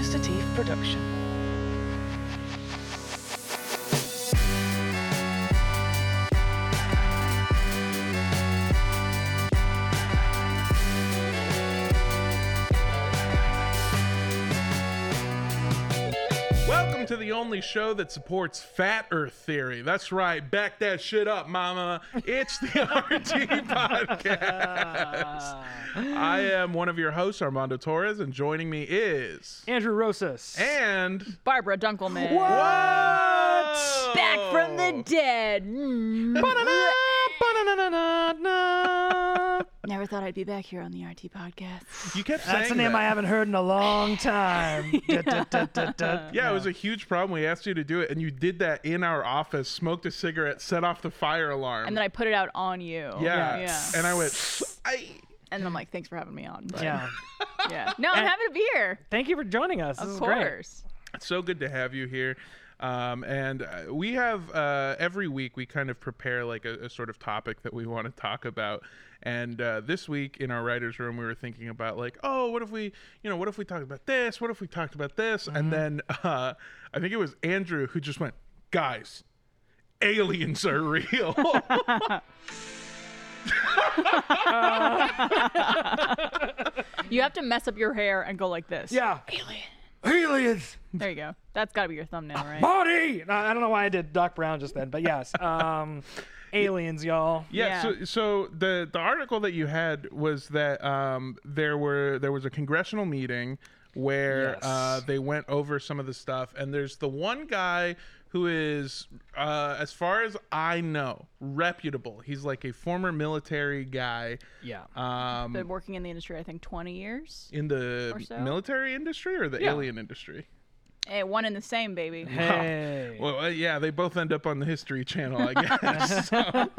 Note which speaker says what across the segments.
Speaker 1: City production.
Speaker 2: Welcome to the only show that supports fat earth theory. That's right. Back that shit up, mama. It's the RT podcast. I am one of your hosts, Armando Torres, and joining me is
Speaker 3: Andrew Rosas.
Speaker 2: and
Speaker 4: Barbara Dunkelman.
Speaker 2: what?
Speaker 4: Back from the dead. Mm. Never thought I'd be back here on the RT podcast.
Speaker 2: You kept saying
Speaker 3: That's a name
Speaker 2: that.
Speaker 3: I haven't heard in a long time. Dut, dut, dut, dut, dut.
Speaker 2: Yeah, it was a huge problem. We asked you to do it, and you did that in our office. Smoked a cigarette, set off the fire alarm,
Speaker 4: And then I put it out on you.
Speaker 2: Oh, yeah,
Speaker 4: Yeah.
Speaker 2: and I went. I
Speaker 4: And then I'm like, thanks for having me on. But yeah.
Speaker 3: Yeah.
Speaker 4: No, I'm having a beer.
Speaker 3: Thank you for joining us. This
Speaker 4: Of
Speaker 3: is Oh, great.
Speaker 4: course.
Speaker 2: It's so good to have you here. Um, and uh, we have uh, every week we kind of prepare like a, a sort of topic that we want to talk about. And uh, this week in our writers' room, we were thinking about like, oh, what if we, you know, what if we talked about this? What if we talked about this? And then uh, I think it was Andrew who just went, guys, aliens are real.
Speaker 4: You have to mess up your hair and go like this.
Speaker 3: Yeah. Aliens.
Speaker 4: There you go. That's got to be your thumbnail, right?
Speaker 3: Marty. No, I don't know why I did Doc Brown just then, but yes. Um, aliens, y'all.
Speaker 2: Yeah.
Speaker 4: Yeah.
Speaker 2: So, so the the article that you had was that um, there were there was a congressional meeting where
Speaker 3: Yes.
Speaker 2: uh, they went over some of the stuff, and there's the one guy who is, uh, as far as I know, reputable. He's like a former military guy.
Speaker 3: Yeah.
Speaker 2: Um,
Speaker 4: Been working in the industry, I think, 20 years.
Speaker 2: in the
Speaker 4: Or so.
Speaker 2: military industry or the
Speaker 3: Yeah.
Speaker 2: alien industry?
Speaker 4: Hey, Eh, one and the same, baby.
Speaker 3: Hey.
Speaker 2: Well, uh, yeah, they both end up on the History Channel, I guess. So-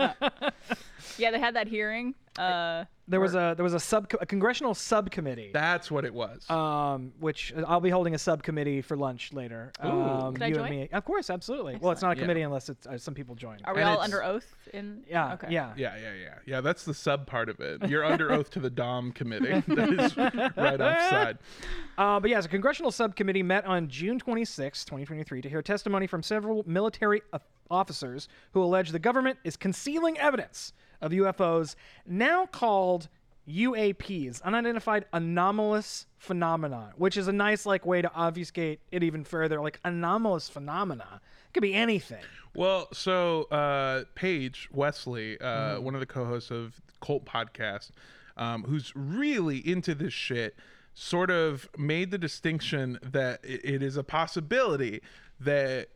Speaker 4: Yeah, they had that hearing. Uh,
Speaker 3: There was a there was a sub a congressional subcommittee.
Speaker 2: that's what it was.
Speaker 3: um, which I'll be holding a subcommittee for lunch later. Um,
Speaker 4: Could I
Speaker 3: you
Speaker 4: join?
Speaker 3: and me. Of course, absolutely. Well, it's not a
Speaker 2: Yeah.
Speaker 3: committee unless it's, uh, some people join.
Speaker 4: are we
Speaker 2: And
Speaker 4: all
Speaker 2: it's-
Speaker 4: under oath? In
Speaker 3: Yeah,
Speaker 4: Okay.
Speaker 3: yeah.
Speaker 2: Yeah, yeah, yeah. Yeah, that's the sub part of it. You're under oath to the Dom committee. That is right offside.
Speaker 3: Uh, but yes, a congressional subcommittee met on June 26, 2023, to hear testimony from several military o- officers who allege the government is concealing evidence of UFOs, now called UAPs, unidentified anomalous phenomena, which is a nice like way to obfuscate it even further. Like anomalous phenomena it could be anything.
Speaker 2: Well, so uh, Paige Wesley, uh,
Speaker 3: Mm-hmm.
Speaker 2: one of the co-hosts of Cult Podcast, um, who's really into this shit, sort of made the distinction that i- it is a possibility that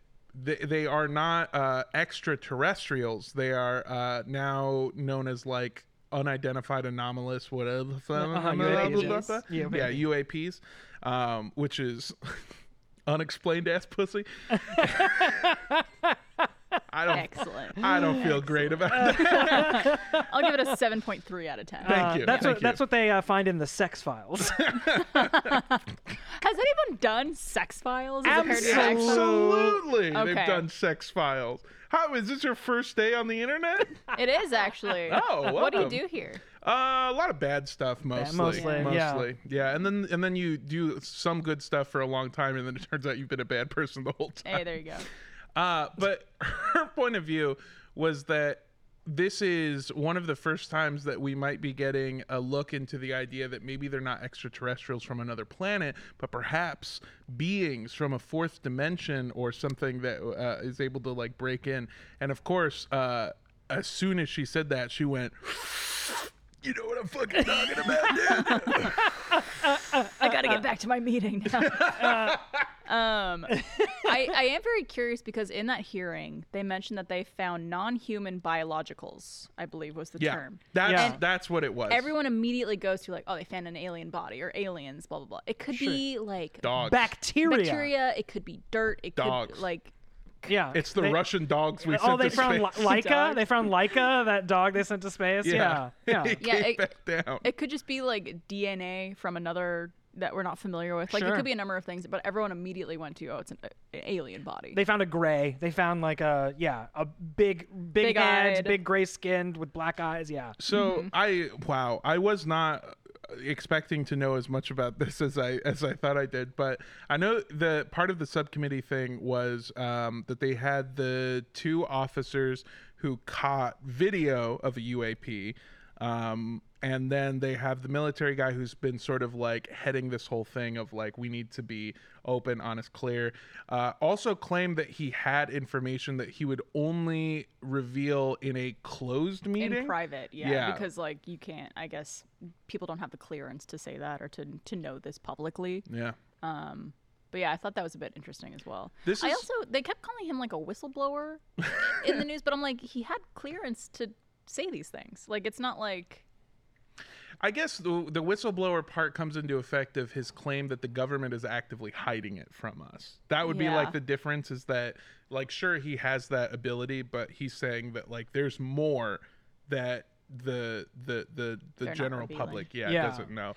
Speaker 2: th- they are not uh, extraterrestrials. They are uh, now known as like unidentified anomalous whatever
Speaker 3: Uh-huh,
Speaker 2: blah, blah, blah,
Speaker 4: UAPs.
Speaker 2: blah.
Speaker 3: Yeah,
Speaker 2: yeah uaps um, which is unexplained ass pussy i don't
Speaker 4: Excellent.
Speaker 2: I don't feel great about that.
Speaker 4: I'll give it a 7.3 out of 10.
Speaker 2: Thank you.
Speaker 3: That's
Speaker 2: Thank
Speaker 3: what
Speaker 2: you.
Speaker 3: that's what they uh, find in the sex files.
Speaker 4: Has anyone done sex files? as a parody of X Files?
Speaker 2: Absolutely. They've
Speaker 4: Okay.
Speaker 2: done sex files. How is this your first day on the internet?
Speaker 4: It is actually.
Speaker 2: Oh,
Speaker 4: what do you
Speaker 2: welcome.
Speaker 4: do here?
Speaker 2: Uh, a lot of bad stuff mostly.
Speaker 3: mostly, yeah.
Speaker 2: Mostly. Yeah, and then and then you do some good stuff for a long time and then it turns out you've been a bad person the whole time.
Speaker 4: Hey, there you go.
Speaker 2: Uh, but her point of view was that this is one of the first times that we might be getting a look into the idea that maybe they're not extraterrestrials from another planet, but perhaps beings from a fourth dimension or something that uh, is able to like break in. And of course, uh, as soon as she said that, she went. You know what I'm fucking talking about, dude?
Speaker 4: I
Speaker 2: Uh,
Speaker 4: gotta get back to my meeting now. Uh, um, I, I am very curious because in that hearing they mentioned that they found non-human biologicals. I believe was the
Speaker 2: Yeah,
Speaker 4: term.
Speaker 2: that's
Speaker 3: Yeah.
Speaker 2: that's what it was.
Speaker 4: Everyone immediately goes to like, oh, they found an alien body or aliens, blah blah blah. It could be like
Speaker 2: dogs.
Speaker 3: Bacteria.
Speaker 4: bacteria. It could be dirt. It
Speaker 2: Dogs.
Speaker 4: could like
Speaker 3: Yeah.
Speaker 2: It's the
Speaker 3: They-
Speaker 2: Russian dogs we
Speaker 3: Oh,
Speaker 2: sent
Speaker 3: they
Speaker 2: to
Speaker 3: found
Speaker 2: space.
Speaker 3: Li- Laika.
Speaker 4: Dog.
Speaker 3: They found Laika, that dog they sent to space. Yeah, yeah.
Speaker 2: He
Speaker 4: Yeah,
Speaker 2: came
Speaker 4: it-
Speaker 2: back down.
Speaker 4: it could just be like DNA from another that we're not familiar with. Like it
Speaker 3: Sure.
Speaker 4: could be a number of things, but everyone immediately went to, oh, it's an, an alien body.
Speaker 3: They found a gray. They found like a yeah, a big, big head,
Speaker 4: Big-eyed.
Speaker 3: big gray skinned with black eyes. Yeah,
Speaker 2: So I wow, I was not expecting to know as much about this as I as I thought I did, but I know the part of the subcommittee thing was um, that they had the two officers who caught video of a UAP, um, and then they have the military guy who's been sort of like heading this whole thing of like we need to be open, honest, clear. Uh, also claimed that he had information that he would only reveal in a closed meeting.
Speaker 4: in private yeah,
Speaker 2: Yeah.
Speaker 4: because like you can't i guess people don't have the clearance to say that or to to know this publicly
Speaker 2: yeah.
Speaker 4: but yeah i thought that was a bit interesting as well
Speaker 2: This
Speaker 4: i
Speaker 2: is-
Speaker 4: also they kept calling him like a whistleblower in the news but i'm like he had clearance to say these things like it's not like
Speaker 2: I guess the, the whistleblower part comes into effect of his claim that the government is actively hiding it from us. That would be
Speaker 4: Yeah.
Speaker 2: like the difference is that, like, sure, he has that ability, but he's saying that, like, there's more that the the the the
Speaker 4: They're not
Speaker 2: general
Speaker 4: revealing.
Speaker 2: public yeah,
Speaker 3: Yeah.
Speaker 2: doesn't know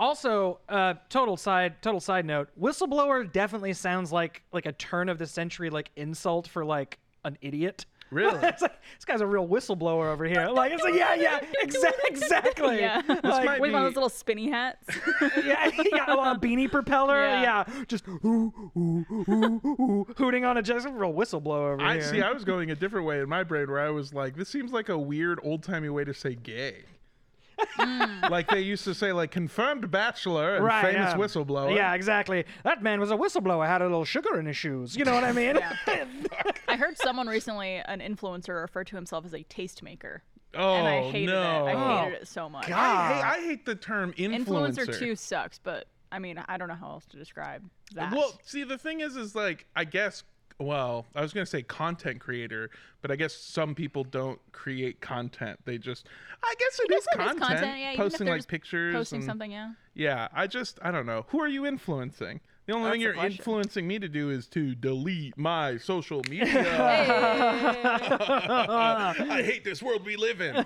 Speaker 3: Also, uh, total side total side note. Whistleblower definitely sounds like like a turn of the century like insult for like an idiot.
Speaker 2: Really?
Speaker 3: it's like this guy's a real whistleblower over here. Like it's like yeah yeah exa- exactly.
Speaker 4: Yeah. This
Speaker 3: Like,
Speaker 2: might
Speaker 4: with one
Speaker 2: be-
Speaker 4: of those little spinny hats
Speaker 3: yeah, yeah, oh, a beanie propeller. Yeah,
Speaker 4: Yeah.
Speaker 3: just ooh, ooh, ooh, ooh, hooting on a just a real whistleblower over
Speaker 2: i
Speaker 3: here.
Speaker 2: see i was going a different way in my brain where i was like this seems like a weird old-timey way to say gay
Speaker 4: Mm.
Speaker 2: like they used to say like confirmed bachelor and
Speaker 3: Right,
Speaker 2: famous
Speaker 3: yeah.
Speaker 2: whistleblower
Speaker 3: Yeah, exactly. That man was a whistleblower. Had a little sugar in his shoes. You know what I mean?
Speaker 4: i heard someone recently an influencer refer to himself as a tastemaker
Speaker 2: oh
Speaker 4: and i hated
Speaker 2: no
Speaker 4: it i hated
Speaker 3: Oh,
Speaker 4: it so much
Speaker 3: God.
Speaker 2: I, hate, I hate the term
Speaker 4: Ah. influencer, too sucks but i mean i don't know how else to describe that
Speaker 2: Well, see, the thing is, is like I guess. Well, I was gonna say content creator, but I guess some people don't create content. They just, I guess it is
Speaker 4: Some of it's
Speaker 2: content.
Speaker 4: yeah, even if
Speaker 2: posting
Speaker 4: they're
Speaker 2: like
Speaker 4: just
Speaker 2: pictures,
Speaker 4: posting
Speaker 2: and-
Speaker 4: something yeah
Speaker 2: Yeah, I just, I don't know. Who are you influencing? The only
Speaker 4: That's
Speaker 2: thing
Speaker 4: the
Speaker 2: you're
Speaker 4: question.
Speaker 2: influencing me to do is to delete my social media. I hate this world we live in.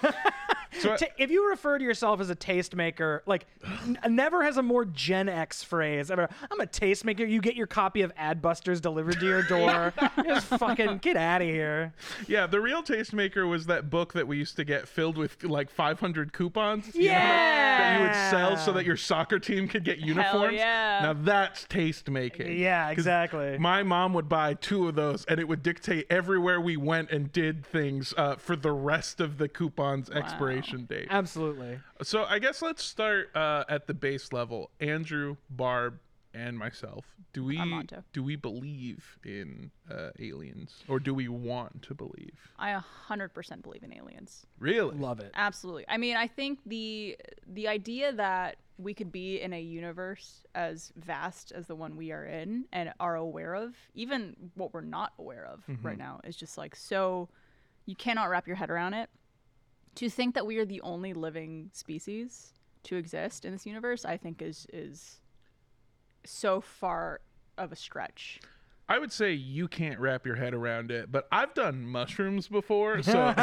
Speaker 2: So I-
Speaker 3: Ta if you refer to yourself as a tastemaker, like n- never has a more Gen X phrase ever. I'm a tastemaker. You get your copy of Adbusters delivered to your door. just fucking get out of here.
Speaker 2: yeah, the real tastemaker was that book that we used to get filled with like 500 coupons. that you would sell so that your soccer team could get uniforms.
Speaker 4: yeah.
Speaker 2: Now that's taste making.
Speaker 3: Yeah,
Speaker 2: 'Cause
Speaker 3: exactly.
Speaker 2: My mom would buy two of those, and it would dictate everywhere we went and did things uh, for the rest of the coupon's expiration date.
Speaker 3: Oh. Absolutely.
Speaker 2: So I guess let's start uh, at the base level. Andrew, Barb, and myself. Do we
Speaker 4: Armando.
Speaker 2: do we believe in uh, aliens, or do we want to believe?
Speaker 4: I 100% believe in aliens.
Speaker 2: Really?
Speaker 3: Love it.
Speaker 4: Absolutely. I mean, I think the the idea that we could be in a universe as vast as the one we are in and are aware of, even what we're not aware of
Speaker 2: Mm-hmm.
Speaker 4: right now is just like so you cannot wrap your head around it. To think that we are the only living species to exist in this universe, I think is is so far of a stretch.
Speaker 2: I would say you can't wrap your head around it, but I've done mushrooms before, so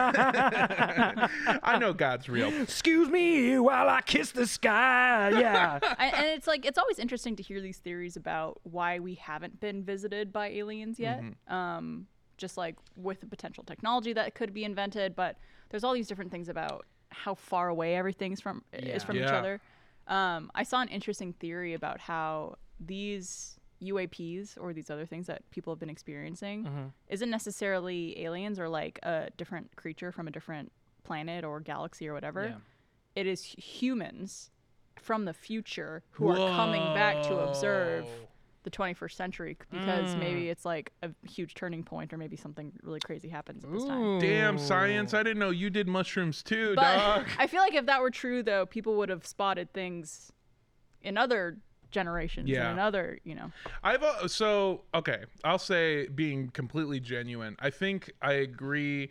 Speaker 2: I know God's real.
Speaker 3: Excuse me while I kiss the sky. Yeah.
Speaker 4: I, and it's like it's always interesting to hear these theories about why we haven't been visited by aliens yet. Um, just like with the potential technology that could be invented, but there's all these different things about how far away everything's from is from each
Speaker 2: Yeah.
Speaker 4: other. Um, I saw an interesting theory about how these UAPs or these other things that people have been experiencing isn't necessarily aliens or like a different creature from a different planet or galaxy or whatever. It is hu- humans from the future who are coming back to observe
Speaker 2: Whoa.
Speaker 4: the 21st century c- because
Speaker 3: Mm.
Speaker 4: maybe it's like a huge turning point or maybe something really crazy happens at this time.
Speaker 2: Damn science! I didn't know you did mushrooms too,
Speaker 4: But
Speaker 2: dog.
Speaker 4: I feel like if that were true though, people would have spotted things in other generations
Speaker 2: Yeah.
Speaker 4: and in other, you know.
Speaker 2: I've al- so okay. I'll say being completely genuine. I think I agree.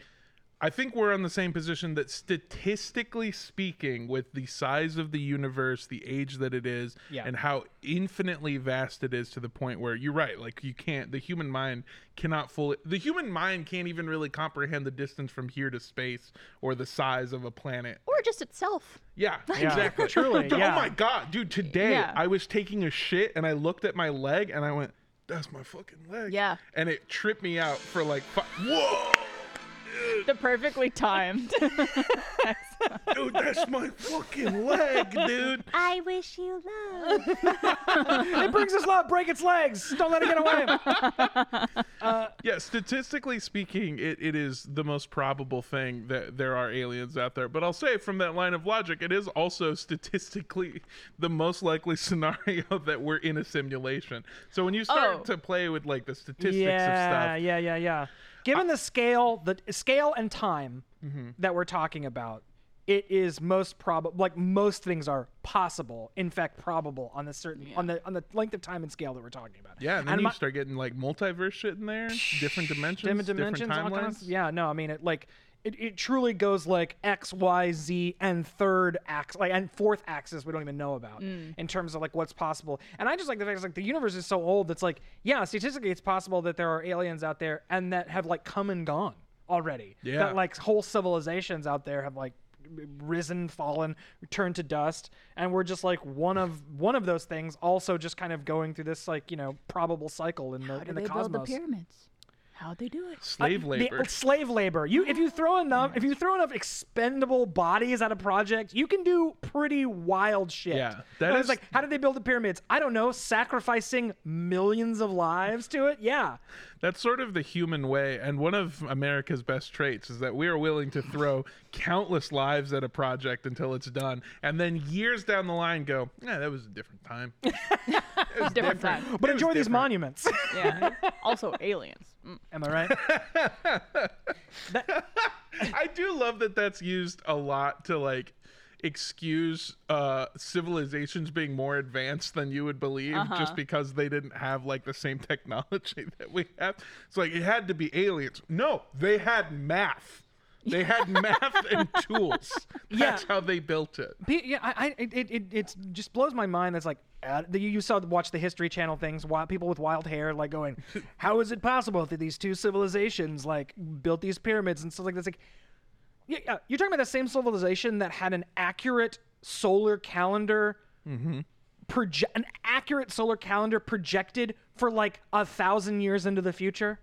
Speaker 2: I think we're on the same position that statistically speaking, with the size of the universe, the age that it is,
Speaker 3: Yeah.
Speaker 2: and how infinitely vast it is to the point where you're right. Like you can't. The human mind cannot fully. The human mind can't even really comprehend the distance from here to space or the size of a planet.
Speaker 4: Or just itself.
Speaker 2: Yeah, exactly.
Speaker 3: truly,
Speaker 2: But,
Speaker 3: yeah.
Speaker 2: Oh my god, dude! Today
Speaker 4: Yeah.
Speaker 2: I was taking a shit and I looked at my leg and I went, "That's my fucking leg."
Speaker 4: Yeah.
Speaker 2: And it tripped me out for like, fi- whoa.
Speaker 4: the perfectly timed.
Speaker 2: dude, that's my fucking leg, dude.
Speaker 1: I wish you love.
Speaker 3: it brings us love. Break its legs. Don't let it get away.
Speaker 2: Yeah, statistically speaking, it, it is the most probable thing that there are aliens out there. But I'll say from that line of logic, it is also statistically the most likely scenario that we're in a simulation. So when you start
Speaker 4: Oh.
Speaker 2: to play with like the statistics
Speaker 3: yeah,
Speaker 2: of stuff,
Speaker 3: yeah, yeah, yeah. Given the scale, the scale and time
Speaker 2: Mm-hmm.
Speaker 3: that we're talking about, it is most probable. Like most things are possible, in fact, probable on the certain on the on the length of time and scale that we're talking about.
Speaker 2: yeah, and then
Speaker 3: And
Speaker 2: you
Speaker 3: my-
Speaker 2: start getting like multiverse shit in there, different dimensions,
Speaker 3: Different
Speaker 2: different,
Speaker 3: dimensions, all
Speaker 2: timelines.
Speaker 3: kinds. Yeah, no, I mean it. Like it, it truly goes like X, Y, Z, and third axis, like and fourth axis. We don't even know about
Speaker 4: Mm.
Speaker 3: in terms of like what's possible. And I just like the fact it's like the universe is so old. It's like yeah, statistically, it's possible that there are aliens out there and that have like come and gone already.
Speaker 2: Yeah.
Speaker 3: That like whole civilizations out there have like risen fallen turned to dust and we're just like one of one of those things also just kind of going through this like you know probable cycle in the
Speaker 4: How do
Speaker 3: in the
Speaker 4: they
Speaker 3: cosmos
Speaker 4: build the pyramids? How'd they do it?
Speaker 2: Slave
Speaker 3: the-
Speaker 2: labor.
Speaker 3: slave labor. You if you throw enough if you throw enough expendable bodies at a project, you can do pretty wild shit.
Speaker 2: Yeah,
Speaker 3: that
Speaker 2: that
Speaker 3: is
Speaker 2: is-
Speaker 3: like how did they build the pyramids? I don't know, sacrificing millions of lives to it. Yeah.
Speaker 2: That's sort of the human way. And one of America's best traits is that we are willing to throw countless lives at a project until it's done. And then years down the line go, yeah, that was a different time.
Speaker 4: Different time.
Speaker 3: But
Speaker 2: It was
Speaker 3: enjoy these
Speaker 2: different.
Speaker 3: monuments.
Speaker 4: Yeah. also aliens. Mm.
Speaker 3: Am I right?
Speaker 2: I do love that that's used a lot to like excuse uh civilizations being more advanced than you would believe just because they didn't have like the same technology that we have. It's like it had to be aliens. No, they had math. They had math and tools. That's how they built it.
Speaker 3: Pe- yeah, I, I it, it, it it's just blows my mind. That's like uh, the, you saw watch the History Channel things. Wild, people with wild hair like going, "How is it possible that these two civilizations like built these pyramids and stuff like this?" Like, yeah, yeah, you're talking about the same civilization that had an accurate solar calendar. Proje- an accurate solar calendar projected for like a thousand years into the future.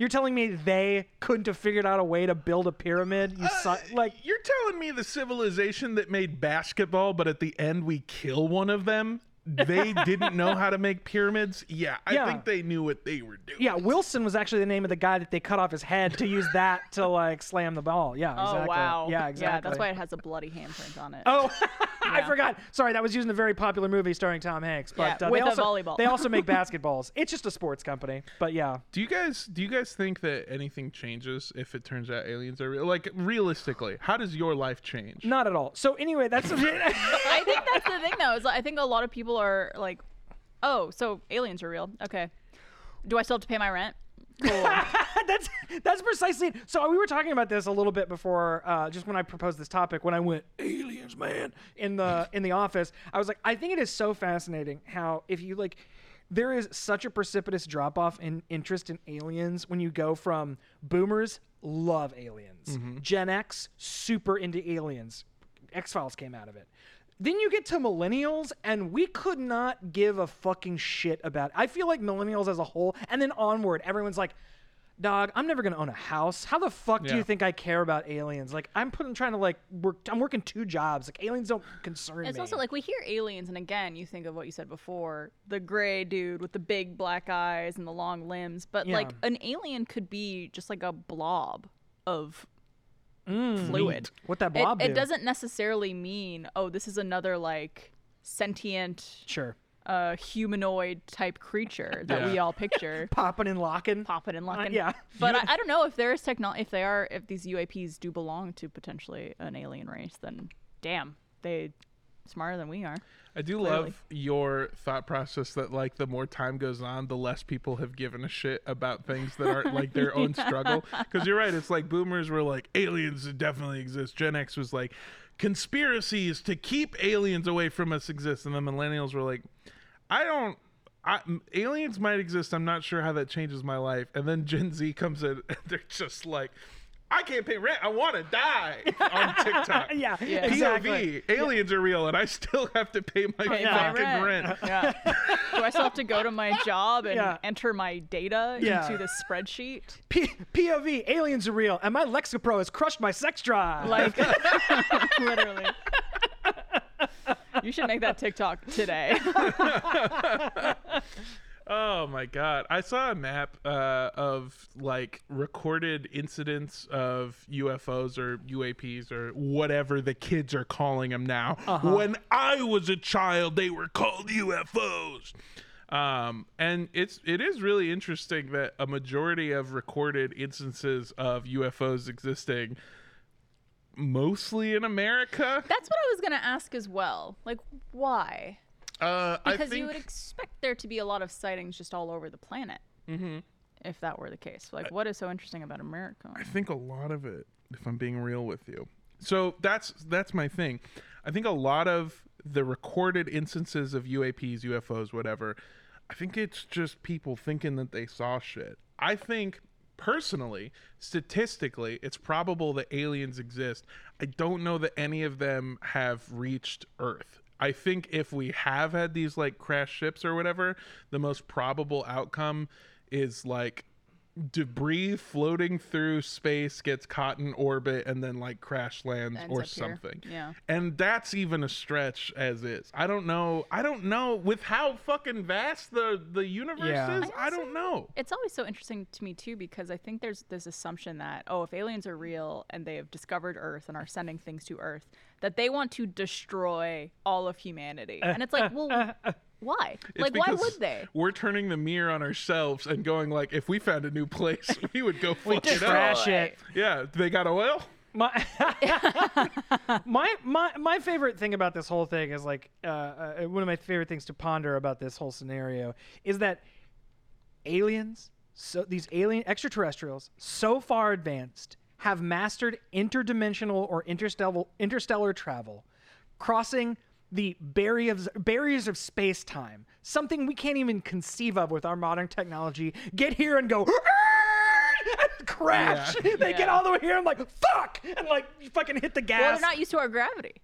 Speaker 3: You're telling me they couldn't have figured out a way to build a pyramid? You saw, like
Speaker 2: You're telling me the civilization that made basketball, but at the end we kill one of them, they didn't know how to make pyramids? Yeah, I
Speaker 3: Yeah.
Speaker 2: think they knew what they were doing.
Speaker 3: Yeah, Wilson was actually the name of the guy that they cut off his head to use that to like slam the ball. Yeah, exactly.
Speaker 4: Oh wow.
Speaker 3: Yeah, exactly.
Speaker 4: Yeah, that's why it has a bloody handprint on it.
Speaker 3: Oh, I forgot. Sorry, that was using the very popular movie starring Tom Hanks. But
Speaker 4: Yeah,
Speaker 3: uh,
Speaker 4: with a
Speaker 3: they also,
Speaker 4: volleyball.
Speaker 3: They also make basketballs. It's just a sports company. But yeah,
Speaker 2: Do you guys do you guys think that anything changes if it turns out aliens are real? Like realistically, how does your life change?
Speaker 3: not at all. So anyway, that's
Speaker 4: I think that's the thing though. Is like, I think a lot of people are like, oh, so aliens are real. Okay. Do I still have to pay my rent? Cool.
Speaker 3: that's that's precisely it. So we were talking about this a little bit before, uh, just when I proposed this topic. When I went aliens, man, in the in the office, I was like, I think it is so fascinating how if you like, there is such a precipitous drop off in interest in aliens when you go from boomers love aliens, Gen X super into aliens, X Files came out of it. Then you get to millennials, and we could not give a fucking shit about. I feel like millennials as a whole, and then onward, everyone's like, dog i'm never gonna own a house how the fuck do you
Speaker 2: Yeah.
Speaker 3: think i care about aliens like i'm putting trying to like work i'm working two jobs like aliens don't concern
Speaker 4: It's
Speaker 3: me
Speaker 4: also like we hear aliens, and again, you think of what you said before the gray dude with the big black eyes and the long limbs. But
Speaker 3: Yeah.
Speaker 4: like an alien could be just like a blob of fluid.
Speaker 3: Hmm. what that
Speaker 4: It,
Speaker 3: blob
Speaker 4: it
Speaker 3: do?
Speaker 4: doesn't necessarily mean, oh, this is another like sentient
Speaker 3: sure
Speaker 4: uh, humanoid type creature that we
Speaker 2: Yeah.
Speaker 4: all picture.
Speaker 3: popping and locking
Speaker 4: Popping and locking.
Speaker 3: Uh, yeah.
Speaker 4: But I, I don't know if there is techno if they are if these UAPs do belong to potentially an alien race, then damn, they smarter than we are.
Speaker 2: I do love your thought process that like the more time goes on, the less people have given a shit about things that aren't like their own struggle. Because you're right, it's like boomers were like aliens definitely exist. Gen X was like conspiracies to keep aliens away from us exist, and then millennials were like, I don't. I, m- aliens might exist. I'm not sure how that changes my life. And then Gen Z comes in, and they're just like, I can't pay rent. I want to die on TikTok.
Speaker 3: yeah,
Speaker 4: Yeah.
Speaker 2: POV,
Speaker 3: exactly.
Speaker 2: aliens are real, and I still have to pay my
Speaker 4: Pay my
Speaker 2: fucking rent.
Speaker 4: Yeah. Do I still have to go to my job and
Speaker 3: Yeah.
Speaker 4: enter my data
Speaker 3: Yeah.
Speaker 4: into this spreadsheet?
Speaker 3: P- POV, aliens are real, and my Lexapro has crushed my sex drive.
Speaker 4: Like, literally. You should make that TikTok today.
Speaker 2: Oh my god! I saw a map uh, of like recorded incidents of UFOs or UAPs or whatever the kids are calling them now.
Speaker 4: Uh-huh.
Speaker 2: When I was a child, they were called UFOs. Um, and it's it is really interesting that a majority of recorded instances of UFOs existing, mostly in America.
Speaker 4: That's what I was gonna ask as well. Like, why?
Speaker 2: Uh, I
Speaker 4: Because
Speaker 2: think
Speaker 4: you would expect there to be a lot of sightings just all over the planet. Mm-hmm. If that were the case, like, what is so interesting about America?
Speaker 2: I think a lot of it, if I'm being real with you. So that's that's my thing. I think a lot of the recorded instances of UAPs, UFOs, whatever, I think it's just people thinking that they saw shit. I think personally, statistically, it's probable that aliens exist. I don't know that any of them have reached Earth. I think if we have had these like crash ships or whatever, the most probable outcome is like debris floating through space gets caught in orbit and then like crash lands
Speaker 4: Ends
Speaker 2: or
Speaker 4: up here.
Speaker 2: something.
Speaker 4: Yeah.
Speaker 2: And that's even a stretch as is. I don't know. I don't know with how fucking vast the the universe
Speaker 3: Yeah.
Speaker 2: is. I, don't know.
Speaker 4: It's always so interesting to me too because I think there's this assumption that oh, if aliens are real and they have discovered Earth and are sending things to Earth, that they want to destroy all of humanity. And it's like, well, why?
Speaker 2: It's
Speaker 4: like, why
Speaker 2: because
Speaker 4: would they?
Speaker 2: We're turning the mirror on ourselves and going like, if we found a new place, we would go fuck it up.
Speaker 3: Trash it.
Speaker 2: Yeah, they got oil.
Speaker 3: My, my my my favorite thing about this whole thing is like uh, uh, one of my favorite things to ponder about this whole scenario is that aliens, so these alien extraterrestrials, so far advanced, have mastered interdimensional or interstellar interstellar travel, crossing the barriers barriers of space time, something we can't even conceive of with our modern technology. Get here and go. and Crash! They get
Speaker 4: Yeah.
Speaker 3: all the way here. I'm like, fuck, and like fucking hit the gas.
Speaker 4: Well, they're not used to our gravity,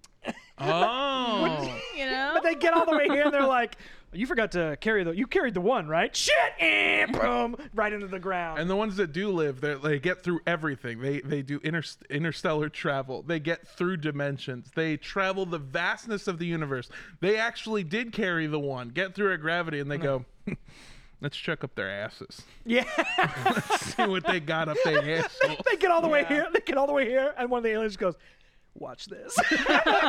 Speaker 2: Oh,
Speaker 4: you know.
Speaker 3: But they get all the way here and they're like, "You forgot to carry the. You carried the one, right? Shit! And boom, right into the ground.
Speaker 2: and the ones that do live, they they get through everything. They they do inter, interstellar travel. They get through dimensions. They travel the vastness of the universe. They actually did carry the one, get through our gravity, and they go, let's check up their asses,
Speaker 3: yeah,
Speaker 2: see what they got up their asshole.
Speaker 3: they get all the way here. They get all the way here, and one of the aliens goes, "Watch this.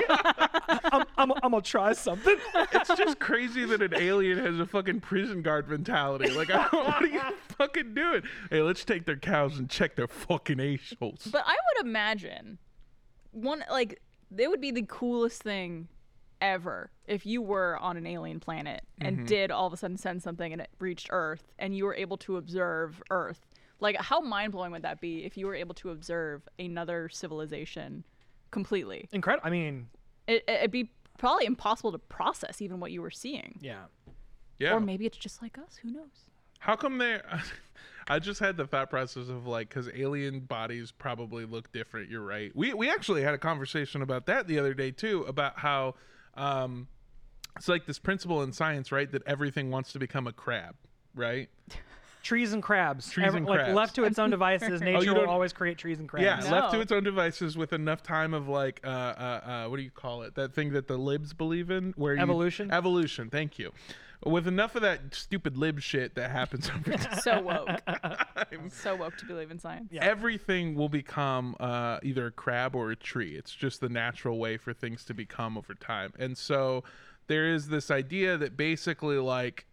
Speaker 3: I'm, I'm, I'm gonna try something."
Speaker 2: It's just crazy that an alien has a fucking prison guard mentality. Like, I don't, what are you fucking doing? Hey, let's take their cows and check their fucking assholes.
Speaker 4: But I would imagine one like it would be the coolest thing ever if you were on an alien planet and did all of a sudden send something and it reached Earth and you were able to observe Earth. Like how mind blowing would that be if you were able to observe another civilization completely?
Speaker 3: Incredible. I mean,
Speaker 4: It, it- it'd be probably impossible to process even what you were seeing.
Speaker 3: yeah.
Speaker 2: Yeah.
Speaker 4: Or maybe it's just like us. Who knows?
Speaker 2: How come they? I just had the thought process of like, because alien bodies probably look different. You're right. We we actually had a conversation about that the other day too, about how um, it's like this principle in science, right? That everything wants to become a crab, right?
Speaker 3: Trees and crabs.
Speaker 2: Trees and
Speaker 3: like,
Speaker 2: crabs.
Speaker 3: Left to its own devices, nature will
Speaker 2: Oh, don't-
Speaker 3: always create trees and crabs.
Speaker 2: Yeah, left to
Speaker 4: No.
Speaker 2: its own devices with enough time of like, uh, uh, uh, what do you call it? That thing that the libs believe in, where you-
Speaker 3: Evolution?
Speaker 2: evolution. Thank you. With enough of that stupid lib shit that happens over time,
Speaker 4: So woke. so woke to believe in science.
Speaker 2: everything will become uh, either a crab or a tree. It's just the natural way for things to become over time. And so there is this idea that basically, like,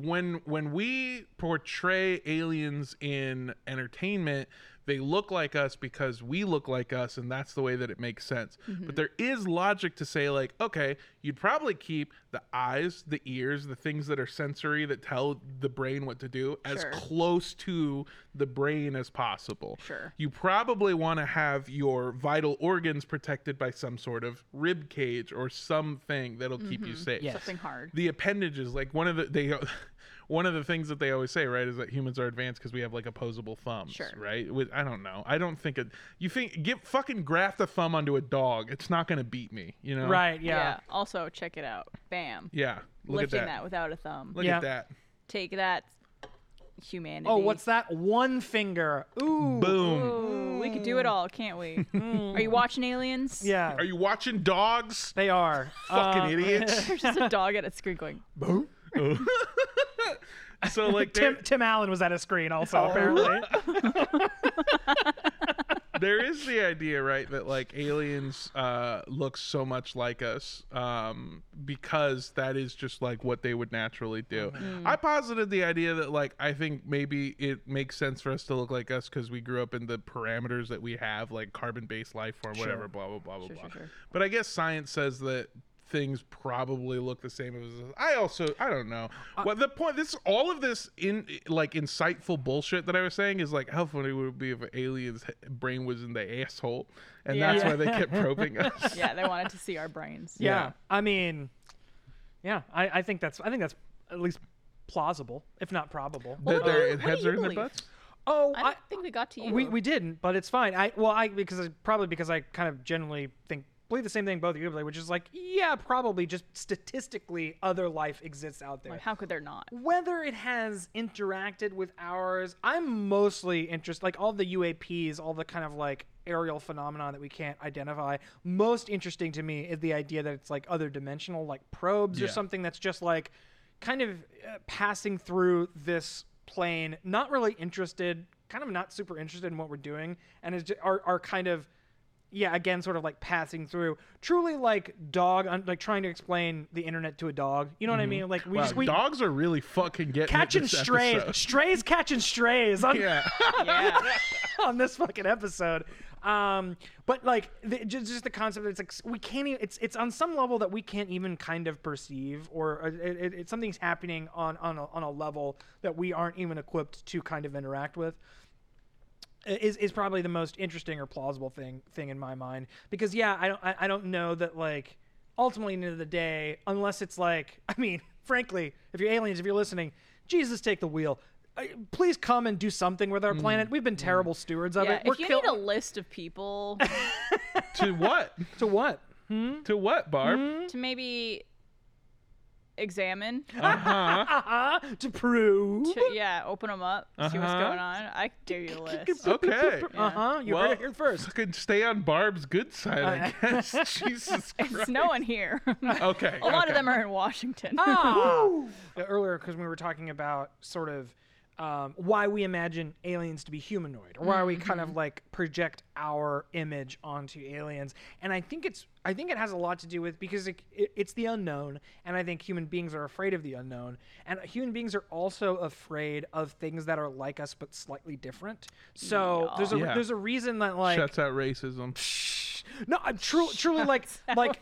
Speaker 2: when when we portray aliens in entertainment they look like us because we look like us and that's the way that it makes sense but
Speaker 4: Mm-hmm.
Speaker 2: there is logic to say like okay you'd probably keep the eyes the ears the things that are sensory that tell the brain what to do as
Speaker 4: Sure.
Speaker 2: close to the brain as possible
Speaker 4: Sure.
Speaker 2: you probably want to have your vital organs protected by some sort of rib
Speaker 4: Mm-hmm.
Speaker 2: cage or something that'll keep you safe
Speaker 3: Yes.
Speaker 4: Something hard.
Speaker 2: the appendages like one of the they one of the things that they always say, right, is that humans are advanced because we have like opposable thumbs,
Speaker 4: Sure.
Speaker 2: right? With I don't know, I don't think it. You think give fucking graft a thumb onto a dog, it's not gonna beat me, you know?
Speaker 3: Right. Yeah.
Speaker 4: Also, check it out. Bam.
Speaker 2: Yeah. Look
Speaker 4: Lifting
Speaker 2: at
Speaker 4: that.
Speaker 2: that.
Speaker 4: without a thumb.
Speaker 2: Look
Speaker 3: Yeah.
Speaker 2: at that.
Speaker 4: Take that, humanity.
Speaker 3: Oh, what's that? One finger. Ooh.
Speaker 2: Boom.
Speaker 4: Ooh, Mm. we could do it all, can't we? Are you watching Aliens?
Speaker 3: Yeah.
Speaker 2: Are you watching dogs?
Speaker 3: They are.
Speaker 2: Fucking
Speaker 3: Uh,
Speaker 2: idiots.
Speaker 4: There's just a dog at a screen going.
Speaker 2: so like there-
Speaker 3: Tim Tim Allen was at a screen also
Speaker 2: Oh.
Speaker 3: apparently.
Speaker 2: there is the idea, right, that like aliens uh, look so much like us um, because that is just like what they would naturally do.
Speaker 4: Mm-hmm.
Speaker 2: I posited the idea that like I think maybe it makes sense for us to look like us because we grew up in the parameters that we have, like carbon-based life form, whatever, blah blah blah blah
Speaker 4: Sure,
Speaker 2: blah.
Speaker 4: sure, sure.
Speaker 2: But I guess science says that things probably look the same as I also I don't know.
Speaker 4: Uh,
Speaker 2: well, the point this all of this in like insightful bullshit that I was saying is like how funny would it be if an alien's he- brain was in the asshole and that's
Speaker 4: Yeah.
Speaker 2: why they kept probing us.
Speaker 4: Yeah, they wanted to see our brains.
Speaker 3: Yeah.
Speaker 2: Yeah.
Speaker 3: I mean, yeah. I, I think that's I think that's at least plausible, if not probable.
Speaker 2: That
Speaker 4: what do
Speaker 2: their
Speaker 4: you- what do
Speaker 2: heads
Speaker 4: you
Speaker 2: are in their
Speaker 4: believe?
Speaker 2: butts.
Speaker 3: Oh,
Speaker 4: I don't think we got to you.
Speaker 3: we, we didn't, but it's fine. I well, I because I, probably because I kind of generally think believe the same thing both of you believe, which is like yeah, probably just statistically other life exists out there.
Speaker 4: Like, how could there not?
Speaker 3: Whether it has interacted with ours, I'm mostly interested. Like all the UAPs, all the kind of like aerial phenomena that we can't identify. Most interesting to me is the idea that it's like other dimensional, like probes or
Speaker 2: Yeah.
Speaker 3: something that's just like kind of uh, passing through this plane. Not really interested, kind of not super interested in what we're doing, and is just, are are kind of yeah, again, sort of like passing through. Truly, like dog, un- like trying to explain the internet to a dog. You know what I mean? Like
Speaker 2: Mm-hmm.
Speaker 3: we
Speaker 2: Wow,
Speaker 3: just we
Speaker 2: dogs are really fucking getting it
Speaker 3: catching
Speaker 2: this
Speaker 3: strays,
Speaker 2: episode.
Speaker 3: strays catching strays on,
Speaker 2: Yeah.
Speaker 4: Yeah.
Speaker 3: on this fucking episode. Um, but like the, just, just the concept, that it's like s- we can't. Even, it's it's on some level that we can't even kind of perceive, or uh, it, it, it's something's happening on on a, on a level that we aren't even equipped to kind of interact with. is is probably the most interesting or plausible thing thing in my mind because yeah i don't i, I don't know that like ultimately at the end of the day unless it's like i mean frankly if you're aliens if you're listening jesus take the wheel I- please come and do something with our planet we've been terrible stewards of
Speaker 4: Mm, yeah.
Speaker 3: it
Speaker 4: If you
Speaker 3: kill-
Speaker 4: need a list of people
Speaker 2: to what?
Speaker 3: to what
Speaker 2: To what, Barb?
Speaker 4: to maybe examine,
Speaker 2: Uh-huh.
Speaker 3: uh-huh to prove
Speaker 4: to, yeah, open them up, see what's
Speaker 2: Uh-huh.
Speaker 4: going on. I could do you a list.
Speaker 2: Okay.
Speaker 3: uh-huh you heard
Speaker 2: Well,
Speaker 3: it here first
Speaker 2: Fucking stay on Barb's good side, I guess. Jesus
Speaker 4: Uh, It's
Speaker 2: Christ.
Speaker 4: no one here.
Speaker 2: Okay.
Speaker 4: A lot of them are in Washington.
Speaker 3: Ah! earlier because we were talking about sort of um, why we imagine aliens to be humanoid or why we kind of like project our image onto aliens and i think it's i think it has a lot to do with because it, it- it's the unknown and i think human beings are afraid of the unknown and human beings are also afraid of things that are like us but slightly different so there's a
Speaker 2: Yeah.
Speaker 3: there's a reason that like
Speaker 2: Shuts out racism.
Speaker 3: no, I'm true, truly like like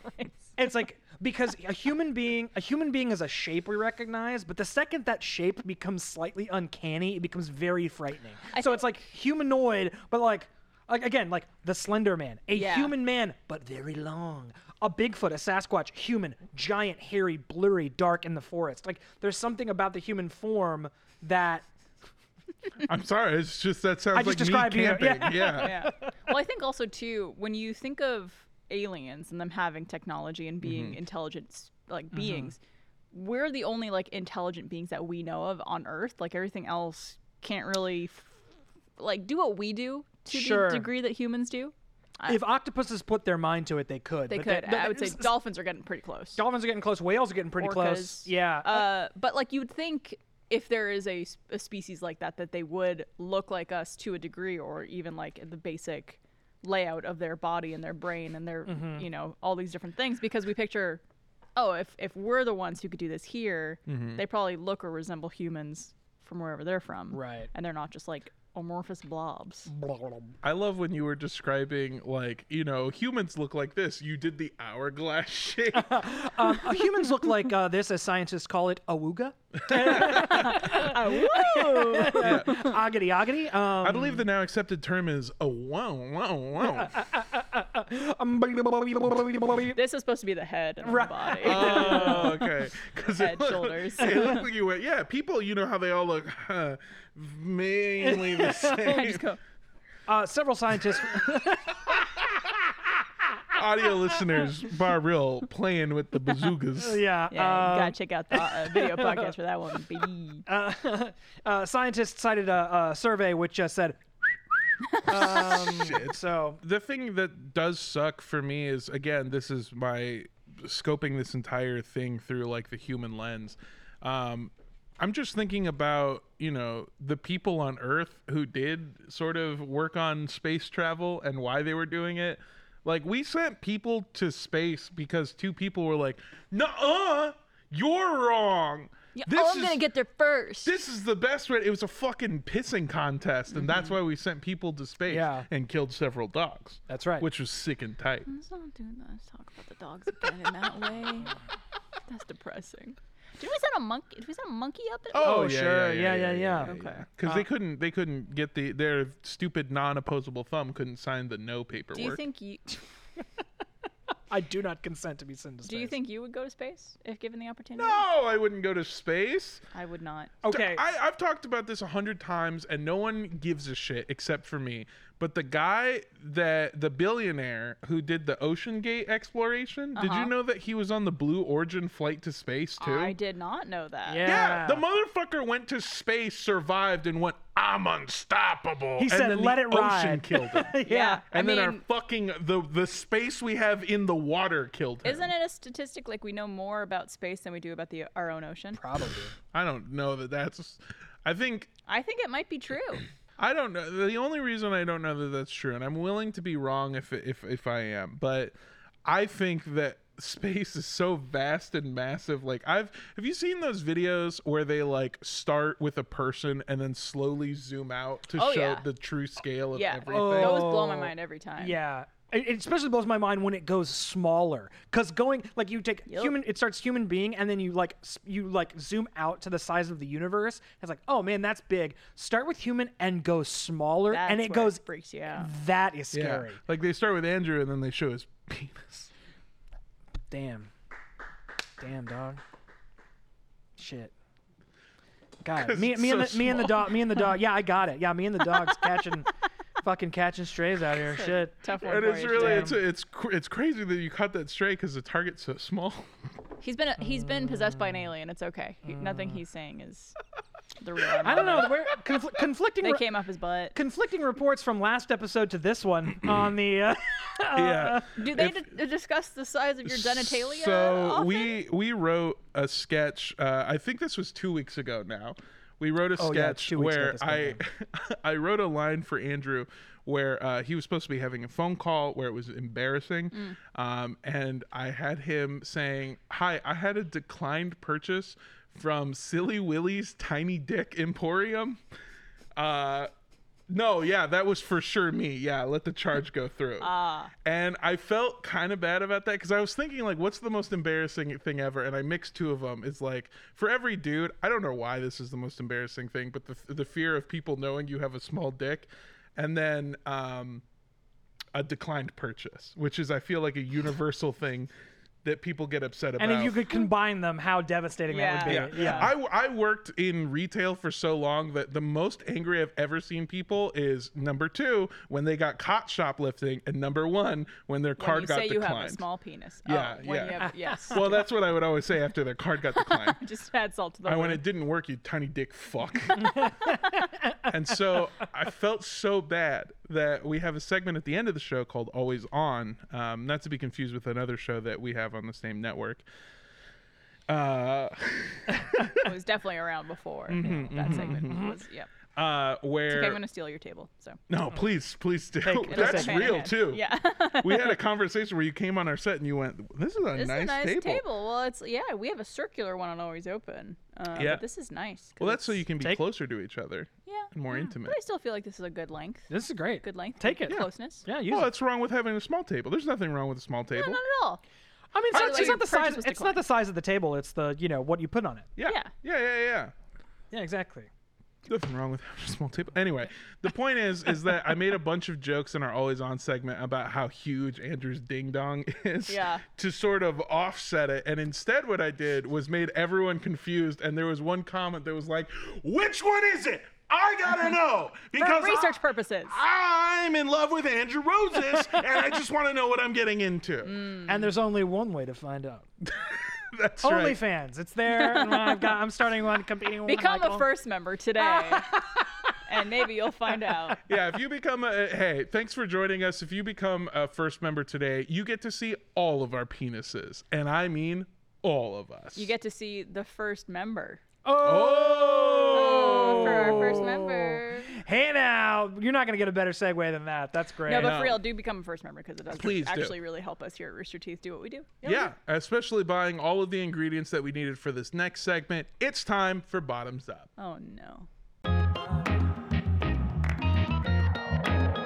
Speaker 3: it's like because a human being a human being is a shape we recognize, but the second that shape becomes slightly uncanny, it becomes very frightening. so it's like humanoid, but like like again, like the Slender Man, a
Speaker 4: Yeah.
Speaker 3: human man, but very long. A Bigfoot, a Sasquatch, human, giant, hairy, blurry, dark in the forest. Like there's something about the human form that
Speaker 2: I'm sorry. It's just that sounds
Speaker 3: I just
Speaker 2: like
Speaker 3: described
Speaker 2: me
Speaker 3: you,
Speaker 2: camping.
Speaker 3: yeah.
Speaker 2: Yeah.
Speaker 4: yeah. Well, I think also too when you think of aliens and them having technology and being
Speaker 3: Mm-hmm.
Speaker 4: intelligent s- like beings, we're the only like intelligent beings that we know of on Earth. Like everything else can't really f- like do what we do to
Speaker 3: Sure.
Speaker 4: the degree that humans do.
Speaker 3: if octopuses put their mind to it, they could.
Speaker 4: They
Speaker 3: but
Speaker 4: could.
Speaker 3: but
Speaker 4: I would say
Speaker 3: s-
Speaker 4: dolphins are getting pretty close.
Speaker 3: dolphins are getting close. Whales are getting pretty close.
Speaker 4: Orcas.
Speaker 3: Yeah.
Speaker 4: Uh, but like you would think if there is a, s- a species like that that they would look like us to a degree or even like the basic layout of their body and their brain and their
Speaker 3: Mm-hmm.
Speaker 4: you know all these different things because we picture oh if if we're the ones who could do this here
Speaker 3: Mm-hmm.
Speaker 4: they probably look or resemble humans from wherever they're from
Speaker 3: Right.
Speaker 4: and they're not just like amorphous blobs
Speaker 2: I love when you were describing, like, you know, humans look like this. You did the hourglass shape.
Speaker 3: Um, uh, humans look like uh, this, as scientists call it, awooga. Oggity oggity. Um,
Speaker 2: I believe the now accepted term is a whoa, whoa, whoa.
Speaker 3: Um,
Speaker 4: This is supposed to be the head and
Speaker 3: Right.
Speaker 4: the body.
Speaker 2: Oh, okay. Because
Speaker 4: Head, shoulders.
Speaker 2: It looked like you went. Yeah, people. You know how they all look huh, mainly the
Speaker 4: I
Speaker 2: same.
Speaker 4: just go,
Speaker 3: uh, several scientists.
Speaker 2: Audio listeners, bar real playing with the bazookas.
Speaker 3: yeah.
Speaker 4: yeah,
Speaker 3: um,
Speaker 4: gotta check out the uh, video podcast for that one. baby."
Speaker 3: uh, uh, scientists cited a, a survey which just said, um,
Speaker 2: Shit.
Speaker 3: so
Speaker 2: the thing that does suck for me is again this is my scoping this entire thing through like the human lens um i'm just thinking about you know the people on earth who did sort of work on space travel and why they were doing it like we sent people to space because two people were like nuh-uh you're wrong
Speaker 1: oh, I'm gonna get there first.
Speaker 2: this is the best way. It was a fucking pissing contest, and that's
Speaker 1: Mm-hmm.
Speaker 2: why we sent people to space
Speaker 3: Yeah.
Speaker 2: and killed several dogs.
Speaker 3: That's right.
Speaker 2: Which was sick and tight.
Speaker 4: Let's not do that. Let's talk about the dogs again in that way. That's depressing. Did we send a monkey? Did we send a monkey up? There?
Speaker 3: Oh, sure. Yeah, yeah, yeah.
Speaker 4: Okay. Uh,
Speaker 2: Because they couldn't, they couldn't get the their stupid non-opposable thumb couldn't sign the no paperwork.
Speaker 4: do you think you
Speaker 3: I do not consent to be sent to space.
Speaker 4: do you think you would go to space if given the opportunity?
Speaker 2: No, I wouldn't go to space.
Speaker 4: I would not.
Speaker 3: Okay.
Speaker 2: I, I've talked about this a hundred times, and no one gives a shit except for me. But the guy that the billionaire who did the Ocean Gate exploration, did you know that he was on the Blue Origin flight to space too?
Speaker 4: Uh-huh. I did not know that.
Speaker 3: Yeah.
Speaker 2: Yeah, the motherfucker went to space, survived, and went, "I'm unstoppable."
Speaker 3: He
Speaker 2: and
Speaker 3: said,
Speaker 2: then
Speaker 3: "Let
Speaker 2: the
Speaker 3: it
Speaker 2: ocean
Speaker 3: ride."
Speaker 2: killed him. and
Speaker 4: Yeah. I
Speaker 2: then our
Speaker 4: mean-
Speaker 2: fucking the the space we have in the water killed him.
Speaker 4: Isn't it a statistic like we know more about space than we do about the our own ocean?
Speaker 3: Probably.
Speaker 2: I don't know that that's. I think
Speaker 4: I think it might be true.
Speaker 2: I don't know. The only reason I don't know that that's true, and I'm willing to be wrong if if if I am, but I think that space is so vast and massive. Like I've have you seen those videos where they like start with a person and then slowly zoom out to
Speaker 4: Oh,
Speaker 2: show
Speaker 4: yeah.
Speaker 2: the true scale of
Speaker 4: Yeah. Oh,
Speaker 2: everything?
Speaker 4: Those blow my mind every time.
Speaker 3: Oh. Yeah. It it especially blows my mind when it goes smaller, because going like you take human, it starts human being, and then you like s- you like zoom out to the size of the universe. It's like, oh man, that's big. Start with human and go smaller,
Speaker 4: That's
Speaker 3: and
Speaker 4: where
Speaker 3: it goes.
Speaker 4: freaks you out.
Speaker 3: That is
Speaker 2: Yeah.
Speaker 3: scary.
Speaker 2: Like they start with Andrew and then they show his penis.
Speaker 3: Damn. Damn, dog. Shit. God,
Speaker 2: 'Cause
Speaker 3: me,
Speaker 2: it's
Speaker 3: me, and
Speaker 2: so
Speaker 3: the, me and the
Speaker 2: small.
Speaker 3: dog, me and the dog. Yeah, I got it. Yeah, me and the dog's catching, fucking catching strays out here. Shit.
Speaker 4: Tough one.
Speaker 2: And
Speaker 4: for
Speaker 2: it's
Speaker 4: you.
Speaker 2: really it's it's cr- it's crazy that you caught that stray because the target's so small.
Speaker 4: He's been he's been possessed
Speaker 2: Uh,
Speaker 4: by an alien. It's okay. He, nothing he's saying is the real.
Speaker 3: I don't know where confl- conflicting.
Speaker 4: They
Speaker 3: re-
Speaker 4: came up his butt.
Speaker 3: conflicting reports from last episode to this one on the. Uh,
Speaker 2: yeah.
Speaker 4: Do they
Speaker 2: If-
Speaker 4: d- discuss the size of your genitalia?
Speaker 2: So
Speaker 4: often?
Speaker 2: we we wrote a sketch. Uh, I think this was two weeks ago now. We wrote a
Speaker 3: Oh, yeah, it's
Speaker 2: sketch
Speaker 3: two weeks ago at
Speaker 2: where
Speaker 3: this
Speaker 2: I
Speaker 3: point,
Speaker 2: I wrote a line for Andrew where uh, he was supposed to be having a phone call where it was embarrassing,
Speaker 4: Mm.
Speaker 2: um, and I had him saying, "Hi, I had a declined purchase from Silly Willy's Tiny Dick Emporium." Uh, no, yeah, that was for sure me. Yeah, let the charge go through. Ah. And I felt kind of bad about that because I was thinking, like, what's the most embarrassing thing ever? And I mixed two of them. It's like, for every dude, I don't know why this is the most embarrassing thing, but the, the fear of people knowing you have a small dick. And then um, a declined purchase, which is, I feel like, a universal thing that people get upset about.
Speaker 3: and if you could combine them, how devastating that
Speaker 4: Yeah.
Speaker 3: would be. Yeah.
Speaker 2: I, I worked in retail for so long that the most angry I've ever seen people is number two when they got caught shoplifting, and number one when their
Speaker 4: When
Speaker 2: card
Speaker 4: you
Speaker 2: got
Speaker 4: say you
Speaker 2: declined.
Speaker 4: have a small penis.
Speaker 2: Yeah,
Speaker 4: oh, when
Speaker 2: yeah.
Speaker 4: You have, yes.
Speaker 2: well, that's what I would always say after their card got declined.
Speaker 4: Just add salt to the
Speaker 2: I went,
Speaker 4: wound.
Speaker 2: it didn't work, you tiny dick fuck. and so I felt so bad that we have a segment at the end of the show called Always On, um, not to be confused with another show that we have on the same network. Uh,
Speaker 4: It was definitely around before
Speaker 2: Mm-hmm,
Speaker 4: yeah, that segment was. Yep.
Speaker 2: uh, where
Speaker 4: Okay, I'm gonna steal your table. So
Speaker 2: No, please, please do.
Speaker 3: it.
Speaker 4: It'll
Speaker 2: That's
Speaker 4: go hand in
Speaker 2: real
Speaker 4: hand.
Speaker 2: too.
Speaker 4: Yeah.
Speaker 2: we had a conversation where you came on our set and you went, "This is a,
Speaker 4: This
Speaker 2: nice,
Speaker 4: is a nice
Speaker 2: table.
Speaker 4: table. Well, it's yeah. We have a circular one on Always Open. Uh,
Speaker 2: Yeah.
Speaker 4: But this is nice. 'cause
Speaker 2: Well, that's so
Speaker 4: it's-
Speaker 2: you can be
Speaker 3: Take-
Speaker 2: closer to each other.
Speaker 4: Yeah.
Speaker 2: and more
Speaker 4: yeah.
Speaker 2: intimate.
Speaker 4: But Hmm. I still feel like this is a good length.
Speaker 3: This is great.
Speaker 4: Good length.
Speaker 3: Take
Speaker 4: good
Speaker 3: it.
Speaker 4: Closeness.
Speaker 3: Yeah, use
Speaker 2: Well,
Speaker 3: it.
Speaker 2: that's wrong with having a small table. There's nothing wrong with a small
Speaker 4: No,
Speaker 2: table.
Speaker 4: not at all.
Speaker 3: I mean, it's,
Speaker 4: I
Speaker 3: not,
Speaker 4: like
Speaker 3: it's not the
Speaker 4: your purchase
Speaker 3: size.
Speaker 4: was
Speaker 3: It's not the size of the table. It's the you know what you put on it.
Speaker 2: Yeah. yeah, yeah, yeah,
Speaker 3: Yeah, exactly.
Speaker 2: Nothing wrong with having a small table. Anyway, the point is, is that I made a bunch of jokes in our Always On segment about how huge Andrew's ding dong is.
Speaker 4: Yeah.
Speaker 2: To sort of offset it, and instead, what I did was made everyone confused. And there was one comment that was like, "Which one is it? I gotta know
Speaker 4: For
Speaker 2: because
Speaker 4: research
Speaker 2: I-
Speaker 4: purposes.
Speaker 2: I'm in love with Andrew Roses, and I just want to know what I'm getting into.
Speaker 4: Mm. Hmm.
Speaker 3: And there's only one way to find out.
Speaker 2: That's right.
Speaker 3: OnlyFans. It's there. and I've got, I'm starting one, competing with
Speaker 4: Become
Speaker 3: Michael.
Speaker 4: a first member today. and maybe you'll find out.
Speaker 2: yeah, if you become a hey, thanks for joining us. If you become a first member today, you get to see all of our penises, and I mean all of us. Oh!
Speaker 4: You get to see the first member.
Speaker 3: Oh!
Speaker 4: For our first member.
Speaker 3: Hey now, you're not gonna get a better segue than that. That's great.
Speaker 4: No, but
Speaker 2: No.
Speaker 4: for real, do become a first member because it does
Speaker 2: Please do.
Speaker 4: actually really help us here at Rooster Teeth do what we do.
Speaker 2: yeah, especially buying all of the ingredients that we needed for this next segment. It's time for bottoms up.
Speaker 4: Oh no.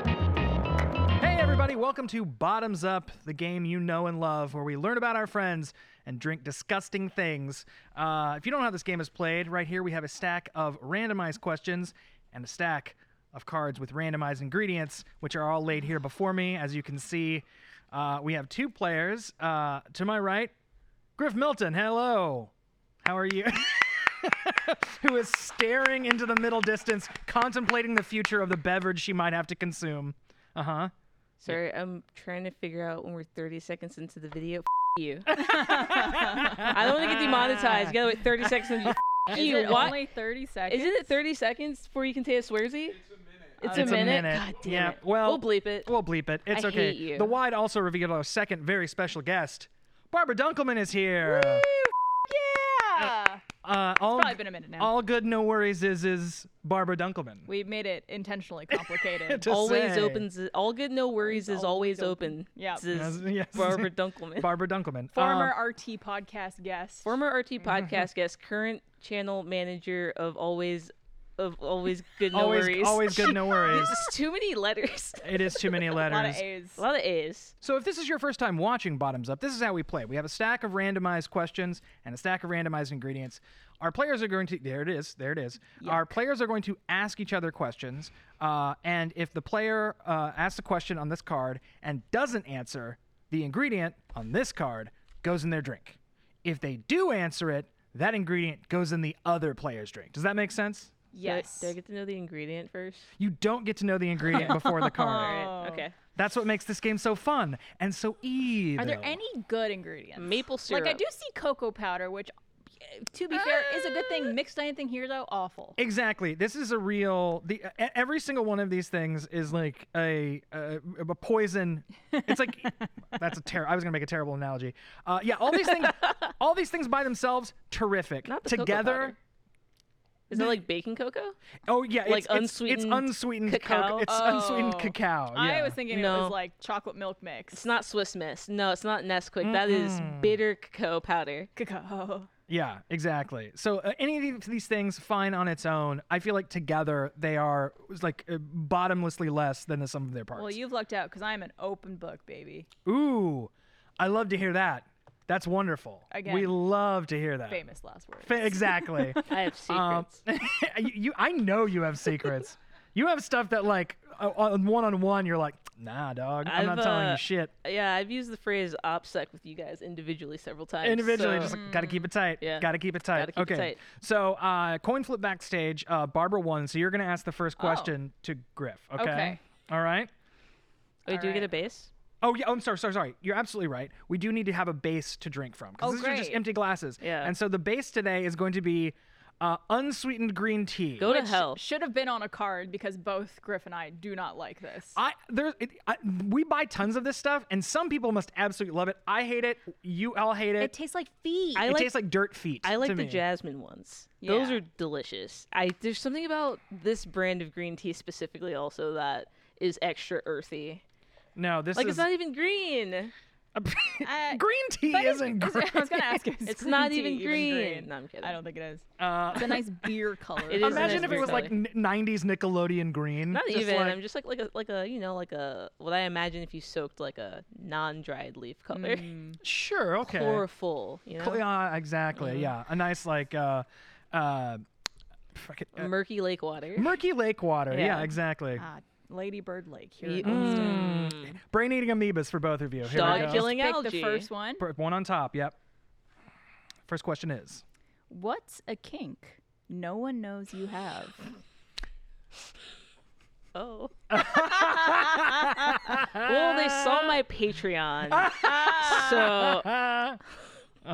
Speaker 3: hey everybody, welcome to Bottoms Up, the game you know and love, where we learn about our friends and drink disgusting things. Uh, if you don't know how this game is played, right here we have a stack of randomized questions and a stack of cards with randomized ingredients, which are all laid here before me. As you can see, uh, we have two players. Uh, to my right, Griff Milton. Hello. How are you? who is staring into the middle distance, contemplating the future of the beverage she might have to consume. Uh huh.
Speaker 5: Sorry, I'm trying to figure out when we're 30 seconds into the video. F- you. I don't want to get demonetized. You gotta wait 30 seconds. Into F-
Speaker 4: Is
Speaker 5: you.
Speaker 4: it
Speaker 5: What?
Speaker 4: only 30 seconds?
Speaker 5: Isn't it 30 seconds before you can say a swearsy? Uh,
Speaker 3: It's
Speaker 5: It's a minute.
Speaker 3: a minute.
Speaker 5: God damn
Speaker 3: Yeah,
Speaker 5: it.
Speaker 3: well-
Speaker 5: we'll bleep it.
Speaker 3: We'll bleep it. It's
Speaker 5: I
Speaker 3: okay.
Speaker 5: hate you.
Speaker 3: The wide also revealed our second very special guest. Barbara Dunkelman is here.
Speaker 4: Yeah.
Speaker 3: Uh, all,
Speaker 4: Probably been a minute now.
Speaker 3: all good, no worries is is Barbara Dunkelman.
Speaker 4: we made it intentionally complicated.
Speaker 3: To
Speaker 5: always
Speaker 3: say.
Speaker 5: opens. All good, no worries is always open.
Speaker 4: Yeah.
Speaker 5: This is
Speaker 3: Yes, yes.
Speaker 5: Barbara Dunkelman.
Speaker 3: Barbara Dunkelman.
Speaker 4: Former
Speaker 3: Um,
Speaker 4: RT podcast guest.
Speaker 5: Former RT podcast guest, current channel manager of always, of always good, no
Speaker 3: always,
Speaker 5: worries.
Speaker 3: always good, no worries.
Speaker 5: This is too many letters.
Speaker 3: it is too many
Speaker 4: a lot
Speaker 3: letters.
Speaker 4: of A's.
Speaker 5: A lot of A's.
Speaker 3: So if this is your first time watching Bottoms Up, this is how we play. We have a stack of randomized questions and a stack of randomized ingredients. Our players are going to there it is, there it is. Our players are going to ask each other questions, uh, and if the player uh, asks a question on this card and doesn't answer, the ingredient on this card goes in their drink. If they do answer it, that ingredient goes in the other player's drink. Does that make sense?
Speaker 5: Do I-
Speaker 4: Yes.
Speaker 5: Do I, get to know the ingredient first?
Speaker 3: You don't get to know the ingredient before the card.
Speaker 5: All right. Okay.
Speaker 3: That's what makes this game so fun and so easy.
Speaker 4: Are there
Speaker 3: though.
Speaker 4: any good ingredients?
Speaker 5: Maple syrup.
Speaker 4: Like I do see cocoa powder, which, to be fair, is a good
Speaker 5: Ah.
Speaker 4: thing. Mixed anything here though, awful.
Speaker 3: Exactly. This is a real. The e- every single one of these things is like a a, a poison. It's like that's a terrible. I was gonna make a terrible analogy. Uh, yeah, all these things, all these things by themselves, terrific.
Speaker 5: Not the cocoa
Speaker 3: Together,
Speaker 5: powder. Is that like baking cocoa?
Speaker 3: oh yeah, it's,
Speaker 5: Like
Speaker 3: it's- It's,
Speaker 5: unsweetened
Speaker 3: unsweetened
Speaker 5: cacao?
Speaker 3: Cocoa. It's unsweetened
Speaker 4: Oh.
Speaker 3: cacao.
Speaker 4: I
Speaker 3: yeah.
Speaker 4: was thinking it
Speaker 5: No.
Speaker 4: was like chocolate milk mix.
Speaker 5: It's not Swiss Miss. No, it's not Nesquik. That is bitter cocoa powder.
Speaker 4: cacao.
Speaker 3: Yeah, exactly. So uh, any of these things, fine on its own. I feel like together they are like uh, bottomlessly less than the sum of their parts.
Speaker 4: Well, you've lucked out because I'm an open book, baby.
Speaker 3: Ooh, I love to hear that. That's wonderful.
Speaker 4: Again,
Speaker 3: we love to hear that.
Speaker 4: Famous last word.
Speaker 3: Fa- exactly.
Speaker 5: I have secrets.
Speaker 3: um, you, you, I know you have secrets. you have stuff that, like, uh, on one on one, you're like, nah, dog, I'm not
Speaker 5: I've,
Speaker 3: telling you
Speaker 5: uh,
Speaker 3: shit.
Speaker 5: yeah, I've used the phrase OPSEC with you guys individually several times.
Speaker 3: Individually,
Speaker 5: so-
Speaker 3: just like, gotta keep it tight.
Speaker 5: Yeah.
Speaker 3: Gotta keep it tight.
Speaker 5: Gotta keep
Speaker 3: okay.
Speaker 5: it tight.
Speaker 3: So, uh, coin flip backstage. Uh, Barbara won. So you're gonna ask the
Speaker 5: Oh.
Speaker 3: first question to Griff. Okay?
Speaker 4: Okay.
Speaker 3: All right.
Speaker 5: Wait, do we get
Speaker 4: Alright.
Speaker 5: a base?
Speaker 3: Oh yeah, oh, I'm sorry, sorry, sorry. You're absolutely right. We do need to have a base to drink from because
Speaker 4: Oh,
Speaker 3: these are just
Speaker 4: great.
Speaker 3: empty glasses.
Speaker 5: Yeah.
Speaker 3: And so the base today is going to be uh, unsweetened green tea.
Speaker 5: Go to hell.
Speaker 4: Should have been on a card because both Griff and I do not like this.
Speaker 3: I there it, I, we buy tons of this stuff, and some people must absolutely love it. I hate it. You all hate it.
Speaker 1: It tastes like feet.
Speaker 5: I
Speaker 3: It
Speaker 5: like
Speaker 3: tastes like dirt feet.
Speaker 5: I like
Speaker 3: to
Speaker 5: the
Speaker 3: me.
Speaker 5: jasmine ones. Those
Speaker 4: Yeah.
Speaker 5: are delicious. I there's something about this brand of green tea specifically also that is extra earthy.
Speaker 3: No, this
Speaker 5: Like
Speaker 3: is
Speaker 5: it's not even green.
Speaker 4: Uh,
Speaker 3: green tea
Speaker 4: but it's-
Speaker 3: isn't green.
Speaker 4: I was gonna ask. if
Speaker 5: It's
Speaker 4: green
Speaker 5: not
Speaker 4: tea
Speaker 5: even green. No, I'm kidding.
Speaker 4: I don't think it is.
Speaker 3: Uh,
Speaker 4: It's a nice beer color.
Speaker 5: It is a
Speaker 3: imagine
Speaker 5: nice
Speaker 3: if it
Speaker 5: beer
Speaker 3: was like
Speaker 5: color.
Speaker 3: n- '90s Nickelodeon green.
Speaker 5: Not
Speaker 3: just
Speaker 5: even.
Speaker 3: like-
Speaker 5: I'm just like like a like a you know like a what I imagine if you soaked like a non-dried leaf color,
Speaker 3: Mm. sure. Okay.
Speaker 5: chlorophyll. You know,
Speaker 3: Cl- Yeah, exactly. Yeah, a nice like uh, uh, fucking, uh,
Speaker 5: Murky lake water.
Speaker 3: murky lake water. Yeah,
Speaker 5: Yeah.
Speaker 3: exactly.
Speaker 4: Ah, Lady Bird Lake here.
Speaker 5: Ye-
Speaker 3: Oh
Speaker 4: in Austin.
Speaker 3: Brain eating amoebas for both of you. Here
Speaker 5: Dog
Speaker 3: we go.
Speaker 5: killing
Speaker 4: Pick
Speaker 5: algae.
Speaker 4: the first one.
Speaker 3: Per- One on top. Yep. First question is
Speaker 4: What's a kink no one knows you have?
Speaker 5: Oh. well, they saw my Patreon. so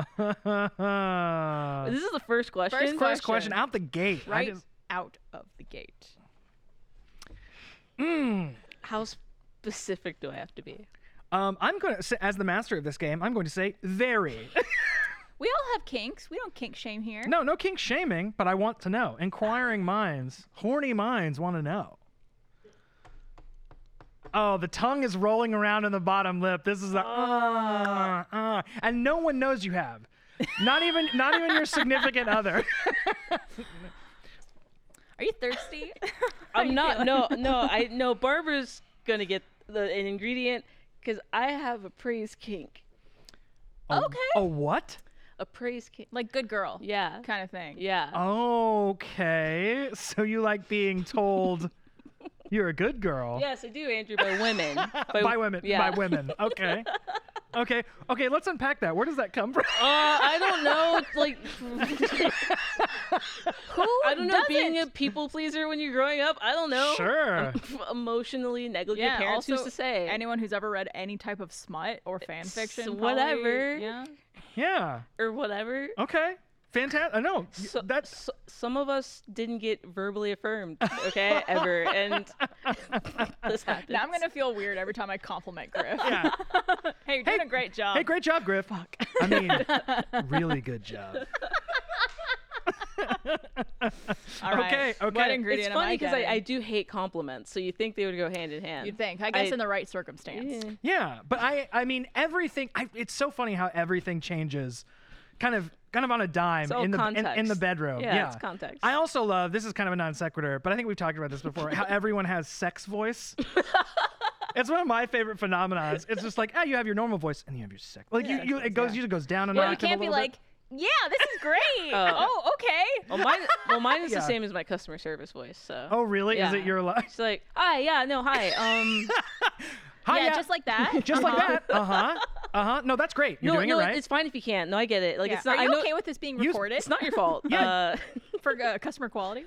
Speaker 5: this is the first question.
Speaker 4: First
Speaker 3: first question out the gate. I
Speaker 4: Right
Speaker 3: just-
Speaker 4: out of the gate.
Speaker 5: How specific do I have to be?
Speaker 3: um, I'm going to, as the master of this game, I'm going to say very.
Speaker 4: We all have kinks. We don't kink shame here.
Speaker 3: no, no kink shaming, but I want to know. Inquiring minds, horny minds want to know. Oh, the tongue is rolling around in the bottom lip. This is the uh, uh, and no one knows you have. Not even, not even your significant other.
Speaker 4: Are you thirsty?
Speaker 5: I'm not. No, no. I no. Barbara's gonna get the, an ingredient because I have a praise kink.
Speaker 3: A-
Speaker 4: Okay.
Speaker 3: A what?
Speaker 5: A praise kink.
Speaker 4: like good girl.
Speaker 5: Um, oh. Yeah.
Speaker 4: Kind of thing.
Speaker 5: Yeah.
Speaker 3: Okay. So you like being told you're a good girl
Speaker 5: Yes, I do, Andrew. By women.
Speaker 3: by women.
Speaker 5: Yeah.
Speaker 3: By women. Okay. okay. Okay. Let's unpack that. Where does that come from?
Speaker 5: Uh, I don't know. it's Like,
Speaker 4: Who
Speaker 5: I don't know. Being a
Speaker 4: doesn't?
Speaker 5: people pleaser when you're growing up, I don't know.
Speaker 3: Sure.
Speaker 5: Emotionally negligent
Speaker 4: yeah,
Speaker 5: parents.
Speaker 4: also,
Speaker 5: who's to say?
Speaker 4: Anyone who's ever read any type of smut or fan fiction, probably,
Speaker 5: whatever.
Speaker 4: Yeah.
Speaker 3: yeah.
Speaker 5: or whatever.
Speaker 3: Okay. Fantastic. I know. Y-
Speaker 5: So,
Speaker 3: That's
Speaker 5: so- some of us didn't get verbally affirmed, okay, ever, and this happened.
Speaker 4: Now I'm gonna feel weird every time I compliment Griff.
Speaker 3: yeah.
Speaker 4: Oh. Hey, you're doing a great job.
Speaker 3: Hey, great job, Griff. I mean, really good job.
Speaker 4: All right.
Speaker 3: Okay, okay.
Speaker 4: What
Speaker 3: It's
Speaker 5: It's
Speaker 4: ingredient am
Speaker 5: funny because I,
Speaker 4: getting?
Speaker 5: I do hate compliments, so you think they would go hand in hand.
Speaker 4: You'd think. I guess
Speaker 5: I-
Speaker 4: in the right circumstance.
Speaker 5: Yeah.
Speaker 3: Yeah, but I I mean everything. I, it's so funny how everything changes, kind of kind of on a dime
Speaker 5: all
Speaker 3: in the in, in the
Speaker 5: context.
Speaker 3: bedroom. Yeah,
Speaker 5: Yeah, it's context.
Speaker 3: I also love this is kind of a non sequitur, but I think we've talked about this before. how everyone has sex voice. It's one of my favorite phenomena. It's, it's just like, ah, you have your normal voice and you have your sex. Like you, you it goes, usually goes down and
Speaker 4: Well,
Speaker 3: on.
Speaker 4: you can't be like, yeah, this is great. oh, okay.
Speaker 5: Well, mine, well, mine is
Speaker 3: Yeah.
Speaker 5: the same as my customer service voice. So.
Speaker 3: oh really? Is
Speaker 5: Yeah.
Speaker 3: it your life?
Speaker 5: She's like, hi, yeah, no, hi. Um,
Speaker 3: Hi,
Speaker 4: yeah, just like that.
Speaker 3: just like that. Uh huh. Uh huh. No, that's great. You're
Speaker 5: no,
Speaker 3: doing
Speaker 5: no,
Speaker 3: it right.
Speaker 5: it's fine if you can't. No, I get it. Like,
Speaker 4: Yeah.
Speaker 5: it's not.
Speaker 4: Are
Speaker 5: I
Speaker 4: you
Speaker 5: know
Speaker 4: okay with this being
Speaker 3: Use-
Speaker 4: recorded
Speaker 5: it's not your fault.
Speaker 3: Yeah.
Speaker 5: Uh,
Speaker 4: for uh, customer quality?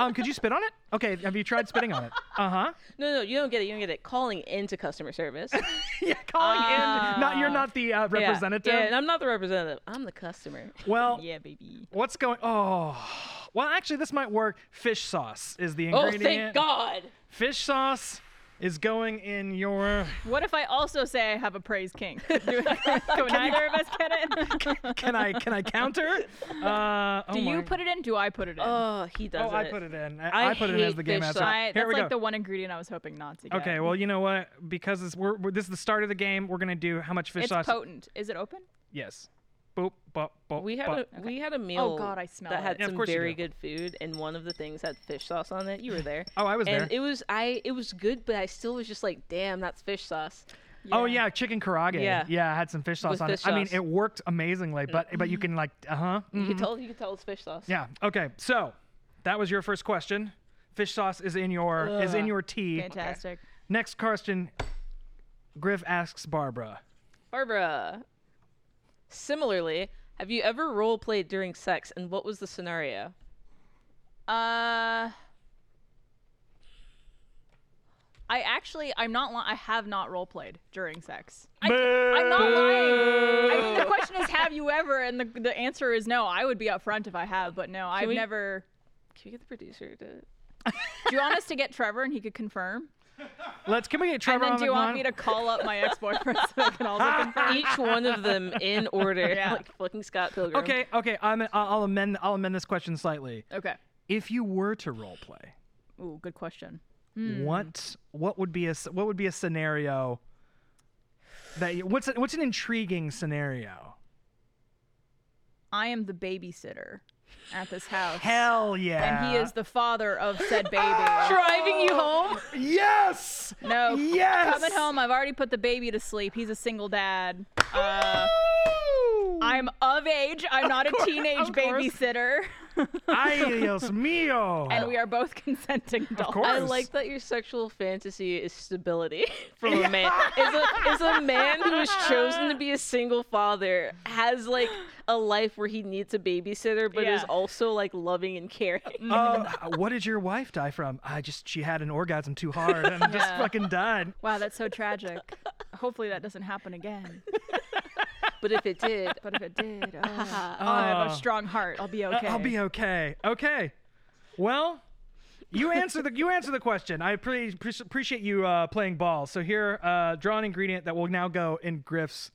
Speaker 3: Um, could you spit on it? Okay. Have you tried spitting on it? Uh huh.
Speaker 5: no, no, you don't get it. You don't get it. Calling into customer service.
Speaker 3: yeah, calling in. Not you're not the uh,
Speaker 5: Yeah.
Speaker 3: representative.
Speaker 5: Yeah, and I'm not the representative. I'm the customer.
Speaker 3: well,
Speaker 4: yeah, baby.
Speaker 3: what's going? Oh, well, actually, this might work. Fish sauce is the
Speaker 5: Oh,
Speaker 3: ingredient.
Speaker 5: thank God.
Speaker 3: Fish sauce is going in your.
Speaker 4: What if I also say I have a praise kink? Do- Can neither of us get it?
Speaker 3: Can I can I counter? Uh, oh
Speaker 4: Do
Speaker 3: my-
Speaker 4: you put it in? Do I put it in?
Speaker 5: Oh, he does
Speaker 3: Oh,
Speaker 5: it.
Speaker 3: I put it in. I,
Speaker 5: I
Speaker 3: I put it in as
Speaker 5: hate
Speaker 3: the game
Speaker 5: fish
Speaker 3: answer.
Speaker 5: sauce. I-
Speaker 4: I,
Speaker 3: Here
Speaker 4: that's
Speaker 3: we
Speaker 4: like
Speaker 3: go.
Speaker 4: the one ingredient I was hoping not to get.
Speaker 3: Okay, well, you know what? Because it's, we're, we're, this is the start of the game, we're gonna do how much fish
Speaker 4: it's
Speaker 3: sauce?
Speaker 4: potent. Is it open?
Speaker 3: yes. Boop, bop, bop.
Speaker 5: We had
Speaker 3: bop.
Speaker 5: a we had a meal.
Speaker 4: Oh, God, I smell
Speaker 5: that had
Speaker 4: it.
Speaker 3: Yeah, of
Speaker 5: some
Speaker 3: course you
Speaker 5: very
Speaker 3: do.
Speaker 5: good food, and one of the things had fish sauce on it. You were there.
Speaker 3: Oh, I was
Speaker 5: and
Speaker 3: there.
Speaker 5: it was I. It was good, but I still was just like, damn, that's fish sauce.
Speaker 3: Oh yeah, chicken karage.
Speaker 5: Yeah.
Speaker 3: yeah, I had some fish sauce
Speaker 5: With
Speaker 3: on it.
Speaker 5: fish
Speaker 3: I mean,
Speaker 5: sauce.
Speaker 3: it worked amazingly, but but you can like, uh huh.
Speaker 5: You could tell. You could tell it's fish sauce.
Speaker 3: Yeah. Okay. So that was your first question. Fish sauce is in your is in your tea.
Speaker 4: Fantastic.
Speaker 3: Next question. Griff asks Barbara.
Speaker 5: Barbara. Similarly, have you ever role played during sex, and what was the scenario?
Speaker 4: Uh, I actually, I'm not. Li- I have not role played during sex. I, I'm not lying. I think the question is, have you ever? And the the answer is no. I would be upfront if I have, but no, I've
Speaker 5: we-
Speaker 4: never.
Speaker 5: Can we get the producer to?
Speaker 4: Do you want us to get Trevor and he could confirm?
Speaker 3: Let's can we get
Speaker 4: And
Speaker 3: Trevor
Speaker 4: then
Speaker 3: on
Speaker 4: do
Speaker 3: the
Speaker 4: you want
Speaker 3: con-
Speaker 4: me to call up my ex boyfriend so we can also confirm?
Speaker 5: Each one of them in order,
Speaker 4: Yeah.
Speaker 5: like fucking Scott Pilgrim.
Speaker 3: Okay. Okay. I'm, I'll amend I'll amend this question slightly.
Speaker 4: Okay.
Speaker 3: If you were to role play,
Speaker 4: Ooh, good question.
Speaker 3: what
Speaker 4: Hmm.
Speaker 3: what would be a s- what would be a scenario that you, what's a, what's an intriguing scenario?
Speaker 4: I am the babysitter at this house.
Speaker 3: Hell yeah!
Speaker 4: And he is the father of said baby.
Speaker 5: Driving you home.
Speaker 3: yes.
Speaker 4: No.
Speaker 3: Yes.
Speaker 4: Coming home, I've already put the baby to sleep. He's a single dad. Uh, I'm of age. I'm not a
Speaker 3: course.
Speaker 4: teenage babysitter.
Speaker 3: Ay, Dios mío.
Speaker 4: and we are both consenting adults.
Speaker 3: course.
Speaker 5: I like that your sexual fantasy is stability from a man. Is a, is a man who has chosen to be a single father has like a life where he needs a babysitter, but is
Speaker 4: Yeah.
Speaker 5: also like loving and caring.
Speaker 3: Um, what did your wife die from? I just she had an orgasm too hard and just
Speaker 4: Yeah.
Speaker 3: fucking died.
Speaker 4: Wow, that's so tragic. Hopefully that doesn't happen again.
Speaker 5: But if it did,
Speaker 4: But if it did, oh, I have
Speaker 3: Oh.
Speaker 4: a strong heart. I'll be
Speaker 3: Uh,
Speaker 4: okay.
Speaker 3: I'll be okay. Okay. Well, you answer the you answer the question. I pre- pre- appreciate you uh, playing ball. So here, uh, draw an ingredient that will now go in Griff's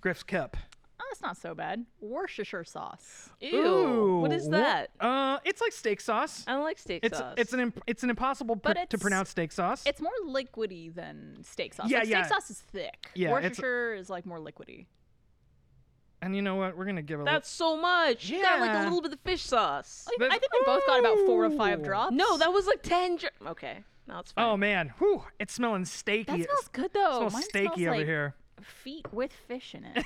Speaker 3: Griff's cup.
Speaker 4: Oh, that's not so bad. Worcestershire sauce.
Speaker 5: ew, what is
Speaker 3: wha-
Speaker 5: that?
Speaker 3: uh, it's like steak sauce.
Speaker 5: I don't like steak
Speaker 3: It's
Speaker 5: sauce.
Speaker 3: it's an imp- it's an impossible pr-
Speaker 4: But
Speaker 3: to
Speaker 4: it's-
Speaker 3: pronounce steak sauce.
Speaker 4: It's more liquidy than steak sauce.
Speaker 3: Yeah,
Speaker 4: like,
Speaker 3: yeah.
Speaker 4: Steak sauce is thick.
Speaker 3: Yeah, it's-
Speaker 4: Worcestershire is like more liquidy.
Speaker 3: and you know what? We're gonna give it.
Speaker 5: that's so much. You got like
Speaker 3: Yeah.
Speaker 5: a little bit of fish sauce.
Speaker 4: I-
Speaker 3: That's-
Speaker 4: I think we both got about four or five
Speaker 3: Ooh.
Speaker 4: drops.
Speaker 5: No, that was like ten. Dr- okay, now it's
Speaker 3: a
Speaker 5: fine.
Speaker 3: little- oh man, whew! It's smelling steaky.
Speaker 4: that
Speaker 3: It's-
Speaker 4: smells good though.
Speaker 3: smells
Speaker 4: Mine
Speaker 3: steaky
Speaker 4: smells
Speaker 3: over
Speaker 4: like
Speaker 3: here.
Speaker 4: Feet with fish in it.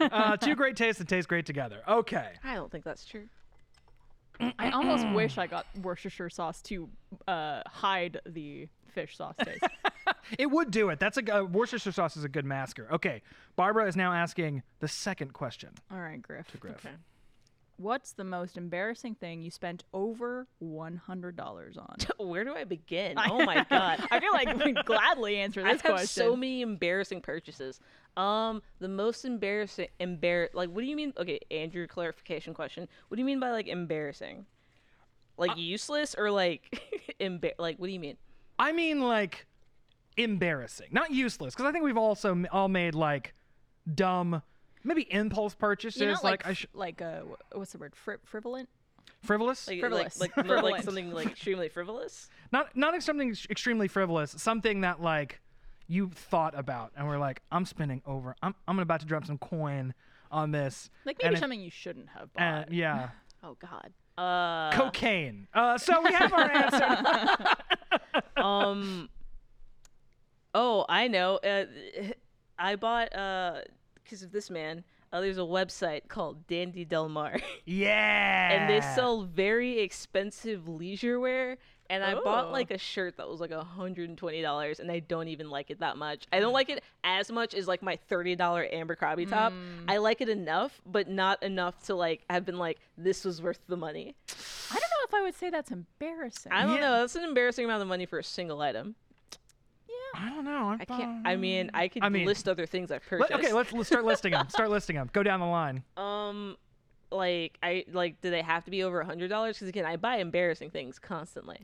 Speaker 3: Uh, two great tastes that taste great together. Okay.
Speaker 5: I don't think that's true.
Speaker 4: I almost wish I got Worcestershire sauce to uh, hide the fish sauce taste.
Speaker 3: It would do it. That's a g- uh, Worcestershire sauce is a good masker. Okay, Barbara is now asking the second question.
Speaker 4: All right, Griff.
Speaker 3: Griff.
Speaker 4: What's the most embarrassing thing you spent over one hundred dollars on?
Speaker 5: Where do I begin? Oh my god.
Speaker 4: I feel like we gladly answer this
Speaker 5: I've had
Speaker 4: question.
Speaker 5: so many embarrassing purchases. Um, the most embarrassing, embar, like, what do you mean? Okay, Andrew, clarification question. What do you mean by like embarrassing? Like useless or like embar? Like, what do you mean?
Speaker 3: I mean, like embarrassing, not useless, because I think we've also m- all made like dumb, maybe impulse purchases,
Speaker 4: you know,
Speaker 3: like,
Speaker 4: like
Speaker 3: I sh-
Speaker 4: f- like uh, wh- what's the word? Fri- frivolent?
Speaker 3: frivolous,
Speaker 5: Like,
Speaker 4: Frivolous.
Speaker 5: like, like, like
Speaker 4: Frivolent.
Speaker 5: something like extremely frivolous.
Speaker 3: not not something ex- extremely frivolous, something that like you thought about and were like, I'm spending over, I'm I'm about to drop some coin on this,
Speaker 4: Like maybe
Speaker 3: and it-
Speaker 4: something you shouldn't have
Speaker 3: and-
Speaker 4: bought.
Speaker 3: yeah,
Speaker 5: Oh God. Uh,
Speaker 3: cocaine. Uh, so we have our answer.
Speaker 5: um. Oh, I know. Uh, I bought uh because of this man. Uh, there's a website called Dandy Del Mar.
Speaker 3: yeah,
Speaker 5: and they sell very expensive leisure wear. And I
Speaker 4: Oh.
Speaker 5: bought like a shirt that was like $120 and I don't even like it that much. I don't like it as much as like my $30 Amber Crabby top.
Speaker 3: Mm.
Speaker 5: I like it enough, but not enough to like have been like, this was worth the money.
Speaker 4: I don't know if I would say that's embarrassing.
Speaker 5: I don't
Speaker 3: Yeah.
Speaker 5: know. That's an embarrassing amount of money for a single item.
Speaker 3: I don't know. I've
Speaker 5: I can't, I mean, I could
Speaker 3: I mean-
Speaker 5: list other things I've
Speaker 3: Let-
Speaker 5: purchased.
Speaker 3: okay, let's, let's start listing them. Start listing them. Go down the line.
Speaker 5: um, like, I like, do they have to be over $100? Because again, I buy embarrassing things constantly.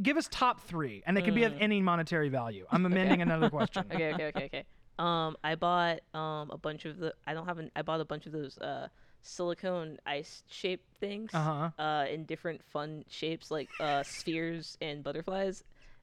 Speaker 3: Give us top three, and they could be of any monetary value. I'm amending another question.
Speaker 5: Mm. okay, okay, okay, okay. Um, I bought um a bunch of the. I don't have an. I bought a bunch of those uh silicone ice shape things.
Speaker 3: Uh-huh.
Speaker 5: Uh, in different fun shapes like uh spheres and butterflies,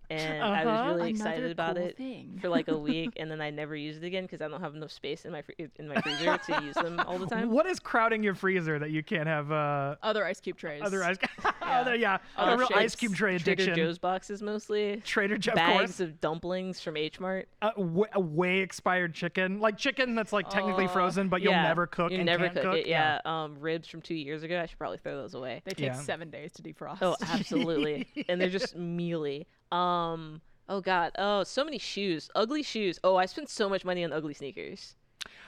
Speaker 5: and I
Speaker 3: Uh-huh.
Speaker 5: was really
Speaker 4: Another
Speaker 5: excited about
Speaker 4: cool
Speaker 5: it
Speaker 4: thing.
Speaker 5: for like a week, and then I never used it again because I don't have enough space in my fr- in my freezer to use them all the time.
Speaker 3: What is crowding your freazer that you can't have uh,
Speaker 4: Other ice cube trays.
Speaker 3: other ice? other, yeah, a
Speaker 5: Other
Speaker 3: real ice
Speaker 5: shapes.
Speaker 3: cube tray
Speaker 5: Trader
Speaker 3: addiction.
Speaker 5: Joe's boxes mostly.
Speaker 3: Trader Joe, of
Speaker 5: Bags
Speaker 3: course.
Speaker 5: of dumplings from H Mart.
Speaker 3: A, w- a way expired chicken, like chicken that's like technically frozen, but you'll
Speaker 5: Yeah,
Speaker 3: never cook
Speaker 5: You
Speaker 3: and
Speaker 5: never
Speaker 3: can't
Speaker 5: cook, it. Yeah. Um, ribs from two years ago. I should probably throw those away.
Speaker 4: They take
Speaker 3: Yeah.
Speaker 4: seven days to defrost.
Speaker 5: Oh, absolutely. and they're just mealy. Um, oh god. Oh, so many shoes. Ugly shoes. Oh, I spent so much money on ugly sneakers.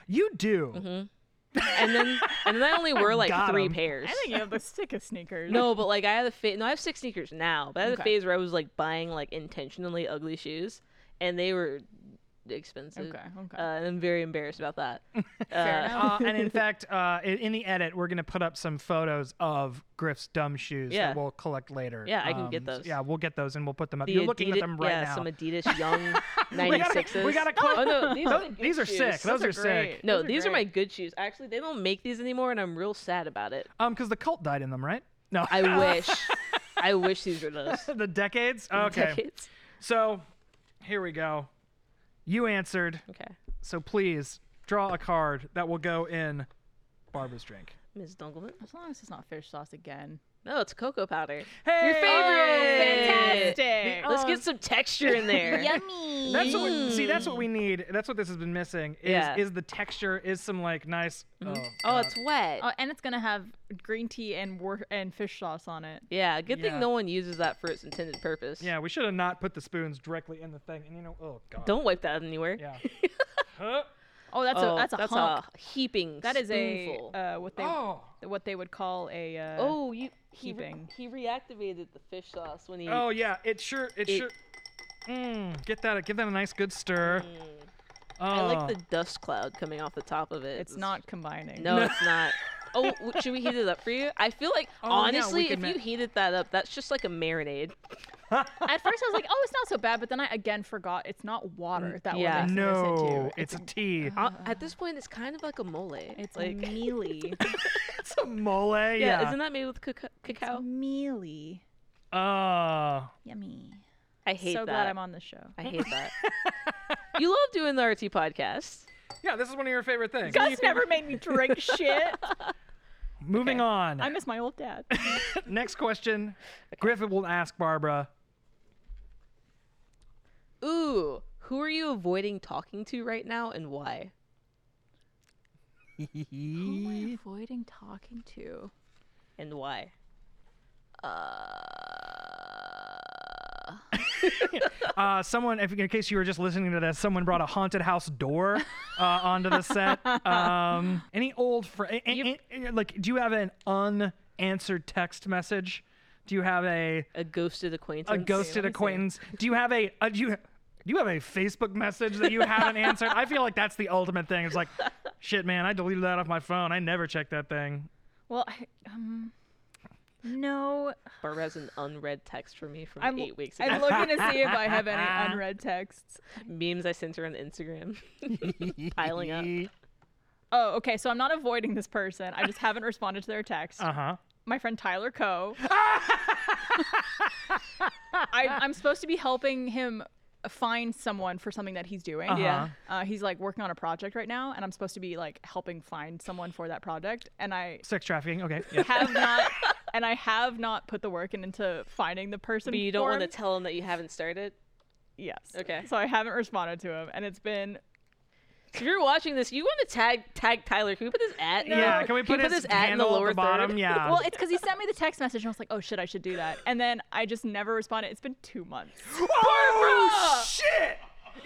Speaker 3: You do.
Speaker 5: And then and then I only wore like
Speaker 3: Got
Speaker 5: three
Speaker 3: 'em.
Speaker 5: pairs.
Speaker 4: I think you have the sickest sneakers.
Speaker 5: no, but like I had a phase. No, I have six sneakers now. But I had a
Speaker 4: Okay.
Speaker 5: phase where I was like buying like intentionally ugly shoes, and they were expensive.
Speaker 4: Okay, okay.
Speaker 5: Uh, and I'm very embarrassed about that.
Speaker 4: Fair enough.
Speaker 3: Uh, and in fact, uh, in, in the edit, we're gonna put up some photos of Griff's dumb shoes
Speaker 5: Yeah.
Speaker 3: that we'll collect later.
Speaker 5: Yeah, I can get
Speaker 3: so
Speaker 5: those.
Speaker 3: Yeah, we'll get those and we'll put them up.
Speaker 5: The
Speaker 3: You're looking at
Speaker 5: Adida-
Speaker 3: them right
Speaker 5: yeah,
Speaker 3: now.
Speaker 5: Some Adidas Young
Speaker 3: we gotta,
Speaker 5: 96s.
Speaker 3: we gotta collect.
Speaker 5: Oh no, these are,
Speaker 3: Those- these are sick. Those,
Speaker 4: Those
Speaker 3: are,
Speaker 4: are
Speaker 3: sick.
Speaker 4: great.
Speaker 5: No,
Speaker 4: Those are
Speaker 5: these are my
Speaker 4: great.
Speaker 5: good shoes. Actually, they don't make these anymore, and I'm real sad about it.
Speaker 3: Um, because the cult died in them, right? No,
Speaker 5: I wish. I wish these were those.
Speaker 3: the decades. Okay,
Speaker 5: Decades.
Speaker 3: so here we go. You answered.
Speaker 5: Okay.
Speaker 3: So please draw a card that will go in Barbara's drink.
Speaker 5: Ms. Dungleman.
Speaker 4: As long as it's not fish sauce again.
Speaker 5: No, it's cocoa powder.
Speaker 3: Hey, Oh,
Speaker 5: Your favorite.
Speaker 4: Fantastic. Oh.
Speaker 5: Let's get some texture in there.
Speaker 1: Yummy.
Speaker 3: That's what we, see. That's what we need. That's what this has been missing. Is
Speaker 5: Mm. Yeah.
Speaker 3: is the texture? Is some like nice. Oh,
Speaker 5: Oh,
Speaker 3: God.
Speaker 5: it's wet.
Speaker 4: Oh, and it's gonna have green tea and war- and fish sauce on it.
Speaker 5: yeah, good
Speaker 3: Yeah.
Speaker 5: thing no one uses that for its intended purpose.
Speaker 3: yeah. We should have not put the spoons directly in the thing. And you know, oh god.
Speaker 5: Don't wipe that anywhere.
Speaker 3: Yeah. Huh?
Speaker 4: Oh, that's
Speaker 5: oh,
Speaker 4: a that's a hunk.
Speaker 5: heaping.
Speaker 4: that is
Speaker 5: spoonful.
Speaker 4: a uh, what they
Speaker 3: Oh.
Speaker 4: what they would call a uh,
Speaker 5: oh, you he, re-
Speaker 4: heaping.
Speaker 5: he reactivated the fish sauce when he.
Speaker 3: Oh yeah. It sure. It,
Speaker 5: It-
Speaker 3: sure. Mm, get that. Give that a nice good stir. Oh.
Speaker 5: Mm. I like the dust cloud coming off the top of it.
Speaker 4: It's not combining.
Speaker 5: No, it's not. Oh, w- should we heat it up for you? I feel like
Speaker 3: Oh, yeah, we
Speaker 5: honestly,
Speaker 3: could
Speaker 5: if
Speaker 3: ma-
Speaker 5: you heated that up, that's just like a marinade.
Speaker 4: At first I was like, oh, it's not so bad, but then I again forgot it's not water that
Speaker 5: Mm, yeah.
Speaker 4: we're mixing this
Speaker 3: No,
Speaker 4: into.
Speaker 3: it's a tea.
Speaker 5: Uh, At this point, it's kind of like a mole.
Speaker 4: It's
Speaker 5: like
Speaker 4: mealy.
Speaker 3: It's a mole. Yeah.
Speaker 5: yeah, isn't that made with caca-
Speaker 4: Oh.
Speaker 5: cacao?
Speaker 4: mealy.
Speaker 3: Oh.
Speaker 1: Yummy.
Speaker 5: I hate
Speaker 4: so
Speaker 5: that.
Speaker 4: glad I'm on the show.
Speaker 5: I hate that. you love doing the RT podcast.
Speaker 3: Yeah. This is one of your favorite things.
Speaker 4: Gus never made me drink shit.
Speaker 3: Moving on.
Speaker 4: I miss my old dad.
Speaker 3: Next question. Griffin will ask Barbara.
Speaker 5: Ooh, who are you avoiding talking to right now and why?
Speaker 4: Who am I avoiding talking to?
Speaker 5: And why?
Speaker 3: Uh, someone, if, in case you were just listening to this, someone brought a haunted house door uh, onto the set. Um, any old friend? Like, do you have an unanswered text message? Do you have a
Speaker 5: A ghosted
Speaker 3: a
Speaker 5: acquaintance.
Speaker 3: ghosted acquaintance? Do you have a, a do you? Do you have a Facebook message that you haven't answered? I feel like that's the ultimate thing. It's like, shit, man, I deleted that off my phone. I never checked that thing.
Speaker 4: Well, I, um, no.
Speaker 5: Barbara has an unread text from me from
Speaker 4: I'm,
Speaker 5: eight weeks ago.
Speaker 4: I'm looking to see if I have any unread texts.
Speaker 5: Memes I sent her on Instagram. Piling up.
Speaker 4: Oh, okay. So I'm not avoiding this person. I just haven't responded to their text.
Speaker 3: Uh huh.
Speaker 4: My friend Tyler Coe. I, I'm supposed to be helping him find someone for something that he's doing.
Speaker 5: Yeah.
Speaker 4: Uh, he's like working on a project right now, and I'm supposed to be like helping find someone for that project. And I
Speaker 3: Sex trafficking. Okay. Yeah.
Speaker 4: have not, and I have not put the work in into finding the person.
Speaker 5: But you don't want to
Speaker 4: to
Speaker 5: tell him that you haven't started?
Speaker 4: Yes.
Speaker 5: Okay.
Speaker 4: So I haven't responded to him, and it's been
Speaker 5: If you're watching this, you want to tag tag Tyler. Can we put this at? now?
Speaker 3: Yeah, can we put his
Speaker 5: at in the
Speaker 3: handle at
Speaker 5: lower
Speaker 3: the bottom?
Speaker 5: Third?
Speaker 3: Yeah.
Speaker 4: well, it's because he sent me the text message, and I was like, "Oh shit, I should do that," and then I just never responded. It's been two months.
Speaker 3: Oh shit!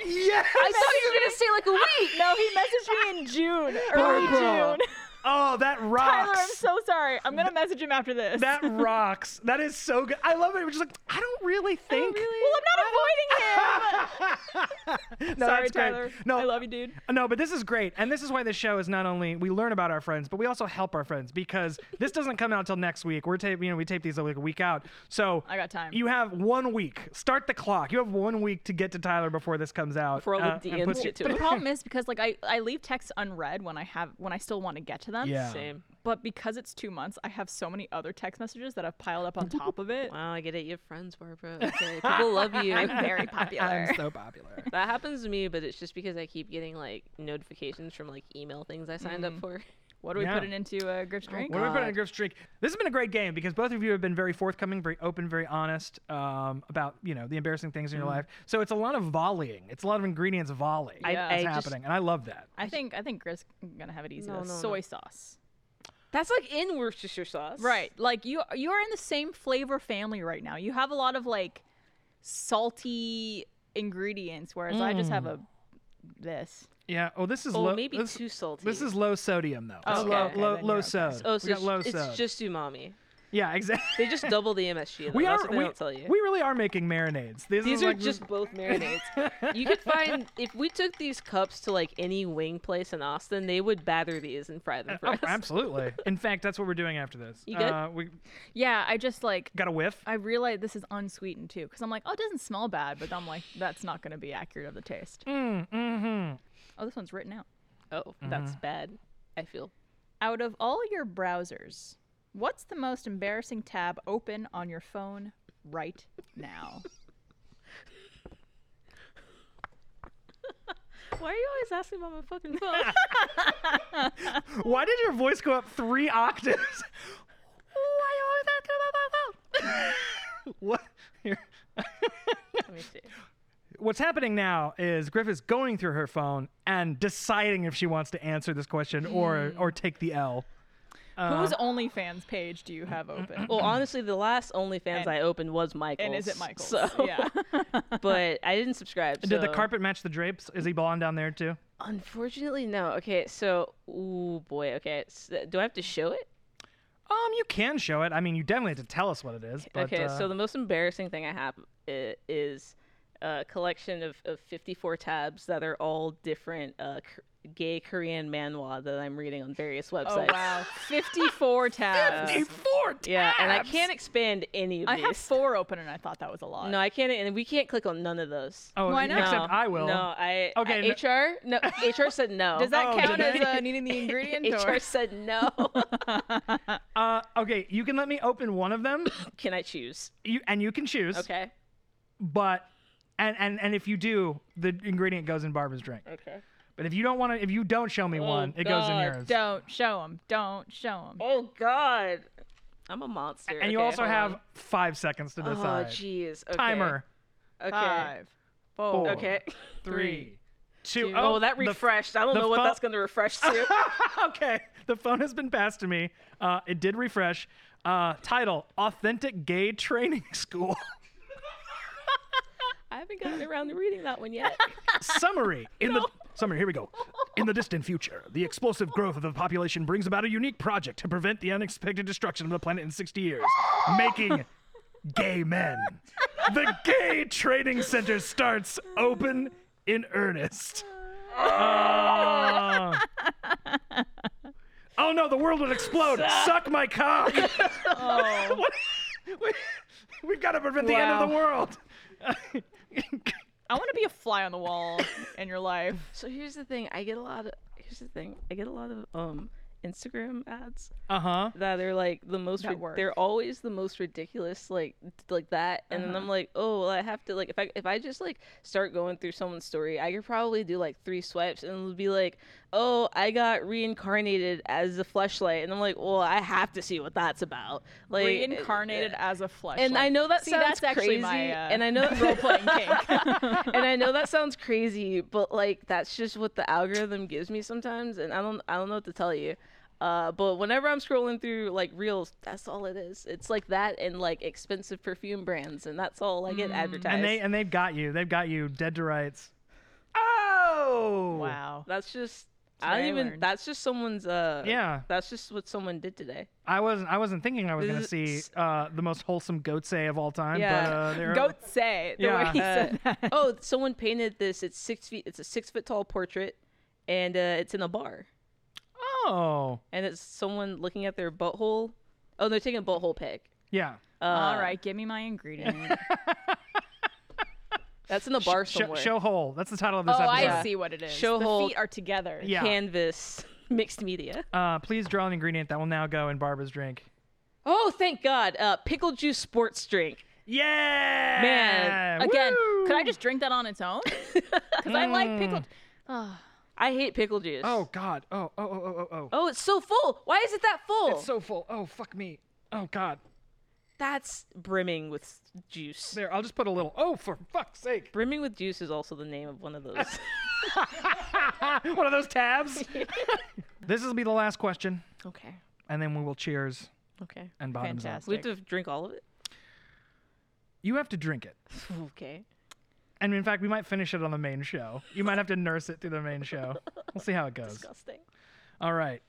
Speaker 3: Yes.
Speaker 5: I thought you were gonna say like a week.
Speaker 4: No, he messaged me in June, early
Speaker 3: Barbara.
Speaker 4: June.
Speaker 3: Oh, that
Speaker 4: Tyler,
Speaker 3: rocks.
Speaker 4: I'm so sorry. I'm gonna message him after this.
Speaker 3: that rocks. That is so good. I love it. We're just like, I don't really think.
Speaker 4: well, I'm not avoiding him.
Speaker 3: no,
Speaker 4: sorry,
Speaker 3: that's great.
Speaker 4: Tyler.
Speaker 3: No,
Speaker 4: I love you, dude.
Speaker 3: No, but this is great, and this is why this show is not only we learn about our friends, but we also help our friends because this doesn't come out till next week. We're taping, you know, we tape these like a week out, so
Speaker 4: I got time.
Speaker 3: You have one week. Start the clock. You have one week to get to Tyler before this comes out.
Speaker 5: Before all the
Speaker 3: uh, and
Speaker 5: DMs
Speaker 3: puts
Speaker 5: get
Speaker 3: you-
Speaker 5: to
Speaker 4: The
Speaker 5: him.
Speaker 4: problem is because like I, I leave texts unread when I have when I still want to get to them.
Speaker 3: Yeah.
Speaker 5: Same.
Speaker 4: But because it's two months, I have so many other text messages that have piled up on top of it.
Speaker 5: Wow, I get it. You have friends, Barbara. Okay, people love you.
Speaker 4: I'm very popular.
Speaker 3: I'm so popular.
Speaker 5: That happens to me, but it's just because I keep getting like notifications from like email things I signed up for.
Speaker 4: What are we
Speaker 3: Yeah.
Speaker 4: putting into uh, Griff's drink?
Speaker 3: What are we putting in Griff's drink? This has been a great game because both of you have been very forthcoming, very open, very honest um, about you know the embarrassing things in your life. So it's a lot of volleying. It's a lot of ingredients volley
Speaker 5: Mm-hmm. I-
Speaker 4: Yeah.
Speaker 5: I
Speaker 3: that's
Speaker 5: just-
Speaker 3: happening, and I love that.
Speaker 4: I think I think Griff's gonna have it easy.
Speaker 5: No,
Speaker 4: with
Speaker 5: no, no.
Speaker 4: soy sauce.
Speaker 5: That's like in Worcestershire sauce.
Speaker 4: Right. Like you you are in the same flavor family right now. You have a lot of like salty ingredients, whereas I just have a this.
Speaker 3: Yeah. Oh, this is
Speaker 5: Oh,
Speaker 3: low.
Speaker 5: maybe
Speaker 3: this,
Speaker 5: too salty.
Speaker 3: this is low sodium though. This is
Speaker 4: okay,
Speaker 3: low,
Speaker 4: okay,
Speaker 3: low,
Speaker 4: then
Speaker 3: low
Speaker 4: you're okay.
Speaker 3: sod.
Speaker 5: Oh,
Speaker 3: we
Speaker 5: so
Speaker 3: got low
Speaker 5: it's,
Speaker 3: sod.
Speaker 5: it's just umami.
Speaker 3: yeah, exactly.
Speaker 5: They just double the MSG.
Speaker 3: We
Speaker 5: though.
Speaker 3: are.
Speaker 5: That's what they
Speaker 3: We,
Speaker 5: don't tell you.
Speaker 3: we really are making marinades. This
Speaker 5: These
Speaker 3: is
Speaker 5: are
Speaker 3: like the-
Speaker 5: just both marinades. you could find if we took these cups to like any wing place in Austin, they would batter these and fry them for
Speaker 3: Oh,
Speaker 5: us.
Speaker 3: absolutely. In fact, that's what we're doing after this.
Speaker 5: You good?
Speaker 3: Uh, we
Speaker 4: Yeah, I just like
Speaker 3: got a whiff.
Speaker 4: I realize this is unsweetened too, because I'm like, oh, it doesn't smell bad, but I'm like, that's not going to be accurate of the taste. Oh, this one's written out.
Speaker 5: Oh,
Speaker 3: Mm-hmm.
Speaker 5: that's bad. I feel.
Speaker 4: Out of all your browsers, what's the most embarrassing tab open on your phone right now?
Speaker 5: Why are you always asking about my fucking phone?
Speaker 3: Why did your voice go up three octaves? what? Here.
Speaker 5: Let me see.
Speaker 3: What's happening now is Griff is going through her phone and deciding if she wants to answer this question or
Speaker 5: Hmm.
Speaker 3: or take the L.
Speaker 4: Whose OnlyFans page do you have open?
Speaker 5: Well, honestly, the last OnlyFans
Speaker 4: And-
Speaker 5: I opened was Michael.
Speaker 4: and is it Michael's?
Speaker 5: So,
Speaker 4: Yeah.
Speaker 5: but I didn't subscribe.
Speaker 3: Did the
Speaker 5: so-
Speaker 3: carpet match the drapes? Is he blonde down there too?
Speaker 5: Unfortunately, no. Okay, so ooh boy. Okay, so, do I have to show it?
Speaker 3: Um, you can show it. I mean, you definitely have to tell us what it is. But,
Speaker 5: okay,
Speaker 3: uh,
Speaker 5: so the most embarrassing thing I have i- is a collection of, of 54 tabs that are all different uh, k- gay Korean manhwa that I'm reading on various
Speaker 4: Oh
Speaker 5: websites.
Speaker 4: wow, fifty-four tabs.
Speaker 5: Yeah, and I can't expand any of
Speaker 4: I
Speaker 5: these.
Speaker 4: have four open, and I thought that was a lot.
Speaker 5: No, I can't, and we can't click on none of those.
Speaker 3: oh,
Speaker 4: why not?
Speaker 3: Except
Speaker 5: No,
Speaker 3: I will.
Speaker 5: No, I.
Speaker 3: Okay, no-
Speaker 5: Okay. HR. No, HR said no.
Speaker 4: Does that
Speaker 3: Oh,
Speaker 4: count
Speaker 3: did
Speaker 4: as
Speaker 3: they?
Speaker 4: uh, needing the ingredient?
Speaker 5: HR
Speaker 4: or?
Speaker 5: said no.
Speaker 3: Uh, okay, you can let me open one of them,
Speaker 5: Can I choose?
Speaker 3: you and you can choose.
Speaker 5: Okay.
Speaker 3: But and and and if you do, the ingredient goes in Barbara's drink.
Speaker 5: Okay.
Speaker 3: But if you don't want to, if you don't show me one, it goes in
Speaker 5: Oh, God,
Speaker 3: yours.
Speaker 4: Don't show them. Don't show them.
Speaker 5: Oh God, I'm a monster.
Speaker 3: And you
Speaker 5: Okay,
Speaker 3: also
Speaker 5: hold
Speaker 3: have
Speaker 5: on.
Speaker 3: five seconds to
Speaker 5: Oh
Speaker 3: decide.
Speaker 5: jeez. Okay.
Speaker 3: Timer.
Speaker 5: Okay.
Speaker 4: Five, four.
Speaker 3: Four.
Speaker 5: Okay.
Speaker 3: Three, two.
Speaker 5: Oh, that
Speaker 3: the f-
Speaker 5: refreshed. I I don't
Speaker 3: the
Speaker 5: know what
Speaker 3: fu-
Speaker 5: that's gonna refresh to.
Speaker 3: okay. The phone has been passed to me. Uh, it did refresh. Uh, title: Authentic Gay Training School.
Speaker 5: I haven't gotten around to reading that one yet.
Speaker 3: Summary in the summary. Here we go. In the distant future, the explosive growth of the population brings about a unique project to prevent the unexpected destruction of the planet in 60 years, making gay men. The Gay Training Center starts open in earnest. Uh, oh no, the world will explode. Suck my cock. What- we, we've got to prevent the end of the world.
Speaker 4: I want to be a fly on the wall in your life.
Speaker 5: so here's the thing. I get a lot of. Here's the thing. I get a lot of um Instagram ads
Speaker 3: Uh huh.
Speaker 5: that are like the most.
Speaker 4: That
Speaker 5: rid-
Speaker 4: work.
Speaker 5: they're always the most ridiculous, like d- like that. And
Speaker 4: Uh-huh.
Speaker 5: then I'm like, oh, well, I have to like if I if I just like start going through someone's story, I could probably do like three swipes, and it'll be like, oh, I got reincarnated as a fleshlight, and I'm like, well, I have to see what that's about. Like it-
Speaker 4: Reincarnated as a flesh.
Speaker 5: And I know that
Speaker 4: See,
Speaker 5: sounds
Speaker 4: that's actually
Speaker 5: crazy,
Speaker 4: my uh,
Speaker 5: and I know
Speaker 4: role playing kink.
Speaker 5: and I know that sounds crazy, but like that's just what the algorithm gives me sometimes, and I don't I don't know what to tell you. Uh, but whenever I'm scrolling through like reels, that's all it is. It's like that and like expensive perfume brands, and that's all I
Speaker 4: Mm,
Speaker 5: get advertised.
Speaker 3: and they and they've got you. They've got you dead to rights. Oh
Speaker 4: wow.
Speaker 5: that's just
Speaker 4: what
Speaker 5: I
Speaker 4: I
Speaker 5: don't even.
Speaker 4: learned.
Speaker 5: That's just someone's. Uh,
Speaker 3: Yeah.
Speaker 5: That's just what someone did today.
Speaker 3: I wasn't I wasn't thinking I was gonna
Speaker 5: This
Speaker 3: see
Speaker 5: is-
Speaker 3: uh, the most wholesome goat say of all time.
Speaker 5: Yeah.
Speaker 3: But, uh, there
Speaker 4: Goat say the
Speaker 3: Yeah.
Speaker 4: way he
Speaker 3: Uh,
Speaker 4: said that.
Speaker 5: oh, someone painted this. It's six feet. It's a six foot tall portrait, and uh, it's in a bar.
Speaker 3: Oh
Speaker 5: and it's someone looking at their butthole. Oh, they're taking a butthole pic.
Speaker 3: yeah.
Speaker 5: Uh,
Speaker 4: All right, give me my ingredient. Oh,
Speaker 5: that's in a bar
Speaker 3: Show,
Speaker 5: somewhere.
Speaker 3: show hole. That's the title of
Speaker 4: oh,
Speaker 3: this episode.
Speaker 4: I see what it is.
Speaker 5: Show
Speaker 4: the
Speaker 5: hole-
Speaker 4: feet are together.
Speaker 3: Yeah.
Speaker 5: Canvas mixed media.
Speaker 3: Uh, please draw an ingredient that will now go in Barbara's drink.
Speaker 5: Oh, thank God! Uh, pickle juice sports drink.
Speaker 3: Yeah.
Speaker 5: Man,
Speaker 4: Again, could I
Speaker 3: Woo!
Speaker 4: just drink that on its own? Because I like pickled.
Speaker 5: I hate pickle juice.
Speaker 3: Oh God. Oh oh oh oh oh.
Speaker 5: oh, it's so full. Why is it that full?
Speaker 3: It's so full. Oh fuck me. Oh God.
Speaker 5: that's brimming with s- juice.
Speaker 3: There. I'll just put a little. Oh for fuck's sake.
Speaker 5: Brimming with juice is also the name of one of those.
Speaker 3: One of those tabs. this will be the last question,
Speaker 5: okay.
Speaker 3: and then we will cheers
Speaker 5: Okay.
Speaker 3: and bottoms up.
Speaker 5: We have
Speaker 4: Fantastic.
Speaker 5: to drink all of it.
Speaker 3: You have to drink it.
Speaker 5: Okay.
Speaker 3: And in fact, we might finish it on the main show. You might have to nurse it through the main show. We'll see how it goes.
Speaker 5: Disgusting.
Speaker 3: All right.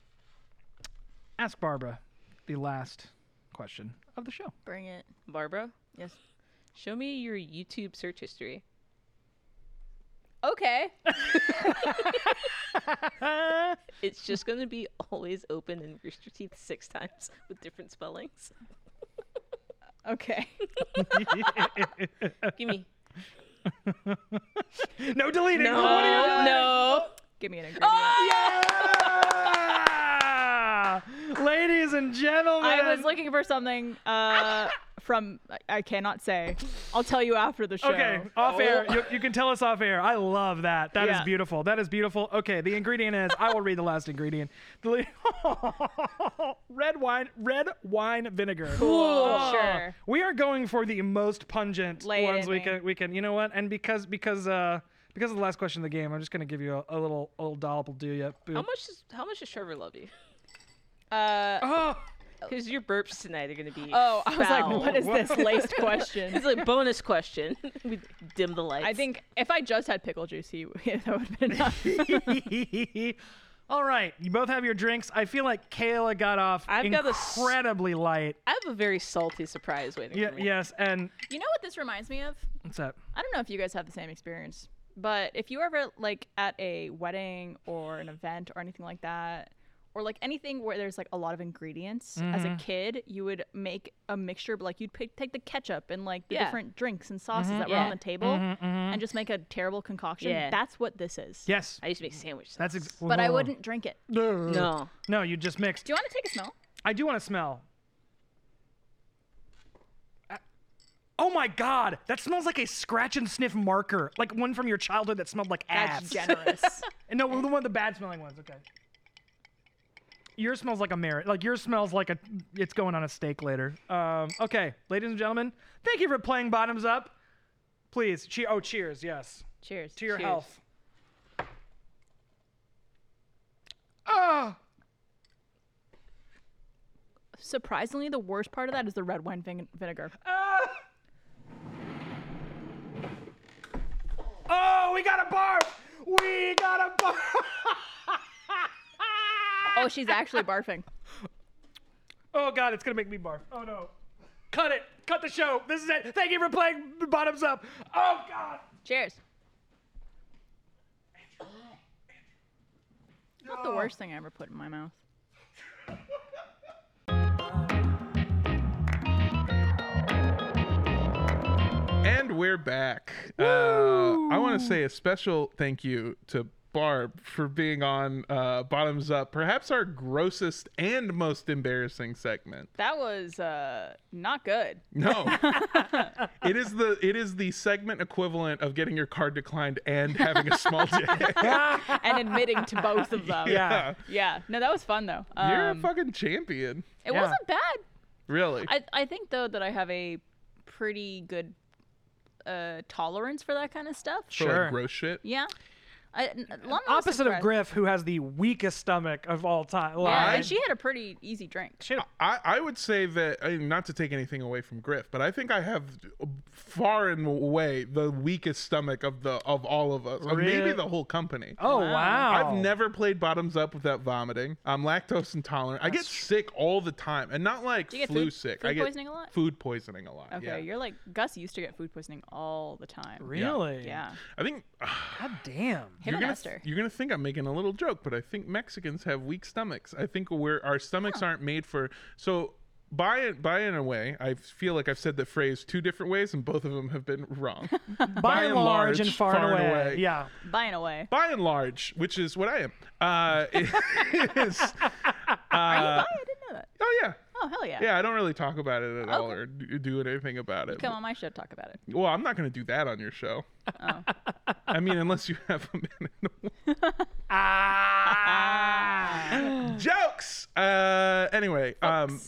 Speaker 3: Ask Barbara the last question of the show.
Speaker 4: Bring it.
Speaker 5: Barbara,
Speaker 4: Yes.
Speaker 5: show me your YouTube search history.
Speaker 4: Okay.
Speaker 5: It's just going to be always open and Rooster Teeth six times with different spellings.
Speaker 4: Okay.
Speaker 5: Give me.
Speaker 3: no deleting.
Speaker 5: Uh, no.
Speaker 4: Give me an ingredient.
Speaker 3: Yeah! Ladies and gentlemen.
Speaker 4: I was looking for something uh, from I- I cannot say. I'll tell you after the show. Oh.
Speaker 3: Okay, off air. You, you can tell us off air. I love that. That is
Speaker 4: Yeah.
Speaker 3: beautiful. That is beautiful. Okay, the ingredient is I will read the last ingredient. The li- red wine, red wine vinegar.
Speaker 4: Cool. Oh. Sure.
Speaker 3: We are going for the most pungent
Speaker 4: Lay it
Speaker 3: ones
Speaker 4: in
Speaker 3: we
Speaker 4: me.
Speaker 3: can. We can. You know what? And because because uh because of the last question of the game, I'm just gonna give you a, a little old dollop. Do you?
Speaker 5: How much does how much does Trevor love you?
Speaker 4: Uh,
Speaker 3: Oh,
Speaker 5: Because your burps tonight are gonna be.
Speaker 4: oh, I was
Speaker 5: foul.
Speaker 4: like, what is this laced question?
Speaker 5: It's like bonus question. we dim the lights.
Speaker 4: I think if I just had pickle juice, he, that would have been enough.
Speaker 3: All right, you both have your drinks. I feel like Kayla got off
Speaker 5: I've got a s-
Speaker 3: incredibly light.
Speaker 5: I have a very salty surprise waiting
Speaker 3: Yeah,
Speaker 5: for me.
Speaker 3: yes, and
Speaker 4: You know what this reminds me of?
Speaker 3: what's that?
Speaker 4: I don't know if you guys have the same experience, but if you ever like at a wedding or an event or anything like that, or like anything where there's like a lot of ingredients, as a kid, you would make a mixture. But like you'd pick, take the ketchup and like the
Speaker 5: Yeah.
Speaker 4: different drinks and sauces that were
Speaker 5: Yeah.
Speaker 4: on the table, and just make a terrible concoction.
Speaker 5: Yeah.
Speaker 4: That's what this is.
Speaker 3: Yes,
Speaker 5: I used to make sandwiches.
Speaker 3: that's. Ex-
Speaker 4: But I wouldn't drink it.
Speaker 3: No,
Speaker 5: no.
Speaker 3: no, you just mixed.
Speaker 4: Do you want to take a smell?
Speaker 3: I do want to smell. I- Oh my god, that smells like a scratch and sniff marker, like one from your childhood that smelled like
Speaker 4: That's
Speaker 3: ass.
Speaker 4: generous.
Speaker 3: And no, one of the bad smelling ones. Okay. Yours smells like a merit. Like yours smells like a. It's going on a steak later. Um. Okay, ladies and gentlemen, thank you for playing Bottoms Up. Please, che- oh, cheers. Yes,
Speaker 4: Cheers.
Speaker 3: to your
Speaker 5: Cheers.
Speaker 3: health. Ah.
Speaker 4: Surprisingly, the worst part of that is the red wine vin- vinegar.
Speaker 3: Ah. Oh, we got a barf. We got a barf.
Speaker 4: Oh, she's actually barfing.
Speaker 3: Oh god, it's gonna make me barf. Oh no. Cut it. Cut the show. This is it. Thank you for playing Bottoms Up. Oh god.
Speaker 4: Cheers. Not the worst thing I ever put in my mouth.
Speaker 2: And we're back. Uh, I want to say a special thank you to Barb for being on uh, Bottoms Up, perhaps our grossest and most embarrassing segment.
Speaker 4: That was uh, not good.
Speaker 2: No, it is the it is the segment equivalent of getting your card declined and having a small dick.
Speaker 4: And admitting to both of them.
Speaker 2: Yeah.
Speaker 4: Yeah. No, that was fun though.
Speaker 2: You're a
Speaker 4: Um,
Speaker 2: fucking champion.
Speaker 4: it
Speaker 3: Yeah.
Speaker 4: wasn't bad.
Speaker 2: Really?
Speaker 4: I, I think though that I have a pretty good uh, tolerance for that kind of stuff.
Speaker 2: For, like,
Speaker 3: Sure.
Speaker 2: gross shit.
Speaker 4: Yeah. I, n- Lana was
Speaker 3: Opposite of
Speaker 4: impressed.
Speaker 3: Griff, who has the weakest stomach of all time.
Speaker 4: Yeah,
Speaker 3: Like,
Speaker 4: and she had a pretty easy drink.
Speaker 3: shit.
Speaker 2: I, I would say that I mean, not to take anything away from Griff, but I think I have far and away the weakest stomach of the of all of us, or maybe
Speaker 3: Really?
Speaker 2: the whole company.
Speaker 3: Oh wow.
Speaker 2: I've never played bottoms up without vomiting. I'm lactose intolerant. I get sick all the time, and not like
Speaker 4: you get
Speaker 2: flu
Speaker 4: food-
Speaker 2: sick.
Speaker 4: food
Speaker 2: I get
Speaker 4: poisoning a lot?
Speaker 2: Food poisoning a lot.
Speaker 4: Okay,
Speaker 2: yeah.
Speaker 4: you're like Gus used to get food poisoning all the time.
Speaker 3: Really?
Speaker 4: Yeah.
Speaker 2: I think
Speaker 3: God damn.
Speaker 4: Him
Speaker 2: you're
Speaker 4: and
Speaker 2: gonna
Speaker 4: Esther.
Speaker 2: you're gonna think I'm making a little joke, but I think Mexicans have weak stomachs. I think we're our stomachs aren't made for so. By by and away, I feel like I've said the phrase two different ways, and both of them have been wrong.
Speaker 3: By and large and far, and away. Yeah.
Speaker 4: Buying away.
Speaker 2: By and large, which is what I am. Uh, is,
Speaker 4: Bye,
Speaker 2: uh,
Speaker 4: I didn't know that.
Speaker 2: oh yeah,
Speaker 4: Oh hell yeah.
Speaker 2: Yeah, I don't really talk about it at all or d- do anything about it.
Speaker 4: Come on my show, talk about it.
Speaker 2: Well, I'm not going to do that on your show. I mean, unless you have a minute. Jokes. Uh, anyway, um,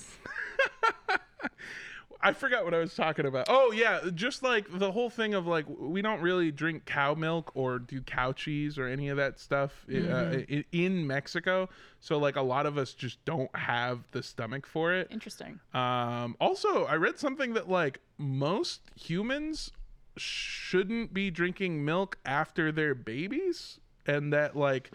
Speaker 2: I forgot what I was talking about. Oh yeah, just like the whole thing of like we don't really drink cow milk or do cow cheese or any of that stuff i- uh, i in Mexico. So like a lot of us just don't have the stomach for it.
Speaker 4: Interesting.
Speaker 2: Um, also, I read something that like most humans shouldn't be drinking milk after their babies, and that like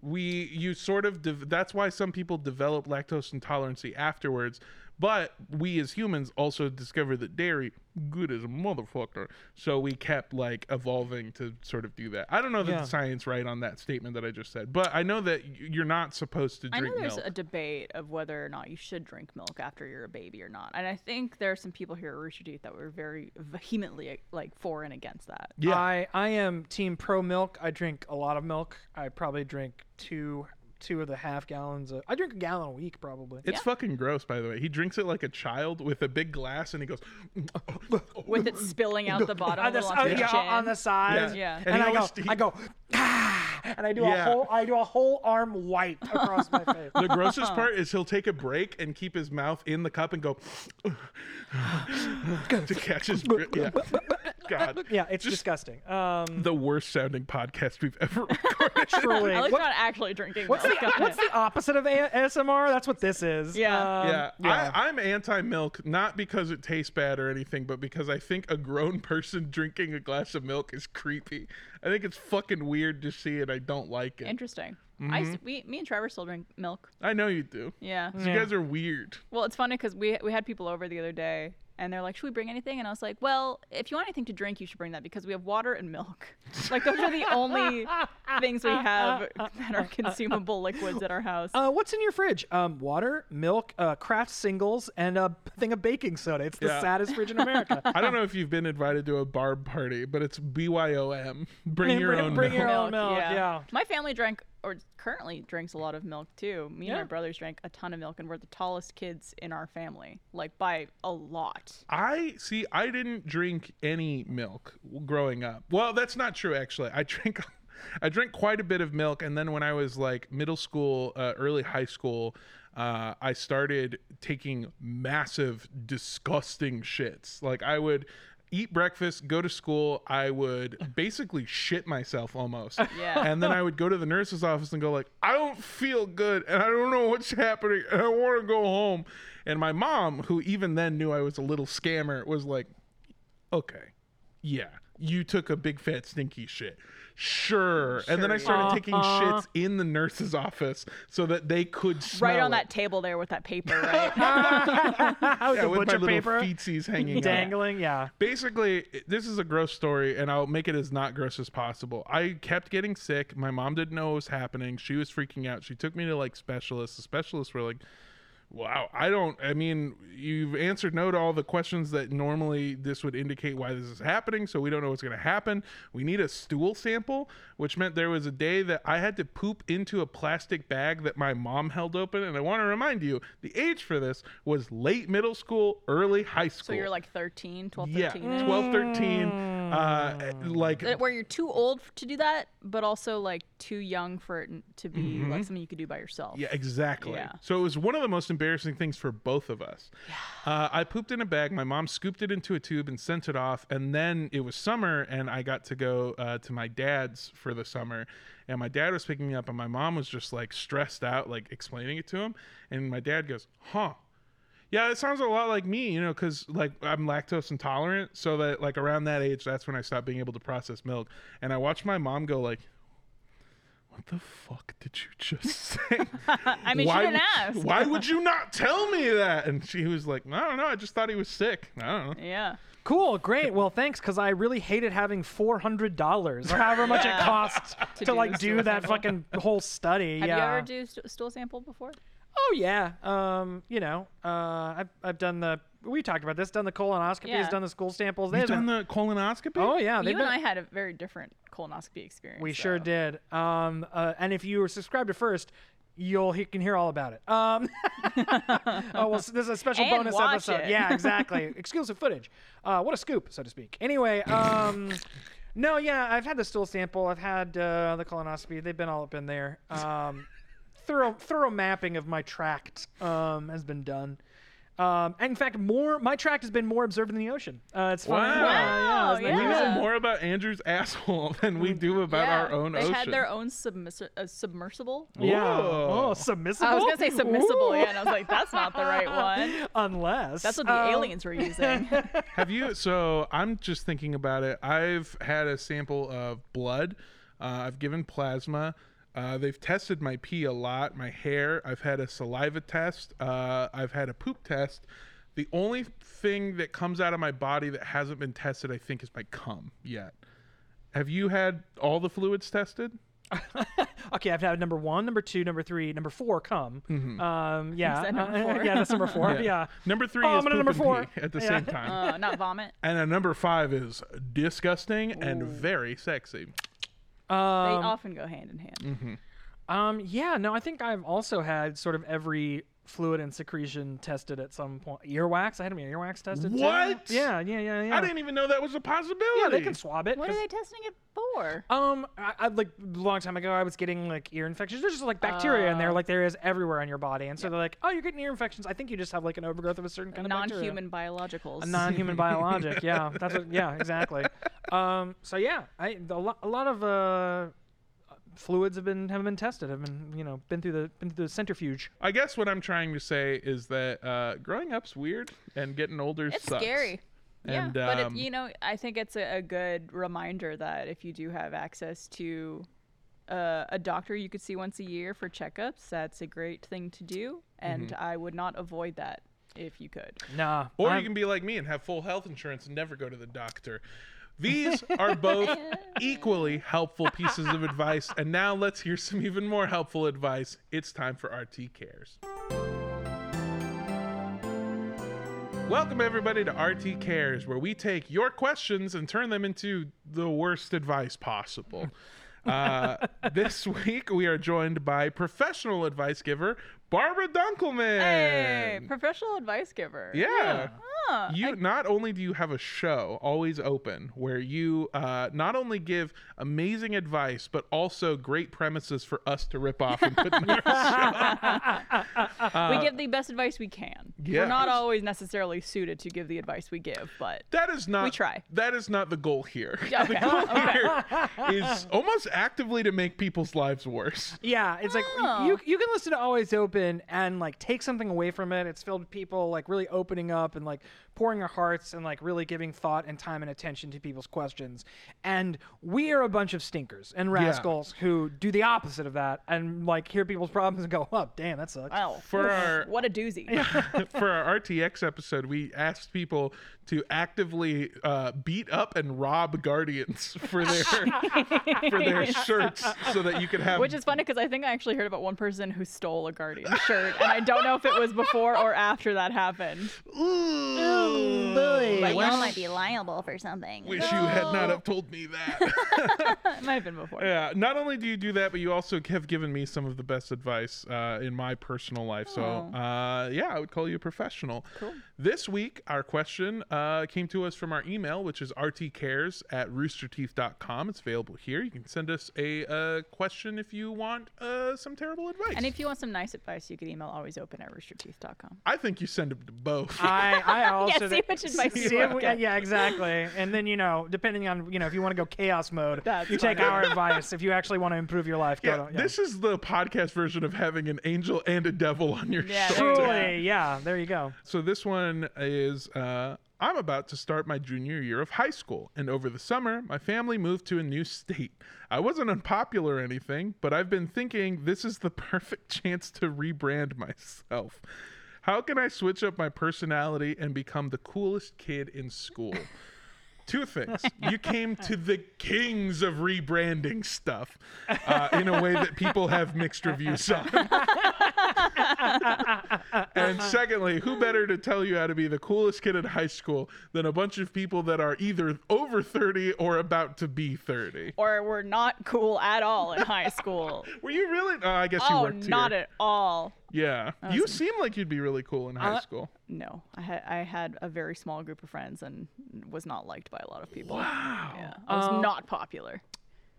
Speaker 2: we you sort of de- that's why some people develop lactose intolerancy afterwards. But we as humans also discovered that dairy good as a motherfucker, so we kept like evolving to sort of do that. I don't know that
Speaker 3: Yeah.
Speaker 2: the science right on that statement that I just said, but I know that y- you're not supposed to
Speaker 4: I
Speaker 2: drink
Speaker 4: know there's
Speaker 2: milk.
Speaker 4: a debate of whether or not you should drink milk after you're a baby or not, and I think there are some people here at Rooster Teeth that were very vehemently like for and against that.
Speaker 2: Yeah.
Speaker 3: I I am team pro milk. I drink a lot of milk. I probably drink two two of the half gallons. Of, I drink a gallon a week probably.
Speaker 2: It's fucking gross, by the way. He drinks it like a child with a big glass, and he goes
Speaker 4: with it spilling out the bottom
Speaker 3: on
Speaker 4: of
Speaker 3: the,
Speaker 4: the,
Speaker 3: oh, yeah, on the side.
Speaker 4: Yeah.
Speaker 2: And
Speaker 3: And,
Speaker 2: he
Speaker 3: I go,
Speaker 2: always- he-
Speaker 3: I go, "Ah," and I do a
Speaker 2: Yeah.
Speaker 3: whole, I do a whole arm wipe across my face.
Speaker 2: The grossest part is he'll take a break and keep his mouth in the cup and go to catch his breath. Yeah. God.
Speaker 3: Yeah, it's
Speaker 2: Just-
Speaker 3: disgusting. Um,
Speaker 2: The worst sounding podcast we've ever recorded.
Speaker 3: truly.
Speaker 4: I like
Speaker 3: What-
Speaker 4: not actually drinking.
Speaker 3: what's,
Speaker 4: milk.
Speaker 3: the,
Speaker 4: Got
Speaker 3: what's
Speaker 4: it.
Speaker 3: the opposite of A- ASMR? That's what this is.
Speaker 4: Yeah.
Speaker 3: Um,
Speaker 2: yeah, I, I'm anti milk, not because it tastes bad or anything, but because I think a grown person drinking a glass of milk is creepy. I think it's fucking weird to see it. I don't like it.
Speaker 4: Interesting. I
Speaker 3: Mm-hmm.
Speaker 4: used to- we, me and Trevor still drink milk.
Speaker 2: I know you do.
Speaker 4: Yeah.
Speaker 2: You guys are weird.
Speaker 4: Well, it's funny because we we had people over the other day, and they're like, "Should we bring anything?" And I was like, "Well, if you want anything to drink, you should bring that because we have water and milk. Like those are the only things we have that are consumable liquids at our house."
Speaker 2: Oh,
Speaker 3: Uh, what's in your fridge? Um, water, milk, uh, craft singles, and a thing of baking soda. It's the
Speaker 2: Yeah.
Speaker 3: saddest fridge in America.
Speaker 2: I don't know if you've been invited to a barb party, but it's BYOM. Bring your own
Speaker 3: bring
Speaker 2: milk.
Speaker 3: your own milk. Yeah.
Speaker 4: My family drank or currently drinks a lot of milk too. Me and
Speaker 3: Yeah.
Speaker 4: my brothers drank a ton of milk, and we're the tallest kids in our family, like by a lot.
Speaker 2: I see. I didn't drink any milk growing up. Well, that's not true. Actually, I drank, I drank quite a bit of milk, and then when I was like middle school, uh, early high school, uh, I started taking massive, disgusting shits. Like I would eat breakfast, go to school. I would basically shit myself almost.
Speaker 4: Yeah.
Speaker 2: And then I would go to the nurse's office and go like, I don't feel good, and I don't know what's happening, and I want to go home. And my mom, who even then knew I was a little scammer, was like, Okay, yeah, you took a big fat stinky shit. Sure. and then I started
Speaker 4: Uh-huh.
Speaker 2: taking shits in the nurse's office so that they could smell
Speaker 4: Right on
Speaker 2: it.
Speaker 4: that table there with that paper, right?
Speaker 3: With
Speaker 2: yeah,
Speaker 3: a
Speaker 2: with
Speaker 3: bunch
Speaker 2: my
Speaker 3: of
Speaker 2: little
Speaker 3: paper
Speaker 2: feetsies hanging out.
Speaker 3: dangling. Yeah.
Speaker 2: basically this is a gross story and i'll make it as not gross as possible i kept getting sick my mom didn't know what was happening she was freaking out she took me to like specialists the specialists were like wow i don't i mean you've answered no to all the questions that normally this would indicate why this is happening so we don't know what's going to happen we need a stool sample which meant there was a day that i had to poop into a plastic bag that my mom held open and i want to remind you the age for this was late middle school early high school
Speaker 4: so you're like 13, 12,
Speaker 2: yeah
Speaker 4: 13.
Speaker 2: 12 13 uh like
Speaker 4: That- Where you're too old f- to do that, but also like too young for it n- to be
Speaker 3: Mm-hmm.
Speaker 4: like something you could do by yourself.
Speaker 2: yeah exactly
Speaker 4: Yeah.
Speaker 2: so it was one of the most embarrassing things for both of us uh, i pooped in a bag my mom scooped it into a tube and sent it off and then it was summer and i got to go uh, to my dad's for the summer and my dad was picking me up and my mom was just like stressed out like explaining it to him and my dad goes huh Yeah, it sounds a lot like me, you know, because like I'm lactose intolerant, so that like around that age, that's when I stopped being able to process milk, and I watched my mom go like, "What the fuck did you just say?
Speaker 4: I mean, she didn't
Speaker 2: would,
Speaker 4: ask.
Speaker 2: Why would you not tell me that?" And she was like, "I don't know. I just thought he was sick. I don't know."
Speaker 4: Yeah.
Speaker 3: Cool. Great. Well, thanks, because I really hated having four hundred dollars, however much it
Speaker 4: Yeah.
Speaker 3: costs to,
Speaker 4: To do
Speaker 3: like
Speaker 4: the
Speaker 3: do
Speaker 4: stool
Speaker 3: that
Speaker 4: sample.
Speaker 3: fucking whole study.
Speaker 4: Have
Speaker 3: yeah.
Speaker 4: you ever do st- stool sample before?
Speaker 3: Oh yeah. Um, you know, uh, I've I've done the we talked about this, done the colonoscopies,
Speaker 4: Yeah.
Speaker 3: done the school samples.
Speaker 2: You
Speaker 3: They've
Speaker 2: done
Speaker 3: been-
Speaker 2: the colonoscopy?
Speaker 3: oh yeah,
Speaker 4: you
Speaker 3: they've been,
Speaker 4: and I had a very different colonoscopy experience.
Speaker 3: we sure
Speaker 4: though.
Speaker 3: did. Um, uh, and if you were subscribed to first, you'll he can hear all about it. Um, oh well, this is a special
Speaker 4: And
Speaker 3: bonus
Speaker 4: watch
Speaker 3: episode.
Speaker 4: it.
Speaker 3: Yeah, exactly. Exclusive footage. Uh, what a scoop, so to speak. Anyway, um. No, yeah, I've had the stool sample. I've had uh, the colonoscopy. They've been all up in there. Um, thorough thorough mapping of my tract um, has been done. Um, and in fact, more my tract has been more observed in the ocean. Uh, it's fun.
Speaker 2: Wow.
Speaker 3: yeah,
Speaker 4: Wow,
Speaker 2: We know
Speaker 3: isn't that crazy?
Speaker 4: Oh, Yeah. Mm-hmm.
Speaker 2: more about Andrew's asshole than we do about
Speaker 4: Yeah,
Speaker 2: our own
Speaker 4: they
Speaker 2: ocean.
Speaker 4: had their own submiss- uh, submersible.
Speaker 3: Yeah.
Speaker 2: Whoa.
Speaker 3: Oh, submissible.
Speaker 4: I was gonna say submissible,
Speaker 3: Ooh.
Speaker 4: yeah, and I was like, that's not the right one.
Speaker 3: Unless
Speaker 4: That's what the
Speaker 3: um,
Speaker 4: aliens were using.
Speaker 2: Have you? So I'm just thinking about it. I've had a sample of blood. Uh, I've given plasma. Uh, they've tested my pee a lot, my hair. I've had a saliva test. Uh, I've had a poop test. The only thing that comes out of my body that hasn't been tested, I think, is my cum yet. Have you had all the fluids tested?
Speaker 3: um, Okay, I've had number one, number two, number three, number four. Come.
Speaker 2: Mm-hmm.
Speaker 3: Um. Yeah.
Speaker 4: that number
Speaker 3: uh,
Speaker 4: four?
Speaker 3: yeah. That's number four. yeah.
Speaker 2: Number three
Speaker 3: Oh, I'm
Speaker 2: is
Speaker 3: gonna
Speaker 2: poop
Speaker 3: number
Speaker 2: and
Speaker 3: four.
Speaker 2: pee at the
Speaker 3: Yeah.
Speaker 2: same time.
Speaker 4: uh, not vomit.
Speaker 2: And a number five is disgusting and very sexy.
Speaker 4: They
Speaker 3: Um,
Speaker 4: often go hand in hand.
Speaker 3: Um, yeah, no, I think I've also had sort of every fluid and secretion tested at some point. Earwax, I had my earwax tested. too.
Speaker 2: What?
Speaker 3: Yeah, yeah, yeah, yeah.
Speaker 2: I didn't even know that was a possibility.
Speaker 3: yeah, they can swab it.
Speaker 4: What are
Speaker 3: 'cause-
Speaker 4: they testing it for?
Speaker 3: Um, I, I like a long time ago, I was getting like ear infections. There's just like bacteria in
Speaker 4: Oh.
Speaker 3: there, like there is everywhere on your body, and so they're like, oh, you're getting ear infections. I think you just have like an overgrowth of a certain kind of bacteria.
Speaker 4: Non-human biologicals.
Speaker 3: a non-human biologic. Yeah, that's what, yeah, exactly. Um, so yeah, I a lot, a lot of uh, fluids have been have been tested. Have been you know been through the been through the centrifuge.
Speaker 2: I guess what I'm trying to say is that uh, growing up's weird and getting older
Speaker 4: it's
Speaker 2: sucks.
Speaker 4: scary. Yeah,
Speaker 2: And,
Speaker 4: but
Speaker 2: um,
Speaker 4: it, you know, I think it's a, a good reminder that if you do have access to uh, a doctor you could see once a year for checkups, that's a great thing to do, and
Speaker 2: Mm-hmm.
Speaker 4: I would not avoid that if you could.
Speaker 3: Nah,
Speaker 2: Or
Speaker 3: I'm-
Speaker 2: you can be like me and have full health insurance and never go to the doctor. These are both equally helpful pieces of advice. And now let's hear some even more helpful advice. It's time for RT Cares. Welcome, everybody, to RT Cares, where we take your questions and turn them into the worst advice possible. Uh, this week, we are joined by professional advice giver, Barbara Dunkelman.
Speaker 4: Hey, professional advice giver.
Speaker 2: Yeah.
Speaker 4: Huh.
Speaker 2: You not only do you have a show always open where you uh, not only give amazing advice but also great premises for us to rip off and put in our show.
Speaker 4: we give the best advice we can.
Speaker 2: yeah.
Speaker 4: We're not always necessarily suited to give the advice we give, but
Speaker 2: That is not
Speaker 4: We try.
Speaker 2: That is not the goal here.
Speaker 4: Yeah,
Speaker 2: the
Speaker 4: okay,
Speaker 2: goal here is almost actively to make people's lives worse.
Speaker 3: Yeah, it's like y- you you can listen to Always Open and like take something away from it. It's filled with people like really opening up and like pouring their hearts and like really giving thought and time and attention to people's questions. And we are a bunch of stinkers and rascals who do the opposite of that and like hear people's problems and go, "Oh, damn, that sucks."
Speaker 4: wow,
Speaker 2: For our-
Speaker 4: what a doozy.
Speaker 2: for our RTX episode, we asked people to actively uh, beat up and rob guardians for their for their shirts, so that you could have
Speaker 4: Which is funny because I think I actually heard about one person who stole a Guardian shirt, and I don't know if it was before or after that happened.
Speaker 2: Ooh,
Speaker 4: But
Speaker 2: wish-
Speaker 4: y'all
Speaker 6: might be liable for something.
Speaker 2: Wish you had not have told me that.
Speaker 4: It might have been before.
Speaker 2: yeah. Not only do you do that, but you also have given me some of the best advice uh, in my personal life. So,
Speaker 4: Oh.
Speaker 2: uh, yeah, I would call you a professional. Cool. This week, our question uh, came to us from our email, which is rtcares at roosterteeth.com. It's available here. You can send us a uh, question if you want uh, some terrible advice.
Speaker 4: And if you want some nice advice, you could email always open at roosterteeth.com.
Speaker 2: I think you send them to both.
Speaker 4: Ah,
Speaker 3: I, I also
Speaker 4: see which advice you
Speaker 3: see if
Speaker 4: wanna
Speaker 3: we-
Speaker 4: get.
Speaker 3: yeah, exactly. And then you know, depending on you know, if you want to go chaos mode,
Speaker 4: That's
Speaker 3: you take
Speaker 4: funny.
Speaker 3: our advice. If you actually want to improve your life,
Speaker 2: yeah,
Speaker 3: go to, yeah.
Speaker 2: This is the podcast version of having an angel and a devil on your
Speaker 4: Yeah, there you
Speaker 2: shoulder.
Speaker 3: truly, yeah. There you go.
Speaker 2: So this one is uh, I'm about to start my junior year of high school, and over the summer, my family moved to a new state. I wasn't unpopular or anything, but I've been thinking this is the perfect chance to rebrand myself. How can I switch up my personality and become the coolest kid in school? Two things. You came to the kings of rebranding stuff uh, in a way that people have mixed reviews on. And secondly, who better to tell you how to be the coolest kid in high school than a bunch of people that are either over 30 or about to be 30?
Speaker 4: Or we're not cool at all in high school.
Speaker 2: Were you really? Oh, I guess you
Speaker 4: oh,
Speaker 2: worked
Speaker 4: not
Speaker 2: here.
Speaker 4: at all.
Speaker 2: Yeah. You seem like you'd be really cool in high school.
Speaker 4: No, I had I had a very small group of friends and was not liked by a lot of people. Wow. Yeah, I was not popular.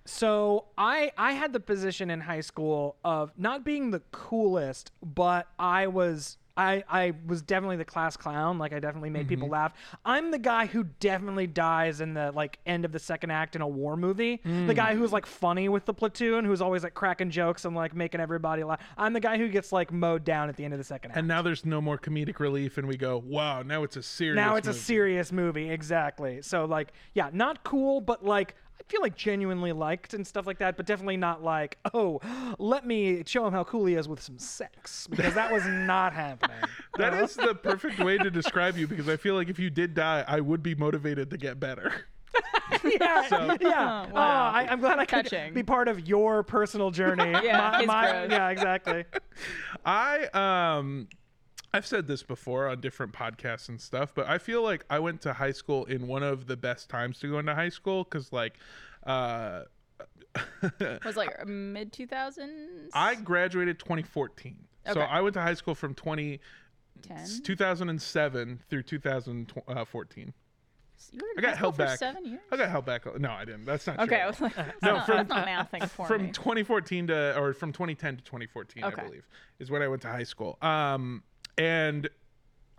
Speaker 3: So I I had the position in high school of not being the coolest, but I was I I was definitely the class clown. Like I definitely made people laugh. I'm the guy who definitely dies in the like end of the second act in a war movie. The guy who's like funny with the platoon, who's always like cracking jokes and like making everybody laugh. I'm the guy who gets like mowed down at the end of the second act.
Speaker 2: And now there's no more comedic relief, and we go, wow, now it's a serious
Speaker 3: now it's
Speaker 2: movie.
Speaker 3: a serious movie exactly so like yeah not cool but like i feel like genuinely liked and stuff like that but definitely not like oh let me show him how cool he is with some sex because that was not happening
Speaker 2: That is the perfect way to describe you because I feel like if you did die, I would be motivated to get better.
Speaker 3: yeah yeah
Speaker 4: Oh, wow.
Speaker 3: oh, I, i'm glad i could
Speaker 4: Touching.
Speaker 3: be part of your personal journey
Speaker 4: Yeah,
Speaker 3: My-
Speaker 4: it's
Speaker 3: my-
Speaker 4: gross.
Speaker 3: yeah exactly
Speaker 2: I um I've said this before on different podcasts and stuff, but I feel like I went to high school in one of the best times to go into high school cuz like uh
Speaker 4: was like mid 2000s.
Speaker 2: I graduated 2014. So
Speaker 4: Okay.
Speaker 2: I went to high school from 20,
Speaker 4: 10.
Speaker 2: 2007 through 2014.
Speaker 4: You were
Speaker 2: uh,
Speaker 4: in
Speaker 2: I got
Speaker 4: high school
Speaker 2: held
Speaker 4: for
Speaker 2: back.
Speaker 4: seven years.
Speaker 2: I got held back. No, I didn't. That's not true.
Speaker 4: Okay, I was like, that's,
Speaker 2: No,
Speaker 4: not,
Speaker 2: from-
Speaker 4: that's not mathing for
Speaker 2: from
Speaker 4: me.
Speaker 2: 2014 to or from 2010 to 2014 i
Speaker 4: Okay.
Speaker 2: believe is when i went to high school um and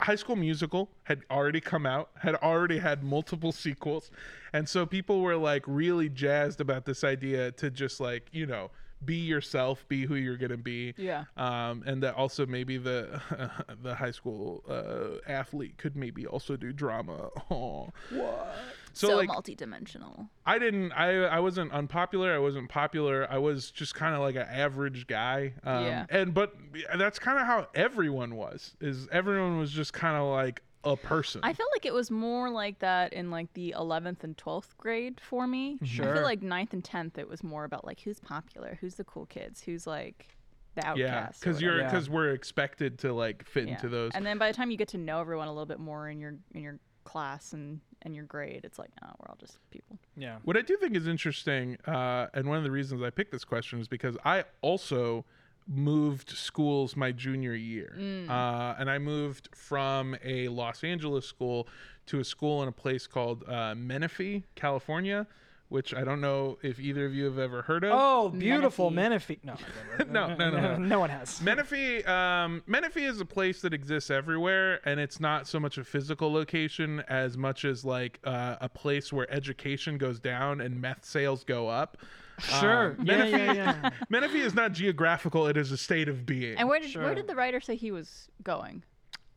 Speaker 2: high school musical had already come out had already had multiple sequels and so people were like really jazzed about this idea to just like you know be yourself be who you're gonna be
Speaker 4: Yeah.
Speaker 2: um and that also maybe the the high school uh athlete could maybe also do drama oh what so,
Speaker 6: So,
Speaker 2: like
Speaker 6: multidimensional.
Speaker 2: I didn't. I I wasn't unpopular. I wasn't popular. I was just kind of like an average guy. Um,
Speaker 4: Yeah.
Speaker 2: And but that's kind of how everyone was. Is everyone was just kind of like a person.
Speaker 4: I felt like it was more like that in like the 11th and 12th grade for me.
Speaker 2: Mm-hmm.
Speaker 4: I
Speaker 3: Sure.
Speaker 4: feel like 9th and 10th, it was more about like who's popular, who's the cool kids, who's like the outcast.
Speaker 2: yeah,
Speaker 4: or
Speaker 2: because you're
Speaker 4: whatever.
Speaker 3: Yeah.
Speaker 2: because we're expected to like fit into
Speaker 4: Yeah.
Speaker 2: those.
Speaker 4: And then by the time you get to know everyone a little bit more in your in your class and and your grade, it's like, no, we're all just people.
Speaker 3: Yeah.
Speaker 2: What I do think is interesting, uh, and one of the reasons I picked this question is because I also moved schools my junior year. Uh, and I moved from a Los Angeles school to a school in a place called uh, Menifee, California, which I don't know if either of you have ever heard of.
Speaker 3: Oh, beautiful Menifee. No, I've
Speaker 2: No, no,
Speaker 3: never-
Speaker 2: no, no.
Speaker 3: no one has.
Speaker 2: Menifee, um, Menifee is a place that exists everywhere, and it's not so much a physical location as much as like uh, a place where education goes down and meth sales go up.
Speaker 3: Sure.
Speaker 2: Um,
Speaker 3: Uh, yeah,
Speaker 2: Menifee,
Speaker 3: yeah, yeah.
Speaker 2: Menifee is not geographical; it is a state of being.
Speaker 4: And where did
Speaker 3: Sure.
Speaker 4: where did the writer say he was going?